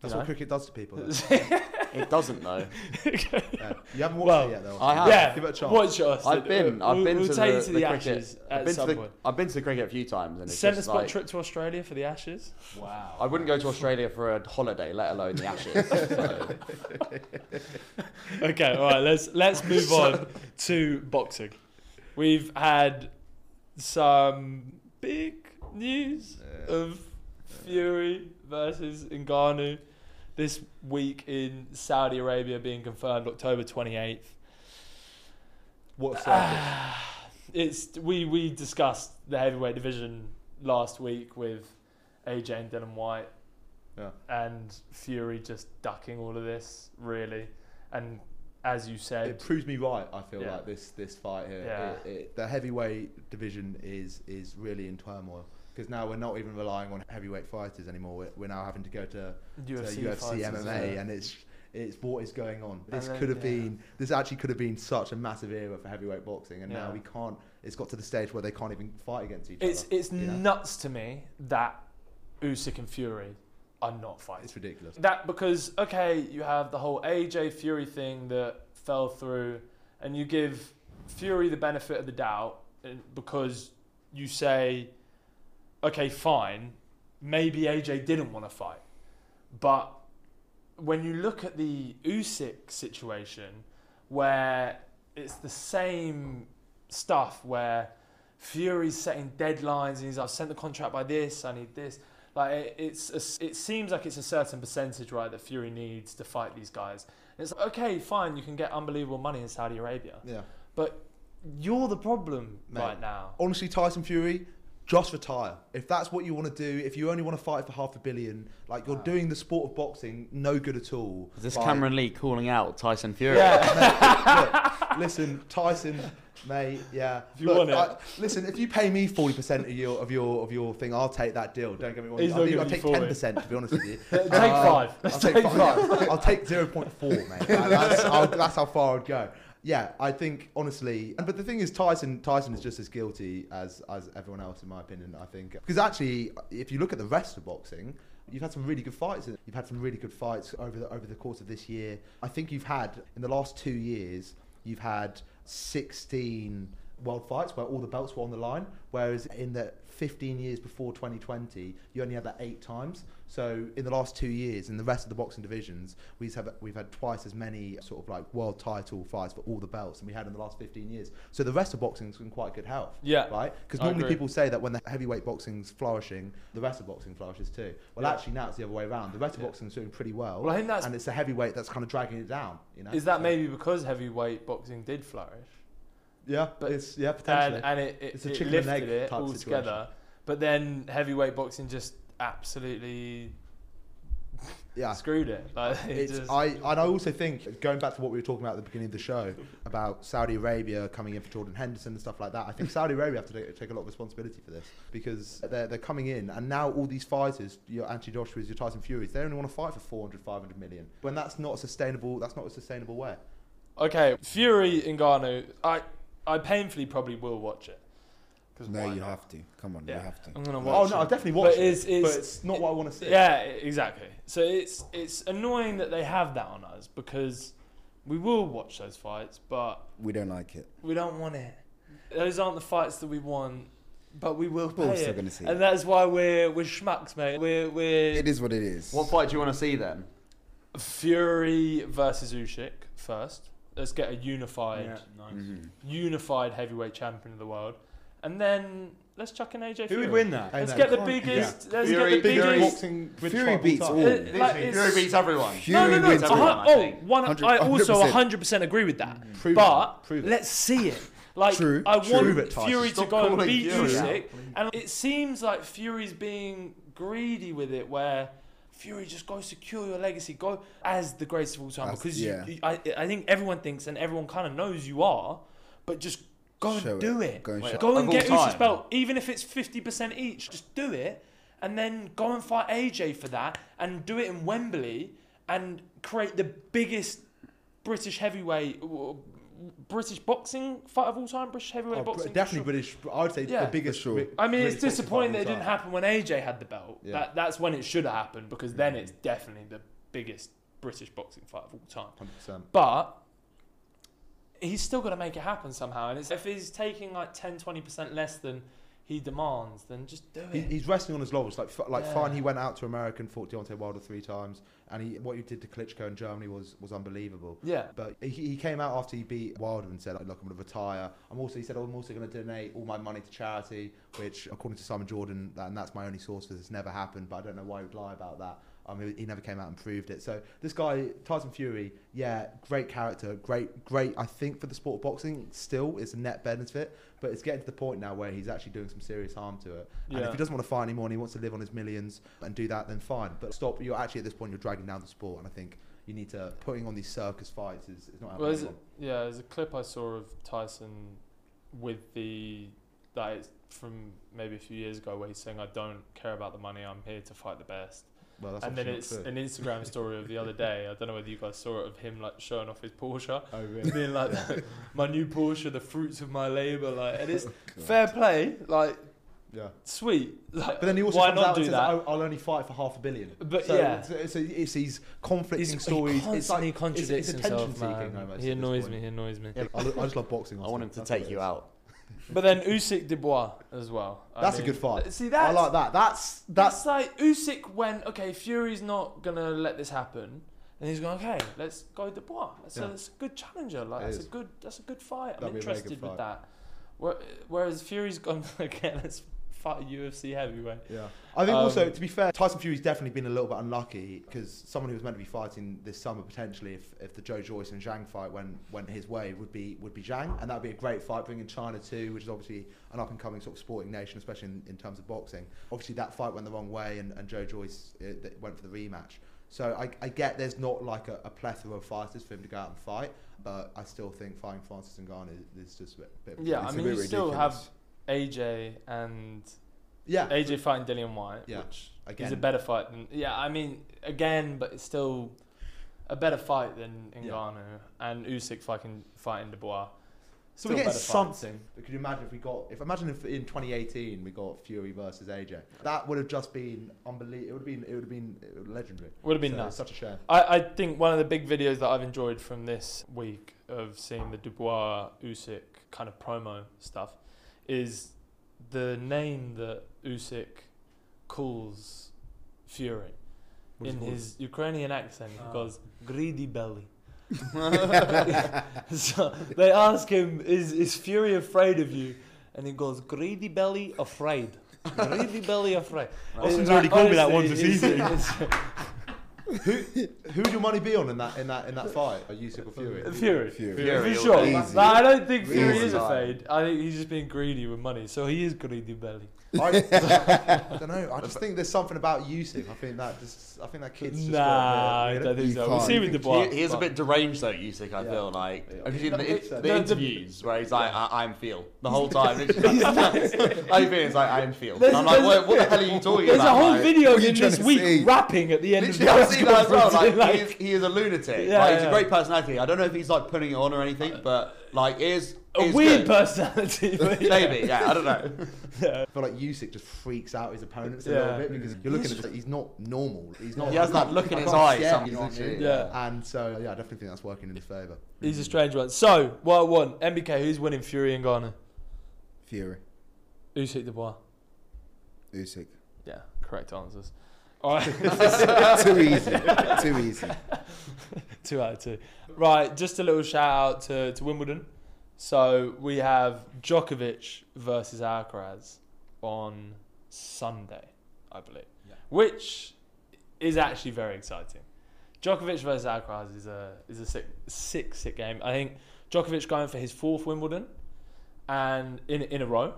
[SPEAKER 3] That's
[SPEAKER 1] you
[SPEAKER 3] what
[SPEAKER 1] know.
[SPEAKER 3] cricket does to people. though.
[SPEAKER 4] It doesn't though.
[SPEAKER 3] Yeah. You haven't watched
[SPEAKER 1] Well,
[SPEAKER 3] it yet, though.
[SPEAKER 4] I have.
[SPEAKER 1] yeah,
[SPEAKER 3] Give it a chance.
[SPEAKER 1] watch us.
[SPEAKER 4] I've been. I've
[SPEAKER 1] uh, we'll,
[SPEAKER 4] been
[SPEAKER 1] we'll
[SPEAKER 4] to
[SPEAKER 1] take
[SPEAKER 4] the,
[SPEAKER 1] you to
[SPEAKER 4] the
[SPEAKER 1] the,
[SPEAKER 4] cricket.
[SPEAKER 1] Ashes
[SPEAKER 4] I've
[SPEAKER 1] at
[SPEAKER 4] been
[SPEAKER 1] some
[SPEAKER 4] to the,
[SPEAKER 1] point.
[SPEAKER 4] I've been to the cricket a few times, and it's
[SPEAKER 1] Send a
[SPEAKER 4] just
[SPEAKER 1] spot
[SPEAKER 4] like,
[SPEAKER 1] trip to Australia for the Ashes.
[SPEAKER 4] I wouldn't go to Australia for a holiday, let alone the Ashes. so.
[SPEAKER 1] okay, all right. Let's let's move on to boxing. We've had some big news of Fury versus Ngannou this week in Saudi Arabia being confirmed October 28th. Ah.
[SPEAKER 3] What circuit?
[SPEAKER 1] it's we we discussed the heavyweight division last week with AJ and Dylan White,
[SPEAKER 3] Yeah.
[SPEAKER 1] and Fury just ducking all of this really, and as you
[SPEAKER 3] it
[SPEAKER 1] said,
[SPEAKER 3] proves me right. I feel
[SPEAKER 1] Yeah.
[SPEAKER 3] like this this fight here,
[SPEAKER 1] Yeah.
[SPEAKER 3] It- it- the heavyweight division is is really in turmoil because now we're not even relying on heavyweight fighters anymore. We're, we're now having to go to to
[SPEAKER 1] UFC,
[SPEAKER 3] UFC
[SPEAKER 1] fights as
[SPEAKER 3] MMA,
[SPEAKER 1] well.
[SPEAKER 3] and it's it's what is going on.
[SPEAKER 1] And
[SPEAKER 3] This
[SPEAKER 1] then-
[SPEAKER 3] could have
[SPEAKER 1] yeah.
[SPEAKER 3] been this actually could have been such a massive era for heavyweight boxing, and now
[SPEAKER 1] Yeah.
[SPEAKER 3] we can't. It's got to the stage where they can't even fight against each
[SPEAKER 1] it's
[SPEAKER 3] other.
[SPEAKER 1] it's
[SPEAKER 3] Yeah.
[SPEAKER 1] nuts to me that Usyk and Fury are not fighting.
[SPEAKER 3] It's ridiculous.
[SPEAKER 1] That because okay, you have the whole AJ Fury thing that fell through, and you give Fury the benefit of the doubt and- because you say, okay, fine, maybe AJ didn't want to fight, but when you look at the Usyk situation, where it's the same stuff where Fury's setting deadlines and he's I've sent the contract by this, I need this. Like it, it's a s it seems like it's a certain percentage, right, that Fury needs to fight these guys. And it's like, okay, fine, you can get unbelievable money in Saudi Arabia,
[SPEAKER 3] Yeah.
[SPEAKER 1] but you're the problem
[SPEAKER 3] Mate.
[SPEAKER 1] right now.
[SPEAKER 3] honestly, Tyson Fury, just retire. If that's what you want to do, if you only want to fight for half a billion, like you're doing the sport of boxing no good at all.
[SPEAKER 4] Is this
[SPEAKER 3] Like,
[SPEAKER 4] Cameron Lee calling out Tyson Fury?
[SPEAKER 1] Yeah,
[SPEAKER 3] Look, listen, Tyson, mate, yeah.
[SPEAKER 1] If you want it.
[SPEAKER 3] listen, if you pay me forty percent of your of your of your thing, I'll take that deal. Don't get me wrong.
[SPEAKER 1] He's
[SPEAKER 3] I
[SPEAKER 1] not
[SPEAKER 3] think
[SPEAKER 1] giving
[SPEAKER 3] I'll
[SPEAKER 1] you
[SPEAKER 3] take
[SPEAKER 1] 40.
[SPEAKER 3] ten percent to be honest with you.
[SPEAKER 1] take
[SPEAKER 3] Uh,
[SPEAKER 1] five.
[SPEAKER 3] I'll take five. I'll take zero point four, mate. Like, that's, I'll, that's how far I'd go. Yeah, I think honestly, and- but the thing is, Tyson Tyson is just as guilty as as everyone else, in my opinion. I think because actually, if you look at the rest of boxing, you've had some really good fights. You've had some really good fights over the over the course of this year. I think you've had in the last two years, you've had sixteen world fights where all the belts were on the line, whereas in the 15 years before 2020, you only had that eight times. So in the last two years, in the rest of the boxing divisions, we've had, we've had twice as many sort of like world title fights for all the belts than we had in the last 15 years. So the rest of boxing's in quite good health.
[SPEAKER 1] Yeah.
[SPEAKER 3] Right? Because
[SPEAKER 1] I
[SPEAKER 3] normally
[SPEAKER 1] agree.
[SPEAKER 3] people say that when the heavyweight boxing's flourishing, the rest of boxing flourishes too. Well,
[SPEAKER 1] Yeah.
[SPEAKER 3] actually, now it's the other way around. The rest of boxing's doing pretty well.
[SPEAKER 1] Well, I think that's-
[SPEAKER 3] and it's the heavyweight that's kind of dragging it down. You know?
[SPEAKER 1] Is that
[SPEAKER 3] So-
[SPEAKER 1] maybe because heavyweight boxing did flourish?
[SPEAKER 3] Yeah,
[SPEAKER 1] but-
[SPEAKER 3] but it's, yeah, potentially.
[SPEAKER 1] and, and it, it,
[SPEAKER 3] It's a
[SPEAKER 1] it
[SPEAKER 3] chicken and
[SPEAKER 1] lifted
[SPEAKER 3] egg
[SPEAKER 1] it
[SPEAKER 3] type
[SPEAKER 1] all
[SPEAKER 3] situation.
[SPEAKER 1] together. But then heavyweight boxing just absolutely
[SPEAKER 3] yeah.
[SPEAKER 1] screwed it. Like, it
[SPEAKER 3] It's,
[SPEAKER 1] just-
[SPEAKER 3] I and I also think going back to what we were talking about at the beginning of the show about Saudi Arabia coming in for Jordan Henderson and stuff like that. I think Saudi Arabia have to take, take a lot of responsibility for this because they're, they're coming in and now all these fighters, your Anthony Joshua's, your Tyson Fury's, they only want to fight for 400, 500 million. When that's not a sustainable, that's not a sustainable way.
[SPEAKER 1] okay, Fury Ngannou. I I painfully probably will watch it. 'Cause
[SPEAKER 5] No,
[SPEAKER 1] why
[SPEAKER 5] you
[SPEAKER 1] not?
[SPEAKER 5] have to. Come on,
[SPEAKER 1] Yeah.
[SPEAKER 5] you have to.
[SPEAKER 1] I'm gonna
[SPEAKER 3] Oh
[SPEAKER 1] watch
[SPEAKER 3] no,
[SPEAKER 1] it.
[SPEAKER 3] I definitely watch
[SPEAKER 1] But
[SPEAKER 3] it,
[SPEAKER 1] it's- it's-
[SPEAKER 3] but it's not what I want to see.
[SPEAKER 1] Yeah, e- exactly. So it's it's annoying that they have that on us because we will watch those fights, but
[SPEAKER 5] We don't like it.
[SPEAKER 1] we don't want it. Those aren't the fights that we want, but we will
[SPEAKER 5] But
[SPEAKER 1] pay
[SPEAKER 5] we're still
[SPEAKER 1] it.
[SPEAKER 5] going to see
[SPEAKER 1] And
[SPEAKER 5] it.
[SPEAKER 1] that's why we're we're schmucks, mate. We're we're
[SPEAKER 5] It is what it is.
[SPEAKER 4] What fight do you want to see then?
[SPEAKER 1] Fury versus Usyk first. Let's get a unified,
[SPEAKER 6] nice.
[SPEAKER 5] Mm-hmm.
[SPEAKER 4] Mhm.
[SPEAKER 1] unified heavyweight champion of the world, and then let's chuck in AJ.
[SPEAKER 6] Who
[SPEAKER 1] Fury.
[SPEAKER 6] would win that?
[SPEAKER 3] Hey,
[SPEAKER 1] Let's
[SPEAKER 3] mate,
[SPEAKER 1] get the
[SPEAKER 3] can't-
[SPEAKER 1] biggest. Let's
[SPEAKER 4] Fury-
[SPEAKER 1] get the
[SPEAKER 4] Fury-
[SPEAKER 1] biggest.
[SPEAKER 3] boxing,
[SPEAKER 5] Fury
[SPEAKER 3] British
[SPEAKER 5] beats
[SPEAKER 3] fights
[SPEAKER 5] all.
[SPEAKER 3] all the time.
[SPEAKER 1] Uh, like, it's-
[SPEAKER 4] Fury beats everyone.
[SPEAKER 5] Fury
[SPEAKER 1] no, no, no.
[SPEAKER 5] wins
[SPEAKER 1] a
[SPEAKER 5] all.
[SPEAKER 1] hun-
[SPEAKER 4] everyone, I
[SPEAKER 1] oh,
[SPEAKER 4] think.
[SPEAKER 1] one- I
[SPEAKER 5] 100%.
[SPEAKER 1] also 100% agree with that.
[SPEAKER 3] Prove
[SPEAKER 1] But
[SPEAKER 3] it. Prove it.
[SPEAKER 1] let's see it. Like
[SPEAKER 5] True,
[SPEAKER 1] I
[SPEAKER 5] true.
[SPEAKER 1] want
[SPEAKER 3] Prove it, Tyson.
[SPEAKER 1] Fury to
[SPEAKER 4] Stop
[SPEAKER 1] go and
[SPEAKER 4] calling
[SPEAKER 1] beat
[SPEAKER 4] Fury
[SPEAKER 1] Usyk, and it seems like Fury's being greedy with it, where Fury just go secure your legacy, go as the greatest of all time.
[SPEAKER 5] As-
[SPEAKER 1] because
[SPEAKER 5] yeah.
[SPEAKER 1] you, you, I, I think everyone thinks and everyone kind of knows you are, but just go
[SPEAKER 5] Show
[SPEAKER 1] and do it.
[SPEAKER 5] Go and
[SPEAKER 4] Wait,
[SPEAKER 5] show
[SPEAKER 1] Go
[SPEAKER 4] Of
[SPEAKER 1] and
[SPEAKER 4] all
[SPEAKER 1] get
[SPEAKER 4] time.
[SPEAKER 1] Usyk's belt, even if it's fifty percent each. Just do it, and then go and fight AJ for that, and do it in Wembley, and create the biggest British heavyweight, w- British boxing fight of all time. British heavyweight
[SPEAKER 3] Oh, Br-
[SPEAKER 1] boxing.
[SPEAKER 3] definitely British. I would say
[SPEAKER 1] Yeah.
[SPEAKER 3] the biggest.
[SPEAKER 5] sure.
[SPEAKER 3] Bri-
[SPEAKER 1] I mean, it's
[SPEAKER 3] British boxing
[SPEAKER 1] disappointing that
[SPEAKER 3] fight
[SPEAKER 1] it
[SPEAKER 3] of all
[SPEAKER 1] didn't
[SPEAKER 3] time.
[SPEAKER 1] happen when AJ had the belt.
[SPEAKER 3] Yeah. Mm.
[SPEAKER 1] That, that's when it should have happened because then it's definitely the biggest British boxing fight of all time.
[SPEAKER 3] 100%.
[SPEAKER 1] But he's still going to make it happen somehow. And it's, if he's taking like 10, 20% less than he demands, then just do it.
[SPEAKER 3] He, he's resting on his laurels. Like, f- like
[SPEAKER 1] Yeah.
[SPEAKER 3] fine, he went out to America and fought Deontay Wilder three times, and he, what he did to Klitschko in Germany was was unbelievable.
[SPEAKER 1] yeah.
[SPEAKER 3] But he, he came out after he beat Wilder and said, "Look, I'm going to retire." I'm also he said, "I'm also going to donate all my money to charity," which, according to Simon Jordan, that, and that's my only source for this, never happened. But I don't know why he would lie about that. I mean, he never came out and proved it. So this guy, Tyson Fury, yeah, great character, great, great. I think for the sport of boxing, still it's a net benefit, but it's getting to the point now where he's actually doing some serious harm to it. And
[SPEAKER 1] Yeah.
[SPEAKER 3] if he doesn't want to fight anymore and he wants to live on his millions and do that, then fine. But stop. You're actually at this point, you're dragging down the sport, and I think you need to putting on these circus fights is, is not helping
[SPEAKER 1] Well, there's a,
[SPEAKER 3] anyone.
[SPEAKER 1] yeah, there's a clip I saw of Tyson with the that it's from maybe a few years ago where he's saying, "I don't care about the money. I'm here to fight the best."
[SPEAKER 3] Well, that's
[SPEAKER 1] and then
[SPEAKER 3] obviously not
[SPEAKER 1] it's
[SPEAKER 3] true.
[SPEAKER 1] an Instagram story of the other day. I don't know whether you guys saw it of him like showing off his Porsche,
[SPEAKER 3] Oh, really?
[SPEAKER 1] being like, "My new Porsche, the fruits of my labor." Like, and it's
[SPEAKER 3] Oh,
[SPEAKER 5] God.
[SPEAKER 1] fair play, like
[SPEAKER 3] yeah.
[SPEAKER 1] sweet. Like,
[SPEAKER 3] But then he also
[SPEAKER 1] why
[SPEAKER 3] comes
[SPEAKER 1] not
[SPEAKER 3] out
[SPEAKER 1] do
[SPEAKER 3] and says,
[SPEAKER 1] that?
[SPEAKER 3] "I'll- I'll only fight for half a billion.
[SPEAKER 1] But
[SPEAKER 3] so,
[SPEAKER 1] yeah.
[SPEAKER 3] so, so it's these conflicting
[SPEAKER 1] He's-
[SPEAKER 3] stories.
[SPEAKER 1] He constantly
[SPEAKER 3] it's like, it's-
[SPEAKER 1] contradicts
[SPEAKER 3] it's attention
[SPEAKER 1] himself,
[SPEAKER 3] seeking
[SPEAKER 1] man.
[SPEAKER 3] almost
[SPEAKER 1] He
[SPEAKER 3] at this
[SPEAKER 1] annoys
[SPEAKER 3] point.
[SPEAKER 1] me. He annoys me.
[SPEAKER 3] Yeah, I, lo- I just love boxing.
[SPEAKER 4] I want him to
[SPEAKER 3] That's what
[SPEAKER 4] take
[SPEAKER 3] it
[SPEAKER 4] you
[SPEAKER 3] is.
[SPEAKER 4] out.
[SPEAKER 1] But then Usyk Dubois as well. I
[SPEAKER 3] That's a
[SPEAKER 1] mean,
[SPEAKER 3] good fight.
[SPEAKER 1] See that?
[SPEAKER 3] I like that. That's that's
[SPEAKER 1] That's like Usyk went, okay, Fury's not gonna let this happen, and he's going, okay, let's go Dubois. That's,
[SPEAKER 3] Yeah.
[SPEAKER 1] a, that's a good challenger. Like
[SPEAKER 3] It
[SPEAKER 1] that's
[SPEAKER 3] is.
[SPEAKER 1] a good that's a good fight. I'm
[SPEAKER 3] That'd be a very good
[SPEAKER 1] interested with
[SPEAKER 3] fight.
[SPEAKER 1] that. Where- Whereas Fury's gone, okay, let's fight a UFC heavyweight.
[SPEAKER 3] yeah. I think
[SPEAKER 1] Um,
[SPEAKER 3] also to be fair, Tyson Fury's definitely been a little bit unlucky because someone who was meant to be fighting this summer potentially, if, if the Joe Joyce and Zhang fight went went his way, would be would be Zhang, and that'd be a great fight. Bringing China too, which is obviously an up and coming sort of sporting nation, especially in, in terms of boxing. Obviously, that fight went the wrong way, and, and Joe Joyce uh, th- went for the rematch. So I, I get there's not like a, a plethora of fighters for him to go out and fight, but I still think fighting Francis Ngannou is, is just a bit. bit of a
[SPEAKER 1] Yeah, I
[SPEAKER 5] It's a
[SPEAKER 1] mean,
[SPEAKER 5] bit
[SPEAKER 1] you still have
[SPEAKER 5] ridiculous.
[SPEAKER 1] AJ and
[SPEAKER 3] yeah,
[SPEAKER 1] AJ fighting Dillian White,
[SPEAKER 3] Yeah,
[SPEAKER 1] which
[SPEAKER 3] again.
[SPEAKER 1] is a better fight than yeah. I mean, again, but it's still a better fight than
[SPEAKER 3] Yeah.
[SPEAKER 1] Ngannou and Usyk fighting fighting Dubois. Still
[SPEAKER 3] So we're getting
[SPEAKER 1] better fight.
[SPEAKER 3] something. But could you imagine if we got? If imagine if in 2018 we got Fury versus AJ, that would have just been unbelievable. It would have been. It would have been legendary.
[SPEAKER 1] Would have been
[SPEAKER 3] So
[SPEAKER 1] nuts.
[SPEAKER 3] it's Such a shame.
[SPEAKER 1] I, I think one of the big videos that I've enjoyed from this week of seeing the Dubois Usyk kind of promo stuff is the name that Usyk calls Fury
[SPEAKER 3] What do
[SPEAKER 1] in
[SPEAKER 3] you call
[SPEAKER 1] his Ukrainian accent. He
[SPEAKER 2] Ah.
[SPEAKER 1] goes greedy belly. so they ask him, "Is is Fury afraid of you?" And he goes, "Greedy belly afraid." Greedy belly afraid.
[SPEAKER 2] Austin's already called me that once this
[SPEAKER 1] Honestly,
[SPEAKER 2] evening.
[SPEAKER 1] it's- it's-
[SPEAKER 3] it? Who would your money be on in that in that in that fight? Are Usyk or Fury?
[SPEAKER 1] Fury.
[SPEAKER 5] Fury.
[SPEAKER 4] Fury
[SPEAKER 1] For
[SPEAKER 4] all
[SPEAKER 1] sure.
[SPEAKER 5] day.
[SPEAKER 1] Like,
[SPEAKER 5] Easy.
[SPEAKER 1] I don't think Fury
[SPEAKER 5] Easy.
[SPEAKER 1] is a fade. I think he's just being greedy with money. So he is greedy belly.
[SPEAKER 3] I, I don't know. I just think there's something about Usyk. I think that just. I think that kid's just.
[SPEAKER 1] Nah, I
[SPEAKER 3] got a bit-
[SPEAKER 1] don't think
[SPEAKER 5] You
[SPEAKER 1] so. We'll
[SPEAKER 5] can't.
[SPEAKER 1] see with Dubois.
[SPEAKER 4] He, he is a bit deranged though, Usyk. I
[SPEAKER 3] Yeah.
[SPEAKER 4] feel like
[SPEAKER 3] Yeah.
[SPEAKER 4] Have you seen the,
[SPEAKER 3] It's-
[SPEAKER 4] the
[SPEAKER 1] the-
[SPEAKER 4] interviews where he's like, I, "I'm feel" the whole time. It's just like, how you feeling? It's like, "I'm feel." And
[SPEAKER 1] There's-
[SPEAKER 4] I'm like,
[SPEAKER 1] there's-
[SPEAKER 4] what, "What the hell are you talking
[SPEAKER 1] There's
[SPEAKER 4] about?"
[SPEAKER 1] a whole
[SPEAKER 4] like,
[SPEAKER 1] video
[SPEAKER 5] What are you
[SPEAKER 1] in
[SPEAKER 5] trying
[SPEAKER 1] this
[SPEAKER 5] to
[SPEAKER 1] week
[SPEAKER 5] say?
[SPEAKER 1] rapping at the end of the
[SPEAKER 4] Literally, I've seen that as well.
[SPEAKER 1] press
[SPEAKER 4] Like,
[SPEAKER 1] conference.
[SPEAKER 4] he, is, he is a lunatic.
[SPEAKER 1] Yeah,
[SPEAKER 4] like, he's
[SPEAKER 1] yeah.
[SPEAKER 4] a great personality. I don't know if he's like putting it on or anything, but like, is
[SPEAKER 1] a
[SPEAKER 4] is
[SPEAKER 1] weird
[SPEAKER 4] good.
[SPEAKER 1] personality. but yeah.
[SPEAKER 4] Maybe, yeah, I don't know.
[SPEAKER 1] Yeah.
[SPEAKER 3] I feel like Usyk just freaks out his opponents a
[SPEAKER 1] Yeah. Mm.
[SPEAKER 3] little bit because you're looking at this, he's not normal. He's not.
[SPEAKER 4] He has that look in his eye.
[SPEAKER 3] Yeah,
[SPEAKER 4] sometimes,
[SPEAKER 1] Yeah.
[SPEAKER 3] And so yeah, I definitely think that's working in his favour.
[SPEAKER 1] He's a strange one. So, what I want, MBK, who's winning Fury and Ghana?
[SPEAKER 5] Fury.
[SPEAKER 1] Usyk Dubois.
[SPEAKER 5] Usyk.
[SPEAKER 1] Yeah, correct answers. All right.
[SPEAKER 5] Too easy. Too easy.
[SPEAKER 1] two out of two. Right, just a little shout out to, to Wimbledon. So we have Djokovic versus Alcaraz on Sunday, I believe,
[SPEAKER 2] Yeah.
[SPEAKER 1] which is actually very exciting. Djokovic versus Alcaraz is a is a sick sick sick game. I think Djokovic going for his fourth Wimbledon, and in in a row,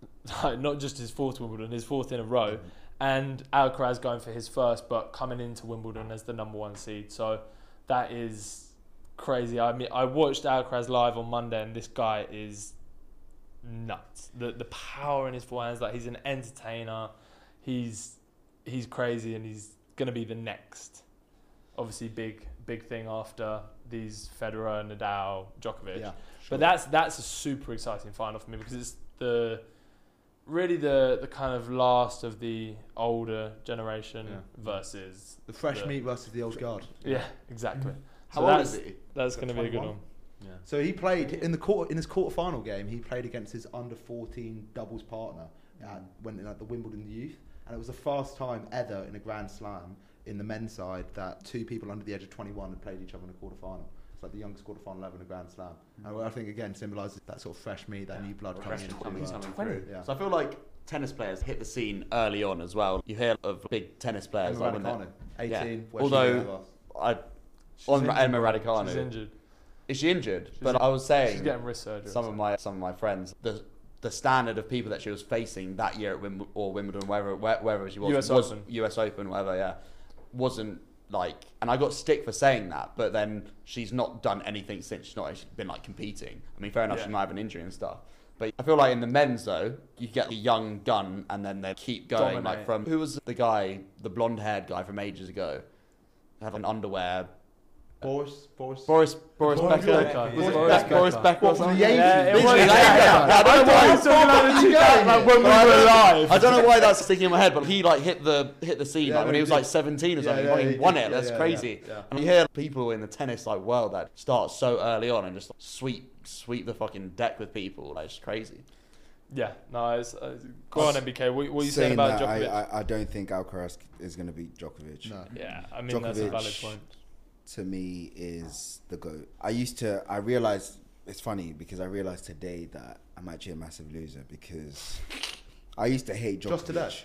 [SPEAKER 1] not just his fourth Wimbledon, his fourth in a row, and Alcaraz going for his first, but coming into Wimbledon as the number one seed. So that is crazy. I mean, I watched Alcaraz live on Monday, and this guy is nuts. The the power in his forehands, like he's an entertainer. He's he's crazy, and he's gonna be the next, obviously big big thing after these Federer, Nadal, Djokovic.
[SPEAKER 3] Yeah.
[SPEAKER 1] But that's that's a super exciting final for me because it's the really the the kind of last of the older generation
[SPEAKER 3] Yeah.
[SPEAKER 1] versus
[SPEAKER 3] The fresh
[SPEAKER 1] the-
[SPEAKER 3] meat versus the old guard.
[SPEAKER 1] Yeah, exactly. So
[SPEAKER 4] How old
[SPEAKER 1] that's-
[SPEAKER 4] is he?
[SPEAKER 1] That's
[SPEAKER 3] So
[SPEAKER 1] going to be a good
[SPEAKER 3] 21?
[SPEAKER 1] one.
[SPEAKER 3] So he played in the quarter in his quarterfinal game. He played against his under fourteen doubles partner
[SPEAKER 4] Mm.
[SPEAKER 3] at, when at the Wimbledon youth, and it was the first time ever in a Grand Slam in the men's side that two people under the age of twenty one had played each other in a quarterfinal. It's like the youngest quarterfinal ever in a Grand Slam,
[SPEAKER 4] Mm.
[SPEAKER 3] and I think again symbolises that sort of fresh meat, that new blood coming in.
[SPEAKER 4] Coming
[SPEAKER 3] to, uh,
[SPEAKER 4] through.
[SPEAKER 3] Yeah.
[SPEAKER 4] So I feel like tennis players hit the scene early on as well. You hear of big tennis players
[SPEAKER 3] Emma
[SPEAKER 4] like when they're-
[SPEAKER 3] Raducanu.
[SPEAKER 4] Yeah.
[SPEAKER 3] 18. Where
[SPEAKER 4] Although- uh,
[SPEAKER 3] she goes,
[SPEAKER 4] I,
[SPEAKER 1] She's
[SPEAKER 4] on
[SPEAKER 1] injured.
[SPEAKER 4] Emma
[SPEAKER 1] She's
[SPEAKER 4] Raducanu.
[SPEAKER 1] injured.
[SPEAKER 4] Is she injured?
[SPEAKER 1] She's
[SPEAKER 4] but
[SPEAKER 1] in-
[SPEAKER 4] I was saying
[SPEAKER 1] She's getting wrist surgery.
[SPEAKER 4] some of my some of my friends the the standard of people that she was facing that year at Wim- or Wimbledon wherever where- wherever she was
[SPEAKER 1] US
[SPEAKER 4] was
[SPEAKER 1] Open.
[SPEAKER 4] US Open whatever yeah wasn't like and I got stick for saying that but then she's not done anything since she's not actually been like competing I mean fair enough
[SPEAKER 1] Yeah.
[SPEAKER 4] she might have an injury and stuff but I feel like in the men's though you get the young gun and then they keep going like
[SPEAKER 1] Dominate.
[SPEAKER 4] from who was the guy the blonde haired guy from ages ago had an underwear
[SPEAKER 3] Boris, Boris.
[SPEAKER 4] Boris Boris
[SPEAKER 1] Boris
[SPEAKER 4] Becker
[SPEAKER 1] Becker.
[SPEAKER 4] was it
[SPEAKER 1] Boris
[SPEAKER 4] Beck- Boris
[SPEAKER 2] Becker.
[SPEAKER 4] Becker or
[SPEAKER 3] What, was
[SPEAKER 4] something
[SPEAKER 3] he Yankee?
[SPEAKER 1] Yeah, it was.
[SPEAKER 4] Literally,
[SPEAKER 1] Yeah,
[SPEAKER 4] yeah, yeah. I don't know why
[SPEAKER 1] I'm talking about the two guys, like, when we
[SPEAKER 4] But I
[SPEAKER 1] were
[SPEAKER 4] don't-
[SPEAKER 1] alive.
[SPEAKER 4] I don't know why that's sticking in my head, but he like hit the hit the scene
[SPEAKER 3] Yeah,
[SPEAKER 4] like
[SPEAKER 3] no,
[SPEAKER 4] when he
[SPEAKER 3] he
[SPEAKER 4] was
[SPEAKER 3] did.
[SPEAKER 4] like 17 or something.
[SPEAKER 3] yeah,
[SPEAKER 4] he
[SPEAKER 3] he
[SPEAKER 4] won
[SPEAKER 3] did.
[SPEAKER 4] it.
[SPEAKER 3] Yeah,
[SPEAKER 4] That's
[SPEAKER 3] yeah,
[SPEAKER 4] crazy.
[SPEAKER 3] yeah, yeah.
[SPEAKER 4] And you hear people in the tennis like world that start so early on and just like, sweep sweep the fucking deck with people. Like it's crazy.
[SPEAKER 1] Yeah, no, it's, uh, go on, MBK. What, what are you saying,
[SPEAKER 5] Saying
[SPEAKER 1] about
[SPEAKER 5] that, I,
[SPEAKER 1] Djokovic?
[SPEAKER 5] I, I don't think Alcaraz is going to beat Djokovic.
[SPEAKER 3] No.
[SPEAKER 1] yeah, I mean that's a
[SPEAKER 5] Djokovic.
[SPEAKER 1] valid point.
[SPEAKER 5] to me is the goat. I used to. I realized it's funny because I realized today that I'm actually a massive loser because I used to hate Djokovic.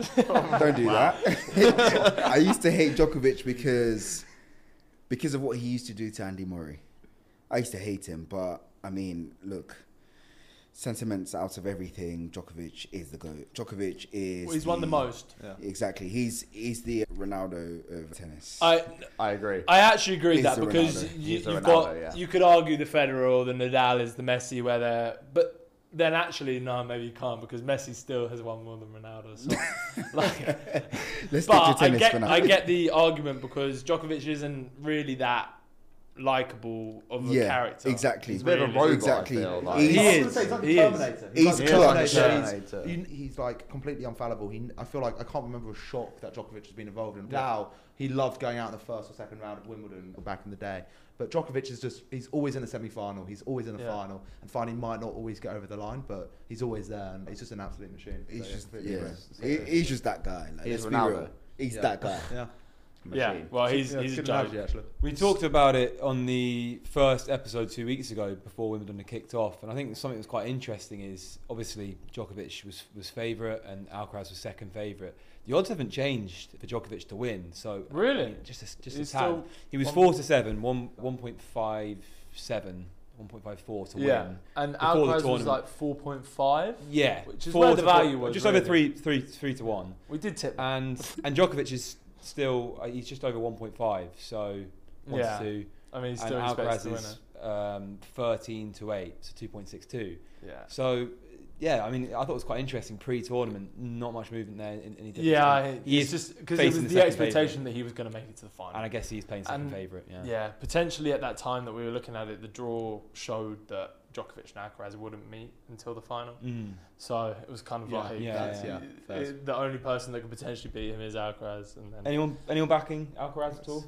[SPEAKER 3] Just today?
[SPEAKER 5] Don't do that. I used to hate Djokovic because because of what he used to do to Andy Murray. I used to hate him, but I mean, look. Sentiments out of everything. Djokovic is the goat. Djokovic is.
[SPEAKER 1] Well, he's won the most.
[SPEAKER 3] Yeah.
[SPEAKER 5] Exactly. He's he's the Ronaldo of tennis.
[SPEAKER 1] I
[SPEAKER 4] I agree.
[SPEAKER 1] I actually agree with
[SPEAKER 5] He's
[SPEAKER 1] that
[SPEAKER 5] the
[SPEAKER 1] because
[SPEAKER 5] Ronaldo.
[SPEAKER 1] you,
[SPEAKER 4] He's the
[SPEAKER 1] you've got
[SPEAKER 4] Ronaldo, yeah.
[SPEAKER 1] you could argue the Federer or the Nadal is the Messi, where they're but then actually no, maybe you can't because Messi still has won more than Ronaldo. So like,
[SPEAKER 5] Let's stick to
[SPEAKER 1] but I
[SPEAKER 5] tennis
[SPEAKER 1] get
[SPEAKER 5] for now.
[SPEAKER 1] I get the argument because Djokovic isn't really that likable of a character.
[SPEAKER 5] Exactly.
[SPEAKER 4] He's a bit of a
[SPEAKER 1] Really?
[SPEAKER 4] robot.
[SPEAKER 5] Exactly.
[SPEAKER 4] I feel, like.
[SPEAKER 5] He's-
[SPEAKER 1] He
[SPEAKER 3] I was
[SPEAKER 1] is.
[SPEAKER 3] gonna say, he's like the
[SPEAKER 1] He is.
[SPEAKER 3] Terminator. like
[SPEAKER 5] He's
[SPEAKER 3] the
[SPEAKER 5] clutch.
[SPEAKER 3] Terminator.
[SPEAKER 4] Terminator.
[SPEAKER 3] He's, you- he's like completely unfallible. He, I feel like I can't remember a shock that Djokovic has been involved in. Now he loved going out in the first or second round of Wimbledon back in the day. But Djokovic is just—he's always in the semi-final. He's always in the
[SPEAKER 1] Yeah.
[SPEAKER 3] final, and finally might not always get over the line, but he's always there. And he's just an absolute machine. So,
[SPEAKER 5] He's
[SPEAKER 3] yeah,
[SPEAKER 5] just
[SPEAKER 3] completely
[SPEAKER 5] yeah.
[SPEAKER 3] agree. So,
[SPEAKER 5] He- he's just that guy. Like,
[SPEAKER 4] He is
[SPEAKER 5] let's be
[SPEAKER 4] Ronaldo.
[SPEAKER 5] real. He's
[SPEAKER 3] Yeah.
[SPEAKER 5] that guy.
[SPEAKER 3] Yeah,
[SPEAKER 1] Yeah.
[SPEAKER 4] Machine.
[SPEAKER 1] Well, he's
[SPEAKER 3] Yeah,
[SPEAKER 1] he's a
[SPEAKER 3] good
[SPEAKER 1] joke.
[SPEAKER 3] analogy, actually.
[SPEAKER 2] We talked about it on the first episode two weeks ago before Wimbledon had kicked off, and I think something that's quite interesting is obviously Djokovic was was favourite and Alcaraz was second favourite. The odds haven't changed for Djokovic to win, so
[SPEAKER 1] Really?
[SPEAKER 2] just a, just
[SPEAKER 1] He's
[SPEAKER 2] a tad.
[SPEAKER 1] still
[SPEAKER 2] He was
[SPEAKER 1] one-
[SPEAKER 2] four to seven, one one point five seven, one point five four to
[SPEAKER 1] Yeah,
[SPEAKER 2] win.
[SPEAKER 1] and
[SPEAKER 2] Before the
[SPEAKER 1] Alcaraz was
[SPEAKER 2] tournament.
[SPEAKER 1] like four point five.
[SPEAKER 2] Yeah,
[SPEAKER 1] Which is
[SPEAKER 2] four
[SPEAKER 1] where the
[SPEAKER 2] to four-
[SPEAKER 1] value was,
[SPEAKER 2] just over
[SPEAKER 1] really.
[SPEAKER 2] three three three to one.
[SPEAKER 1] We did tip.
[SPEAKER 2] and and Djokovic is still uh, he's just over 1.5, so one
[SPEAKER 1] Yeah,
[SPEAKER 2] to two.
[SPEAKER 1] I mean, he's
[SPEAKER 2] and
[SPEAKER 1] still expects to
[SPEAKER 2] Alcaraz
[SPEAKER 1] win
[SPEAKER 2] is um, 13 to eight, so 2.62.
[SPEAKER 1] it. Yeah.
[SPEAKER 2] So yeah, I mean, I thought it was quite interesting pre-tournament. Not much movement there. In, any difference.
[SPEAKER 1] Yeah,
[SPEAKER 2] And
[SPEAKER 1] I-
[SPEAKER 2] he
[SPEAKER 1] it's
[SPEAKER 2] is-
[SPEAKER 1] just because it was
[SPEAKER 2] facing the
[SPEAKER 1] the
[SPEAKER 2] second
[SPEAKER 1] expectation that he was going to make it to the final.
[SPEAKER 2] and I guess he's playing second
[SPEAKER 1] and-
[SPEAKER 2] favourite. Yeah.
[SPEAKER 1] Yeah, potentially at that time that we were looking at it, the draw showed that Djokovic and Alcaraz wouldn't meet until the final.
[SPEAKER 2] Mm.
[SPEAKER 1] So it was kind of
[SPEAKER 3] Yeah,
[SPEAKER 1] like
[SPEAKER 2] yeah,
[SPEAKER 1] that's-
[SPEAKER 2] yeah,
[SPEAKER 3] yeah.
[SPEAKER 1] i- i- the only person that could potentially beat him is Alcaraz, and then
[SPEAKER 2] Anyone, anyone backing Alcaraz at all?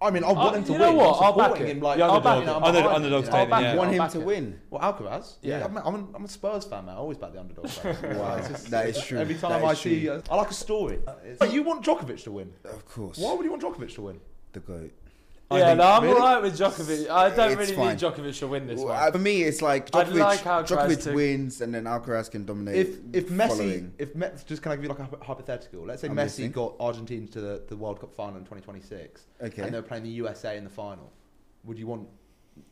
[SPEAKER 3] I mean, I want
[SPEAKER 1] Uh,
[SPEAKER 3] him to
[SPEAKER 1] you
[SPEAKER 3] win.
[SPEAKER 1] know what?
[SPEAKER 3] I'm
[SPEAKER 1] I'll back
[SPEAKER 3] supporting
[SPEAKER 1] it.
[SPEAKER 3] him like
[SPEAKER 2] The
[SPEAKER 3] I'll back him,
[SPEAKER 2] underdog-
[SPEAKER 3] I'm
[SPEAKER 2] under-
[SPEAKER 3] behind him.
[SPEAKER 2] underdog
[SPEAKER 1] I'll
[SPEAKER 2] statement.
[SPEAKER 1] back
[SPEAKER 2] yeah.
[SPEAKER 1] him.
[SPEAKER 5] Want him
[SPEAKER 1] back
[SPEAKER 5] to
[SPEAKER 1] it.
[SPEAKER 5] win.
[SPEAKER 3] Well, Alcaraz. Yeah,
[SPEAKER 5] Yeah.
[SPEAKER 3] I'm, I'm, I'm a Spurs fan, man. I always back the underdog. fan.
[SPEAKER 5] Wow,
[SPEAKER 3] It's just-
[SPEAKER 5] that is true.
[SPEAKER 3] Every
[SPEAKER 5] That
[SPEAKER 3] time
[SPEAKER 5] is
[SPEAKER 3] I see, uh,
[SPEAKER 5] true. Uh,
[SPEAKER 3] I like a story. But you want Djokovic to win.
[SPEAKER 5] Of course.
[SPEAKER 3] Why would you want Djokovic to win?
[SPEAKER 5] The goat.
[SPEAKER 2] I
[SPEAKER 1] yeah,
[SPEAKER 2] think-
[SPEAKER 1] no, I'm
[SPEAKER 3] really?
[SPEAKER 1] alright with Djokovic. I don't
[SPEAKER 5] It's
[SPEAKER 1] really
[SPEAKER 5] fine.
[SPEAKER 1] need Djokovic to win this
[SPEAKER 5] Well,
[SPEAKER 1] one.
[SPEAKER 5] uh, for me, it's like
[SPEAKER 1] I'd
[SPEAKER 5] Djokovic,
[SPEAKER 1] like Alcaraz
[SPEAKER 5] Djokovic
[SPEAKER 1] to-
[SPEAKER 5] wins, and then Alcaraz can dominate.
[SPEAKER 3] If if Messi,
[SPEAKER 5] following.
[SPEAKER 3] if Me- just can I give you like a hy- hypothetical? Let's say
[SPEAKER 5] I'm
[SPEAKER 3] Messi
[SPEAKER 5] listening.
[SPEAKER 3] got Argentina to the, the World Cup final in 2026,
[SPEAKER 5] okay,
[SPEAKER 3] and they're playing the USA in the final. Would you want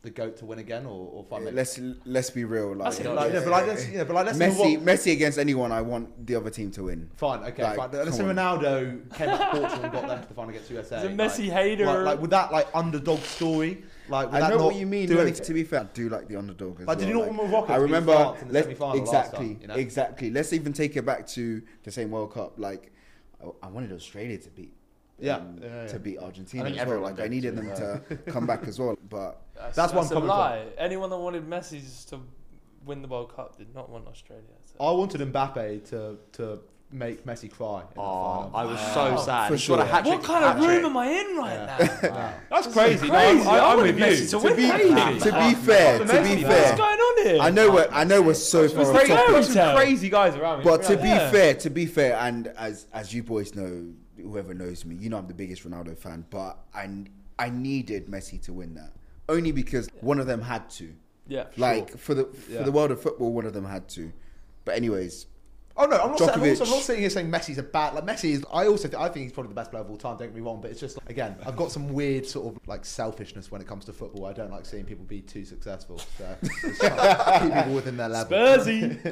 [SPEAKER 3] the goat to win again, or, or
[SPEAKER 5] Uh,
[SPEAKER 3] find Messi?
[SPEAKER 5] let's let's be real. Like,
[SPEAKER 3] That's it, like, no, but like, let's, yeah, but like, let's say
[SPEAKER 5] Messi,
[SPEAKER 3] what-
[SPEAKER 5] Messi against anyone, I want the other team to win.
[SPEAKER 3] Fine, okay,
[SPEAKER 5] Like,
[SPEAKER 3] fine. Let's say
[SPEAKER 5] come on.
[SPEAKER 3] Ronaldo came out of Portugal and got them to the final against USA.
[SPEAKER 1] He's a
[SPEAKER 3] like-
[SPEAKER 1] Messi hater.
[SPEAKER 3] Like, like, with that like underdog story, like would
[SPEAKER 5] I
[SPEAKER 3] that
[SPEAKER 5] know
[SPEAKER 3] not
[SPEAKER 5] what you mean.
[SPEAKER 3] do
[SPEAKER 5] no,
[SPEAKER 3] anything?
[SPEAKER 5] to be fair, I do like the underdog. As
[SPEAKER 3] Like, did you
[SPEAKER 5] well,
[SPEAKER 3] not want Morocco?
[SPEAKER 5] I
[SPEAKER 3] to beat
[SPEAKER 5] remember
[SPEAKER 3] France in the
[SPEAKER 5] let's,
[SPEAKER 3] semi-final last
[SPEAKER 5] exactly,
[SPEAKER 3] time, you know?
[SPEAKER 5] exactly. Let's even take it back to the same World Cup. Like, I, I wanted Australia to beat,
[SPEAKER 3] Yeah,
[SPEAKER 5] um,
[SPEAKER 3] yeah, yeah.
[SPEAKER 5] to beat Argentina
[SPEAKER 4] I think
[SPEAKER 5] as well.
[SPEAKER 4] everyone
[SPEAKER 5] Like, I
[SPEAKER 4] did
[SPEAKER 5] needed
[SPEAKER 4] to,
[SPEAKER 5] them to come back as well. But
[SPEAKER 1] that's
[SPEAKER 3] that's where I'm
[SPEAKER 1] that's a
[SPEAKER 3] coming from.
[SPEAKER 1] lie. Anyone that wanted Messi to win the World Cup did not want Australia. so-
[SPEAKER 3] I wanted Mbappe to to make Messi cry. In
[SPEAKER 4] Oh,
[SPEAKER 3] the
[SPEAKER 4] I
[SPEAKER 3] final.
[SPEAKER 4] was
[SPEAKER 1] Wow.
[SPEAKER 4] so sad.
[SPEAKER 5] For
[SPEAKER 4] He's got a
[SPEAKER 5] sure.
[SPEAKER 4] hat-trick-
[SPEAKER 1] what kind of room
[SPEAKER 4] hat-trick.
[SPEAKER 1] am I in right
[SPEAKER 3] Yeah.
[SPEAKER 1] now?
[SPEAKER 3] Wow.
[SPEAKER 1] This
[SPEAKER 2] That's
[SPEAKER 1] is
[SPEAKER 2] crazy. No,
[SPEAKER 1] crazy.
[SPEAKER 2] I'm,
[SPEAKER 1] I
[SPEAKER 2] I'm
[SPEAKER 1] wanted
[SPEAKER 2] with
[SPEAKER 1] Messi
[SPEAKER 2] you.
[SPEAKER 1] to
[SPEAKER 5] to
[SPEAKER 1] win
[SPEAKER 5] be,
[SPEAKER 1] Crazy.
[SPEAKER 5] to be fair, to
[SPEAKER 1] Amazing.
[SPEAKER 5] be
[SPEAKER 1] What's
[SPEAKER 5] fair,
[SPEAKER 1] going on here?
[SPEAKER 5] I know we're I know we're so
[SPEAKER 1] It was
[SPEAKER 5] far off
[SPEAKER 1] fairy
[SPEAKER 5] topic,
[SPEAKER 1] tale.
[SPEAKER 2] Some crazy guys around me.
[SPEAKER 5] but to
[SPEAKER 2] Yeah.
[SPEAKER 5] be
[SPEAKER 1] Yeah.
[SPEAKER 5] fair, to be fair, and as as you boys know, whoever knows me, you know I'm the biggest Ronaldo fan, but I I needed Messi to win that only because one of them had to.
[SPEAKER 1] Yeah.
[SPEAKER 5] Like for the for
[SPEAKER 3] Yeah.
[SPEAKER 5] the world of football, one of them had to. But anyways,
[SPEAKER 3] Oh no, I'm not, saying, I'm, also, I'm
[SPEAKER 5] Djokovic.
[SPEAKER 3] not sitting here saying Messi's a bad. Like Messi is, I also think, I think he's probably the best player of all time. Don't get me wrong, but it's just like, again, I've got some weird sort of like selfishness when it comes to football. I don't like seeing people be too successful. So just try to keep people within their level.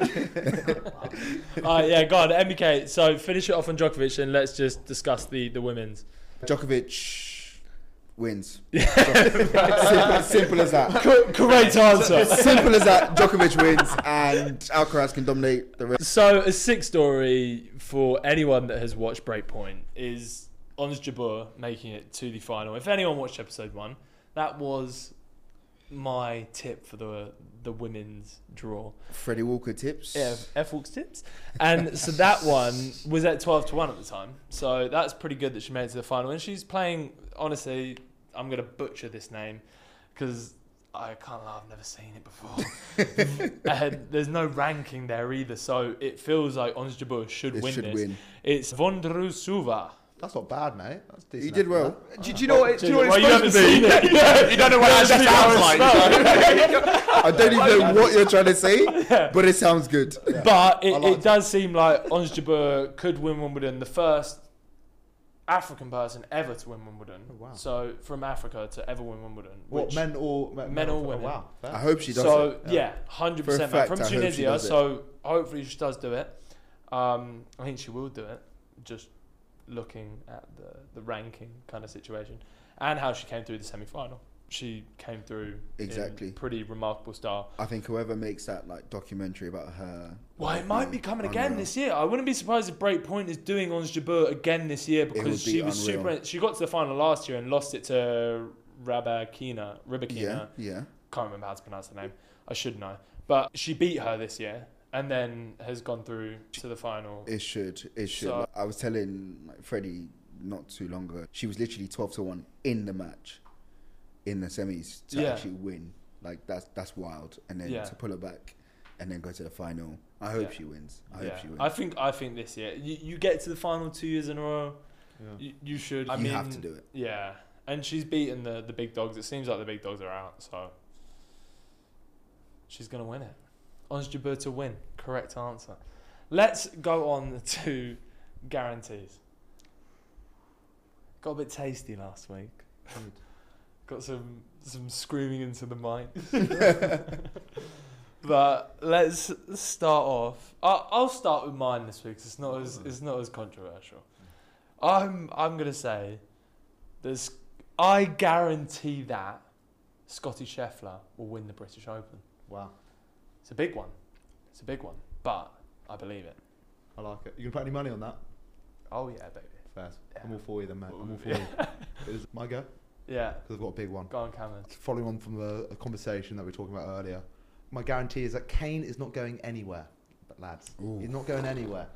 [SPEAKER 1] Spursy. All right, yeah, go on, MBK. So finish it off on Djokovic, and let's just discuss the the women's.
[SPEAKER 5] Djokovic wins. simple, simple as that.
[SPEAKER 1] Great answer.
[SPEAKER 5] Simple as that. Djokovic wins, and Alcaraz can dominate the rest.
[SPEAKER 1] So a sick story for anyone that has watched Breakpoint is Ons Jabeur making it to the final. If anyone watched episode one, that was my tip for the the women's draw.
[SPEAKER 5] Freddie Walker tips.
[SPEAKER 1] Yeah, F Walks tips. And so that one was at 12 to 1 at the time. So that's pretty good that she made it to the final. And she's playing, honestly, I'm going to butcher this name because I can't lie, I've never seen it before. and there's no ranking there either. So it feels like Ons Jabeur should
[SPEAKER 5] This
[SPEAKER 1] win
[SPEAKER 5] should
[SPEAKER 1] this.
[SPEAKER 5] win.
[SPEAKER 1] It's Vondrousova.
[SPEAKER 3] That's not bad, mate. That's decent.
[SPEAKER 5] He did well.
[SPEAKER 4] Do, do you know what? Do you know what
[SPEAKER 1] Well,
[SPEAKER 4] it's
[SPEAKER 1] you haven't
[SPEAKER 4] supposed to be?
[SPEAKER 1] seen it. Yeah.
[SPEAKER 4] You don't know what
[SPEAKER 1] Yeah,
[SPEAKER 4] that
[SPEAKER 1] see
[SPEAKER 4] sounds
[SPEAKER 1] how it
[SPEAKER 4] like.
[SPEAKER 1] smells.
[SPEAKER 5] I don't even know what you're trying to say, but it sounds good.
[SPEAKER 1] But it,
[SPEAKER 3] liked
[SPEAKER 1] it does seem like Ons Jabeur could win Wimbledon, the first African person ever to win Wimbledon.
[SPEAKER 3] Oh, wow.
[SPEAKER 1] So from Africa to ever win Wimbledon.
[SPEAKER 3] What
[SPEAKER 1] which-
[SPEAKER 3] men or men,
[SPEAKER 1] Men or
[SPEAKER 3] oh,
[SPEAKER 1] women.
[SPEAKER 3] Wow. fair.
[SPEAKER 5] I hope she does. it.
[SPEAKER 1] So yeah, hundred
[SPEAKER 5] For a
[SPEAKER 1] percent. I'm
[SPEAKER 5] fact,
[SPEAKER 1] from
[SPEAKER 5] I hope she
[SPEAKER 1] Tunisia,
[SPEAKER 5] does it.
[SPEAKER 1] so hopefully she does do it. Um, I think she will do it. Just looking at the the ranking kind of situation and how she came through the semi final. She came through in
[SPEAKER 5] Exactly.
[SPEAKER 1] pretty remarkable style.
[SPEAKER 5] I think whoever makes that like documentary about her.
[SPEAKER 1] Well, it
[SPEAKER 5] like,
[SPEAKER 1] might
[SPEAKER 5] will
[SPEAKER 1] be coming again
[SPEAKER 5] unreal.
[SPEAKER 1] this year. I wouldn't be surprised if Breakpoint is doing Ons Jabeur again this year
[SPEAKER 5] would be
[SPEAKER 1] because she was
[SPEAKER 5] unreal.
[SPEAKER 1] super. She got to the final last year and lost it to Rabakina. Ribakina.
[SPEAKER 5] Yeah, yeah.
[SPEAKER 1] can't remember how to pronounce the name. I should know. But she beat her this year and then has gone through to the final.
[SPEAKER 5] It should. It should.
[SPEAKER 1] So-
[SPEAKER 5] I was telling like, Freddie not too long ago. She was literally twelve to one in the match, in the semis to
[SPEAKER 1] Yeah.
[SPEAKER 5] actually win. Like that's that's wild. And then
[SPEAKER 1] Yeah.
[SPEAKER 5] to pull her back, and then go to the final. I hope
[SPEAKER 1] Yeah.
[SPEAKER 5] she wins. I
[SPEAKER 1] yeah.
[SPEAKER 5] hope she wins.
[SPEAKER 1] I think I think this year you, you get to the final two years in a row.
[SPEAKER 3] Yeah.
[SPEAKER 1] You, you should. I
[SPEAKER 5] you
[SPEAKER 1] mean,
[SPEAKER 5] have to do it.
[SPEAKER 1] Yeah, and she's beaten the the big dogs. It seems like the big dogs are out, so she's gonna win it. Ons Jabeur to win. Correct answer. Let's go on to guarantees. Got a bit tasty last week.
[SPEAKER 3] Good.
[SPEAKER 1] Got some some screaming into the mic. but let's start off. I, I'll start with mine this week. 'cause It's not as it's not as controversial. I'm I'm gonna say there's I guarantee that Scotty Scheffler will win the British Open.
[SPEAKER 3] Wow.
[SPEAKER 1] It's a big one. It's a big one, but I believe it.
[SPEAKER 3] I like it. You can put any money on that?
[SPEAKER 1] Oh yeah, baby.
[SPEAKER 3] Fair.
[SPEAKER 1] Yeah.
[SPEAKER 3] I'm all for you then, mate. I'm all for
[SPEAKER 1] Yeah.
[SPEAKER 3] you. It is my go
[SPEAKER 1] Yeah,
[SPEAKER 3] because I've got a big one.
[SPEAKER 1] go on, Cameron.
[SPEAKER 3] Following on from the a conversation that we were talking about earlier, my guarantee is that Kane is not going anywhere, but lads.
[SPEAKER 5] Ooh.
[SPEAKER 3] He's not going anywhere.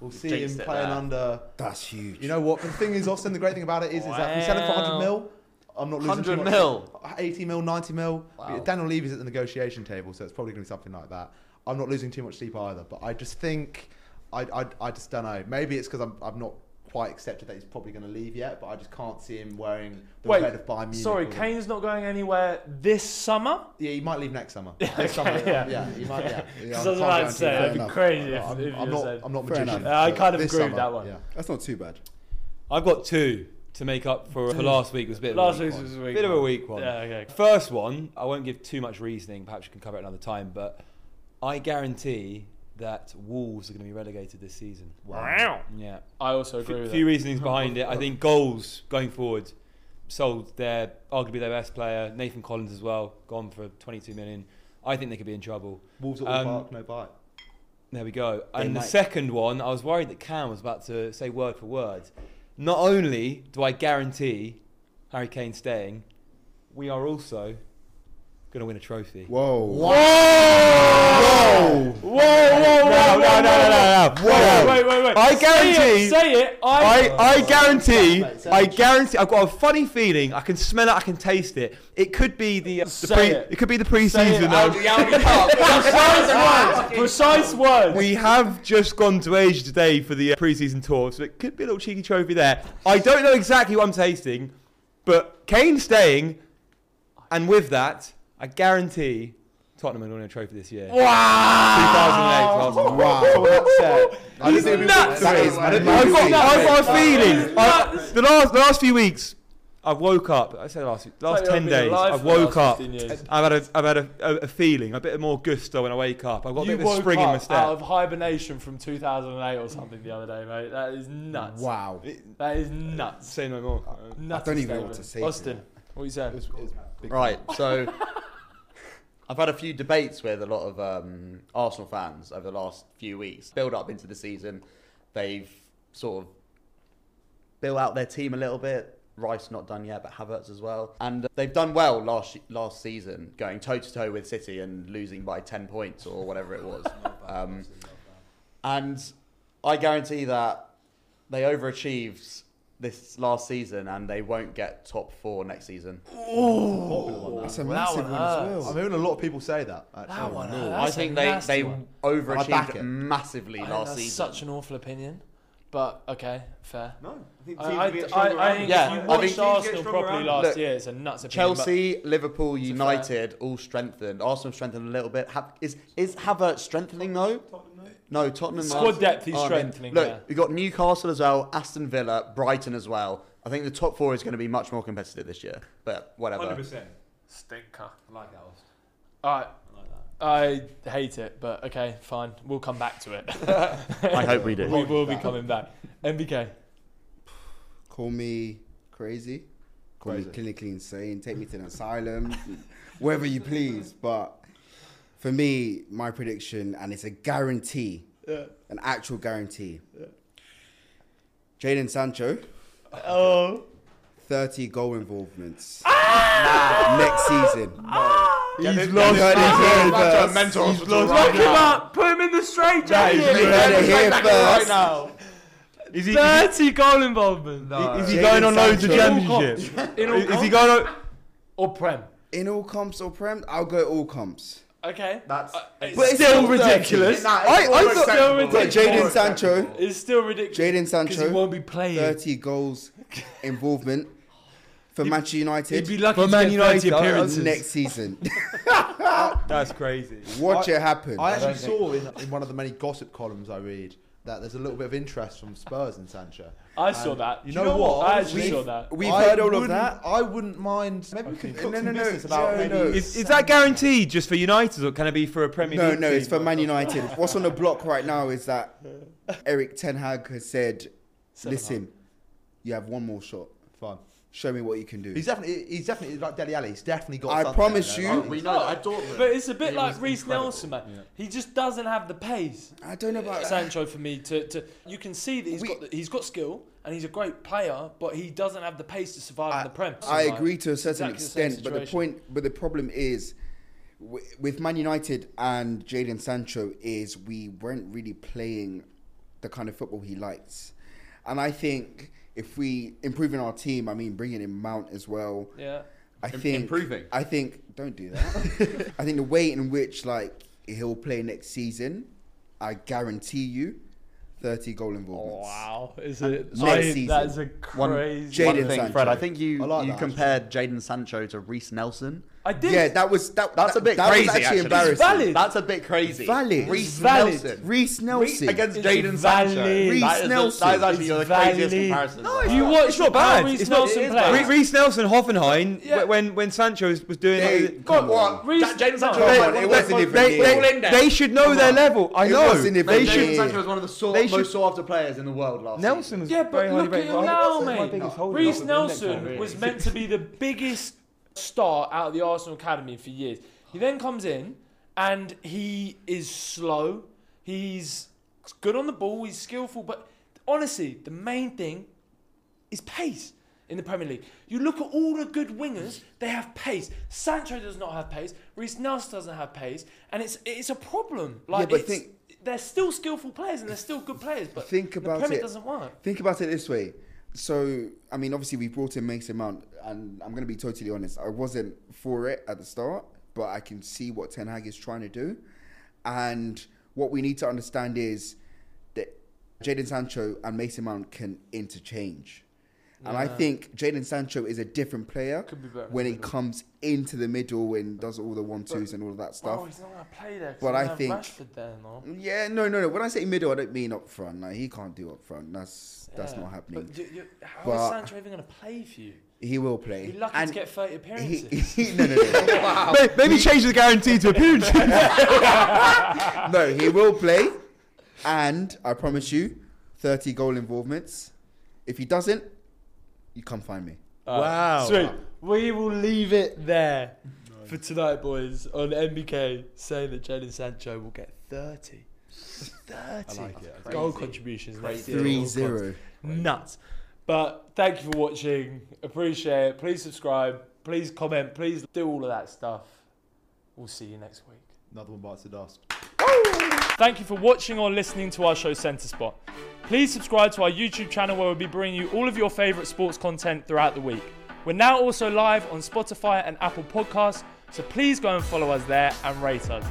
[SPEAKER 3] We'll see him
[SPEAKER 1] jinxed it
[SPEAKER 3] playing
[SPEAKER 1] there.
[SPEAKER 3] under.
[SPEAKER 5] That's huge.
[SPEAKER 3] You know what? The thing is, Austin, the great thing about it is, is that we sell him for 100
[SPEAKER 1] Wow.
[SPEAKER 3] mil. I'm not losing
[SPEAKER 4] 100
[SPEAKER 3] too much.
[SPEAKER 4] mil?
[SPEAKER 3] 80 mil, 90 mil.
[SPEAKER 4] Wow.
[SPEAKER 3] Daniel Levy's at the negotiation table, so it's probably going to be something like that. I'm not losing too much sleep either, but I just think, I, I, I just don't know. Maybe it's because I'm, I'm not quite accepted that he's probably going to leave yet, but I just can't see him wearing the
[SPEAKER 1] Wait,
[SPEAKER 3] red of Bayern Munich.
[SPEAKER 1] Sorry,
[SPEAKER 3] or the-
[SPEAKER 1] Kane's not going anywhere this summer.
[SPEAKER 3] Yeah, he might leave next summer.
[SPEAKER 1] okay,
[SPEAKER 3] Next summer,
[SPEAKER 1] yeah.
[SPEAKER 3] yeah. he might, yeah. yeah
[SPEAKER 1] Because
[SPEAKER 3] I
[SPEAKER 1] I was
[SPEAKER 3] can't
[SPEAKER 1] about to
[SPEAKER 3] guarantee
[SPEAKER 1] say,
[SPEAKER 3] that.
[SPEAKER 1] that'd be
[SPEAKER 5] enough.
[SPEAKER 1] crazy if,
[SPEAKER 3] I'm,
[SPEAKER 1] if
[SPEAKER 3] I'm
[SPEAKER 1] you
[SPEAKER 3] not,
[SPEAKER 1] said.
[SPEAKER 3] I'm not
[SPEAKER 5] Fair
[SPEAKER 3] magician.
[SPEAKER 5] enough.
[SPEAKER 1] Uh, I
[SPEAKER 3] but
[SPEAKER 1] kind of
[SPEAKER 3] this
[SPEAKER 1] agree with that
[SPEAKER 3] summer,
[SPEAKER 1] one.
[SPEAKER 3] Yeah.
[SPEAKER 5] that's not too bad.
[SPEAKER 2] I've got two to make up for, for last week. Was a bit of a
[SPEAKER 1] Last
[SPEAKER 2] weak
[SPEAKER 1] week's
[SPEAKER 2] one.
[SPEAKER 1] was a weak
[SPEAKER 2] bit of a
[SPEAKER 1] one.
[SPEAKER 2] weak one.
[SPEAKER 1] Yeah, okay.
[SPEAKER 2] First one, I won't give too much reasoning. Perhaps you can cover it another time. But I guarantee that Wolves are going to be relegated this season.
[SPEAKER 1] Wow.
[SPEAKER 2] Yeah.
[SPEAKER 1] I also
[SPEAKER 2] A
[SPEAKER 1] agree with
[SPEAKER 2] few
[SPEAKER 1] that.
[SPEAKER 2] reasonings behind it. I think goals going forward sold their arguably their best player, Nathan Collins as well, gone for 22 million. I think they could be in trouble.
[SPEAKER 3] Wolves at
[SPEAKER 2] Um,
[SPEAKER 3] the park, no bite.
[SPEAKER 2] There we go.
[SPEAKER 5] They
[SPEAKER 2] And the
[SPEAKER 5] might-
[SPEAKER 2] second one, I was worried that Cam was about to say word for word. Not only do I guarantee Harry Kane staying, we are also going to win a trophy.
[SPEAKER 5] Whoa.
[SPEAKER 1] Whoa! Whoa! Whoa! Whoa!
[SPEAKER 2] no, no, no, no, no.
[SPEAKER 1] Whoa!
[SPEAKER 2] No.
[SPEAKER 1] Wait, wait, wait! Say
[SPEAKER 2] I
[SPEAKER 1] it.
[SPEAKER 2] guarantee-
[SPEAKER 1] Say it.
[SPEAKER 2] I,
[SPEAKER 1] I.
[SPEAKER 2] I guarantee,
[SPEAKER 3] Mate, say
[SPEAKER 2] I
[SPEAKER 3] it.
[SPEAKER 2] guarantee, I've got a funny feeling. I can smell it. I can taste it. It could be the, the
[SPEAKER 1] Say
[SPEAKER 2] pre,
[SPEAKER 1] it.
[SPEAKER 2] it. could be the preseason. um,
[SPEAKER 1] precise words. Precise words.
[SPEAKER 2] We have just gone to Asia today for the uh, preseason tour, so it could be a little cheeky trophy there. I don't know exactly what I'm tasting, but Kane staying, and with that, I guarantee Tottenham had won a trophy this year.
[SPEAKER 4] Wow!
[SPEAKER 2] 2008.
[SPEAKER 3] Wow. that's set. I
[SPEAKER 4] He's
[SPEAKER 3] just think we-
[SPEAKER 4] nuts.
[SPEAKER 3] That is
[SPEAKER 4] I've
[SPEAKER 2] I've got,
[SPEAKER 3] magnificent.
[SPEAKER 2] I've got a feeling. I've, the last the last few weeks, I've woke up. I said last last
[SPEAKER 1] Like, I've
[SPEAKER 2] ten
[SPEAKER 1] been
[SPEAKER 2] days.
[SPEAKER 1] alive
[SPEAKER 2] I've
[SPEAKER 1] for the
[SPEAKER 2] woke
[SPEAKER 1] last
[SPEAKER 2] up.
[SPEAKER 1] 15 years.
[SPEAKER 2] I've had a I've had a, a, a feeling, a bit more gusto when I wake up. I've got a
[SPEAKER 1] you
[SPEAKER 2] bit of a
[SPEAKER 1] woke
[SPEAKER 2] spring in my
[SPEAKER 1] up
[SPEAKER 2] step.
[SPEAKER 1] out of hibernation from 2008 or something the other day, mate. That is nuts.
[SPEAKER 5] Wow.
[SPEAKER 1] That is nuts.
[SPEAKER 2] Say no more.
[SPEAKER 1] Nuts
[SPEAKER 5] don't even know
[SPEAKER 1] statement.
[SPEAKER 5] what to say to
[SPEAKER 1] Austin, what are you saying?
[SPEAKER 3] It's- it's big.
[SPEAKER 4] Right, so I've had a few debates with a lot of um, Arsenal fans over the last few weeks. Build up into the season, they've sort of built out their team a little bit. Rice not done yet, but Havertz as well, and they've done well last last season, going toe to toe with City and losing by ten points or whatever it was. um, and I guarantee that they overachieved this last season, and they won't get top four next season.
[SPEAKER 5] That's a
[SPEAKER 1] That
[SPEAKER 5] massive
[SPEAKER 1] one
[SPEAKER 5] one as
[SPEAKER 3] I'm
[SPEAKER 5] well.
[SPEAKER 3] hearing a lot of people say that. Actually.
[SPEAKER 1] That one,
[SPEAKER 3] No.
[SPEAKER 1] uh,
[SPEAKER 4] I
[SPEAKER 1] That's
[SPEAKER 4] think
[SPEAKER 1] a
[SPEAKER 4] they,
[SPEAKER 1] nasty
[SPEAKER 4] they
[SPEAKER 1] one.
[SPEAKER 3] I back it.
[SPEAKER 4] overachieved massively
[SPEAKER 1] I think
[SPEAKER 4] last
[SPEAKER 1] that's
[SPEAKER 4] season.
[SPEAKER 1] such an awful opinion, but okay, fair.
[SPEAKER 6] No, I think
[SPEAKER 1] I,
[SPEAKER 6] the team's
[SPEAKER 1] I,
[SPEAKER 6] been
[SPEAKER 1] I,
[SPEAKER 6] stronger
[SPEAKER 1] I
[SPEAKER 6] around.
[SPEAKER 1] think
[SPEAKER 4] Yeah,
[SPEAKER 1] if you
[SPEAKER 4] I
[SPEAKER 1] watched
[SPEAKER 4] think-
[SPEAKER 1] Arsenal properly last
[SPEAKER 4] Look,
[SPEAKER 1] year, it's a nuts opinion.
[SPEAKER 4] Chelsea, Liverpool,
[SPEAKER 1] It's a
[SPEAKER 4] United, all strengthened. Arsenal strengthened a little bit. Ha- is is Havertz strengthening though?
[SPEAKER 6] Tottenham, no?
[SPEAKER 4] No, Tottenham.
[SPEAKER 1] but squad
[SPEAKER 4] aren't-
[SPEAKER 1] depth he's
[SPEAKER 4] aren't in.
[SPEAKER 1] strengthening.
[SPEAKER 4] Look,
[SPEAKER 1] yeah.
[SPEAKER 4] we've got Newcastle as well, Aston Villa, Brighton as well. I think the top four is going to be much more competitive this year. But whatever.
[SPEAKER 6] 100%.
[SPEAKER 1] Stinker.
[SPEAKER 6] I like that, Austin.
[SPEAKER 1] All right,
[SPEAKER 6] I like that.
[SPEAKER 1] I hate it, but okay, fine. We'll come back to it.
[SPEAKER 4] I hope we do.
[SPEAKER 1] we will be coming back. MBK.
[SPEAKER 5] Call me crazy. Call
[SPEAKER 3] Crazy.
[SPEAKER 5] me clinically insane. Take me to an asylum. wherever you please. But for me, my prediction, and it's a guarantee, an actual guarantee. Jaden Sancho,
[SPEAKER 1] Oh.
[SPEAKER 5] 30 goal involvements
[SPEAKER 3] Ah!
[SPEAKER 5] next season.
[SPEAKER 3] He's
[SPEAKER 5] You heard it here first.
[SPEAKER 3] uh, He's lost.
[SPEAKER 1] Lock him up. Put him in the straight
[SPEAKER 5] You heard it here first.
[SPEAKER 2] Is he, is
[SPEAKER 1] 30 goal involvement.
[SPEAKER 2] he, is he
[SPEAKER 5] Jadon
[SPEAKER 2] going on loads of
[SPEAKER 5] Sancho.
[SPEAKER 2] championship?
[SPEAKER 1] In all
[SPEAKER 2] Is is
[SPEAKER 1] comps?
[SPEAKER 2] he going on?
[SPEAKER 1] Or Prem.
[SPEAKER 5] In all comps or prem, I'll go all comps.
[SPEAKER 1] Okay.
[SPEAKER 4] That's
[SPEAKER 1] it's still ridiculous.
[SPEAKER 5] I, I thought
[SPEAKER 1] acceptable.
[SPEAKER 5] But Jaden Sancho,
[SPEAKER 1] It's still ridiculous.
[SPEAKER 5] Jaden
[SPEAKER 1] Because he
[SPEAKER 5] Sancho,
[SPEAKER 1] won't be playing.
[SPEAKER 5] thirty goals involvement for Manchester
[SPEAKER 1] He'd
[SPEAKER 5] United
[SPEAKER 1] be lucky
[SPEAKER 2] For
[SPEAKER 1] to
[SPEAKER 2] Man
[SPEAKER 1] get
[SPEAKER 2] United,
[SPEAKER 1] 30
[SPEAKER 2] I- I-
[SPEAKER 1] appearances.
[SPEAKER 5] next season.
[SPEAKER 2] That's crazy.
[SPEAKER 5] Watch it happen.
[SPEAKER 3] I actually saw in, in one of the many gossip columns I read that there's a little bit of interest from Spurs in Sancho.
[SPEAKER 1] I saw
[SPEAKER 3] And
[SPEAKER 1] that.
[SPEAKER 3] you
[SPEAKER 1] Do
[SPEAKER 3] know what?
[SPEAKER 1] I actually
[SPEAKER 3] We've-
[SPEAKER 1] saw that.
[SPEAKER 5] We've
[SPEAKER 3] I
[SPEAKER 5] heard all of
[SPEAKER 3] wouldn't-
[SPEAKER 5] that.
[SPEAKER 3] I wouldn't mind. Maybe we could
[SPEAKER 5] Okay.
[SPEAKER 3] cook
[SPEAKER 5] No,
[SPEAKER 3] some
[SPEAKER 5] no, no,
[SPEAKER 3] business about
[SPEAKER 5] Joe,
[SPEAKER 3] maybe.
[SPEAKER 5] no.
[SPEAKER 2] Is, is that guaranteed just for United or can it be for a Premier
[SPEAKER 5] No,
[SPEAKER 2] League
[SPEAKER 5] no,
[SPEAKER 2] team?
[SPEAKER 5] it's for Man United. What's on the block right now is that Eric Ten Hag has said, "Listen, you have one more shot.
[SPEAKER 3] Fine.
[SPEAKER 5] Show me what you can do."
[SPEAKER 3] He's definitely, he's definitely like Deli Ali. He's definitely got.
[SPEAKER 5] I
[SPEAKER 3] something
[SPEAKER 5] promise
[SPEAKER 3] there.
[SPEAKER 5] you-
[SPEAKER 3] Like,
[SPEAKER 4] oh, we know. I thought.
[SPEAKER 1] But it's a bit
[SPEAKER 4] It
[SPEAKER 1] like
[SPEAKER 4] was
[SPEAKER 1] Reese
[SPEAKER 4] incredible.
[SPEAKER 1] Nelson, man. He just doesn't have the pace.
[SPEAKER 5] I don't know about
[SPEAKER 1] Sancho for me to, to you can see that he's
[SPEAKER 5] We-
[SPEAKER 1] got the, he's got skill and he's a great player, but he doesn't have the pace to survive in the prem.
[SPEAKER 5] I
[SPEAKER 1] Survive.
[SPEAKER 5] agree to a certain
[SPEAKER 1] Exactly the same
[SPEAKER 5] extent, but the
[SPEAKER 1] situation.
[SPEAKER 5] point, but the problem is w- with Man United and Jadon Sancho is we weren't really playing the kind of football he likes, and I think if we improving our team, I mean bringing in Mount as well.
[SPEAKER 1] Yeah.
[SPEAKER 5] I
[SPEAKER 4] Im-
[SPEAKER 5] think
[SPEAKER 4] improving.
[SPEAKER 5] I think don't do that. I think the way in which like he'll play next season, I guarantee you, thirty goal involvements.
[SPEAKER 1] Wow, Oh, is it?
[SPEAKER 5] Uh, next
[SPEAKER 1] I,
[SPEAKER 5] season,
[SPEAKER 1] that is a
[SPEAKER 4] One,
[SPEAKER 1] crazy.
[SPEAKER 5] Jadon
[SPEAKER 4] one thing,
[SPEAKER 5] Sancho.
[SPEAKER 4] Fred. I think you
[SPEAKER 3] I like
[SPEAKER 4] you
[SPEAKER 3] that,
[SPEAKER 4] compared Jaden Sancho to Reese Nelson.
[SPEAKER 1] I did.
[SPEAKER 5] Yeah, that was that.
[SPEAKER 4] That's
[SPEAKER 5] that-
[SPEAKER 4] a bit
[SPEAKER 5] that
[SPEAKER 4] crazy.
[SPEAKER 5] Was actually,
[SPEAKER 1] It's valid.
[SPEAKER 5] embarrassing.
[SPEAKER 4] That's a bit crazy.
[SPEAKER 5] Valid.
[SPEAKER 4] Reece
[SPEAKER 1] It's valid.
[SPEAKER 4] Nelson.
[SPEAKER 5] Reese
[SPEAKER 4] Reece
[SPEAKER 5] Nelson
[SPEAKER 4] against
[SPEAKER 1] It's
[SPEAKER 4] Jaden
[SPEAKER 1] valid.
[SPEAKER 4] Sancho.
[SPEAKER 1] Reece
[SPEAKER 4] That is the-
[SPEAKER 5] Nelson.
[SPEAKER 4] That is actually
[SPEAKER 1] It's
[SPEAKER 4] the craziest
[SPEAKER 1] valid.
[SPEAKER 4] comparison.
[SPEAKER 1] No,
[SPEAKER 4] I've
[SPEAKER 1] it's
[SPEAKER 4] heard.
[SPEAKER 1] you
[SPEAKER 2] Well, it's not bad.
[SPEAKER 1] Reece
[SPEAKER 2] It's not
[SPEAKER 1] Nelson
[SPEAKER 2] Re-
[SPEAKER 1] plays.
[SPEAKER 2] Reece Nelson, Hoffenheim,
[SPEAKER 1] Yeah.
[SPEAKER 2] wh- when when Sancho was, was doing
[SPEAKER 5] Hey,
[SPEAKER 2] it.
[SPEAKER 5] come
[SPEAKER 2] God,
[SPEAKER 5] on.
[SPEAKER 1] Reece-
[SPEAKER 4] Ja- Jadon Sancho
[SPEAKER 1] no.
[SPEAKER 4] was
[SPEAKER 5] Come on,
[SPEAKER 4] one of
[SPEAKER 5] it
[SPEAKER 4] the
[SPEAKER 5] wasn't
[SPEAKER 4] most-
[SPEAKER 5] even
[SPEAKER 4] they-
[SPEAKER 5] near.
[SPEAKER 4] they-
[SPEAKER 5] All
[SPEAKER 2] they, they should know their level. I
[SPEAKER 5] It
[SPEAKER 2] know.
[SPEAKER 5] wasn't even
[SPEAKER 2] They
[SPEAKER 5] near.
[SPEAKER 4] Jadon
[SPEAKER 2] should.
[SPEAKER 4] Sancho was one of the sort,
[SPEAKER 2] They should-
[SPEAKER 4] most sought-after players in the world last
[SPEAKER 2] Nelson
[SPEAKER 4] season.
[SPEAKER 2] was
[SPEAKER 1] Yeah,
[SPEAKER 2] very
[SPEAKER 1] but
[SPEAKER 2] highly
[SPEAKER 1] look at him
[SPEAKER 2] rated. I think
[SPEAKER 1] now,
[SPEAKER 2] that's my
[SPEAKER 1] mate.
[SPEAKER 2] biggest holding
[SPEAKER 1] Reese
[SPEAKER 2] up with him next time,
[SPEAKER 1] Nelson
[SPEAKER 2] really.
[SPEAKER 1] was meant to be the biggest star out of the Arsenal academy for years. He then comes in and he is slow. He's good on the ball. He's skillful, but honestly, the main thing is pace in the Premier League. You look at all the good wingers; they have pace. Sancho does not have pace. Reese Nelson doesn't have pace, and it's it's a problem. Like,
[SPEAKER 5] Yeah, but
[SPEAKER 1] it's-
[SPEAKER 5] think-
[SPEAKER 1] they're still skillful players and they're still good players, but
[SPEAKER 5] Think
[SPEAKER 1] the
[SPEAKER 5] about
[SPEAKER 1] Premier
[SPEAKER 5] it.
[SPEAKER 1] doesn't work.
[SPEAKER 5] Think about it this way. So, I mean, obviously, we brought in Mason Mount, and I'm going to be totally honest. I wasn't for it at the start, but I can see what Ten Hag is trying to do. And what we need to understand is that Jadon Sancho and Mason Mount can interchange. And I
[SPEAKER 1] Yeah.
[SPEAKER 5] think Jaden Sancho is a different player
[SPEAKER 1] Could be better
[SPEAKER 5] when
[SPEAKER 1] in
[SPEAKER 5] he
[SPEAKER 1] the middle.
[SPEAKER 5] comes into the middle and does all the one twos
[SPEAKER 1] But-
[SPEAKER 5] and all of that
[SPEAKER 1] Oh,
[SPEAKER 5] stuff.
[SPEAKER 1] he's not gonna play there. 'cause
[SPEAKER 5] But
[SPEAKER 1] they
[SPEAKER 5] I
[SPEAKER 1] have
[SPEAKER 5] think-
[SPEAKER 1] Rashford there, no?
[SPEAKER 5] Yeah, no, no, no. When I say middle, I don't mean up front. Like he can't do up front. That's that's
[SPEAKER 1] Yeah.
[SPEAKER 5] not happening.
[SPEAKER 1] But you, you, how is
[SPEAKER 5] But-
[SPEAKER 1] Sancho even gonna play for you?
[SPEAKER 5] He will play.
[SPEAKER 1] You're lucky
[SPEAKER 5] and
[SPEAKER 1] to get 30
[SPEAKER 5] he,
[SPEAKER 1] appearances.
[SPEAKER 5] he- no, no, no.
[SPEAKER 4] May- Maybe change the guarantee to appearance.
[SPEAKER 5] no, he will play, and I promise you, thirty goal involvements. If he doesn't, you come find me.
[SPEAKER 4] Wow.
[SPEAKER 1] Sweet. We will leave it there for tonight, boys, on MBK saying that Jadon Sancho will get 30. 30
[SPEAKER 3] I like it. I
[SPEAKER 1] goal
[SPEAKER 3] think-
[SPEAKER 1] contributions next
[SPEAKER 3] Crazy.
[SPEAKER 1] year.
[SPEAKER 5] Three zero.
[SPEAKER 1] Nuts. But thank you for watching. Appreciate it. Please subscribe. Please comment. Please do all of that stuff. We'll see you next week.
[SPEAKER 3] Another one bites the dust.
[SPEAKER 1] Thank you for watching or listening to our show Centre Spot. Please subscribe to our YouTube channel where we'll be bringing you all of your favourite sports content throughout the week. We're now also live on Spotify and Apple Podcasts, so please go and follow us there and rate us.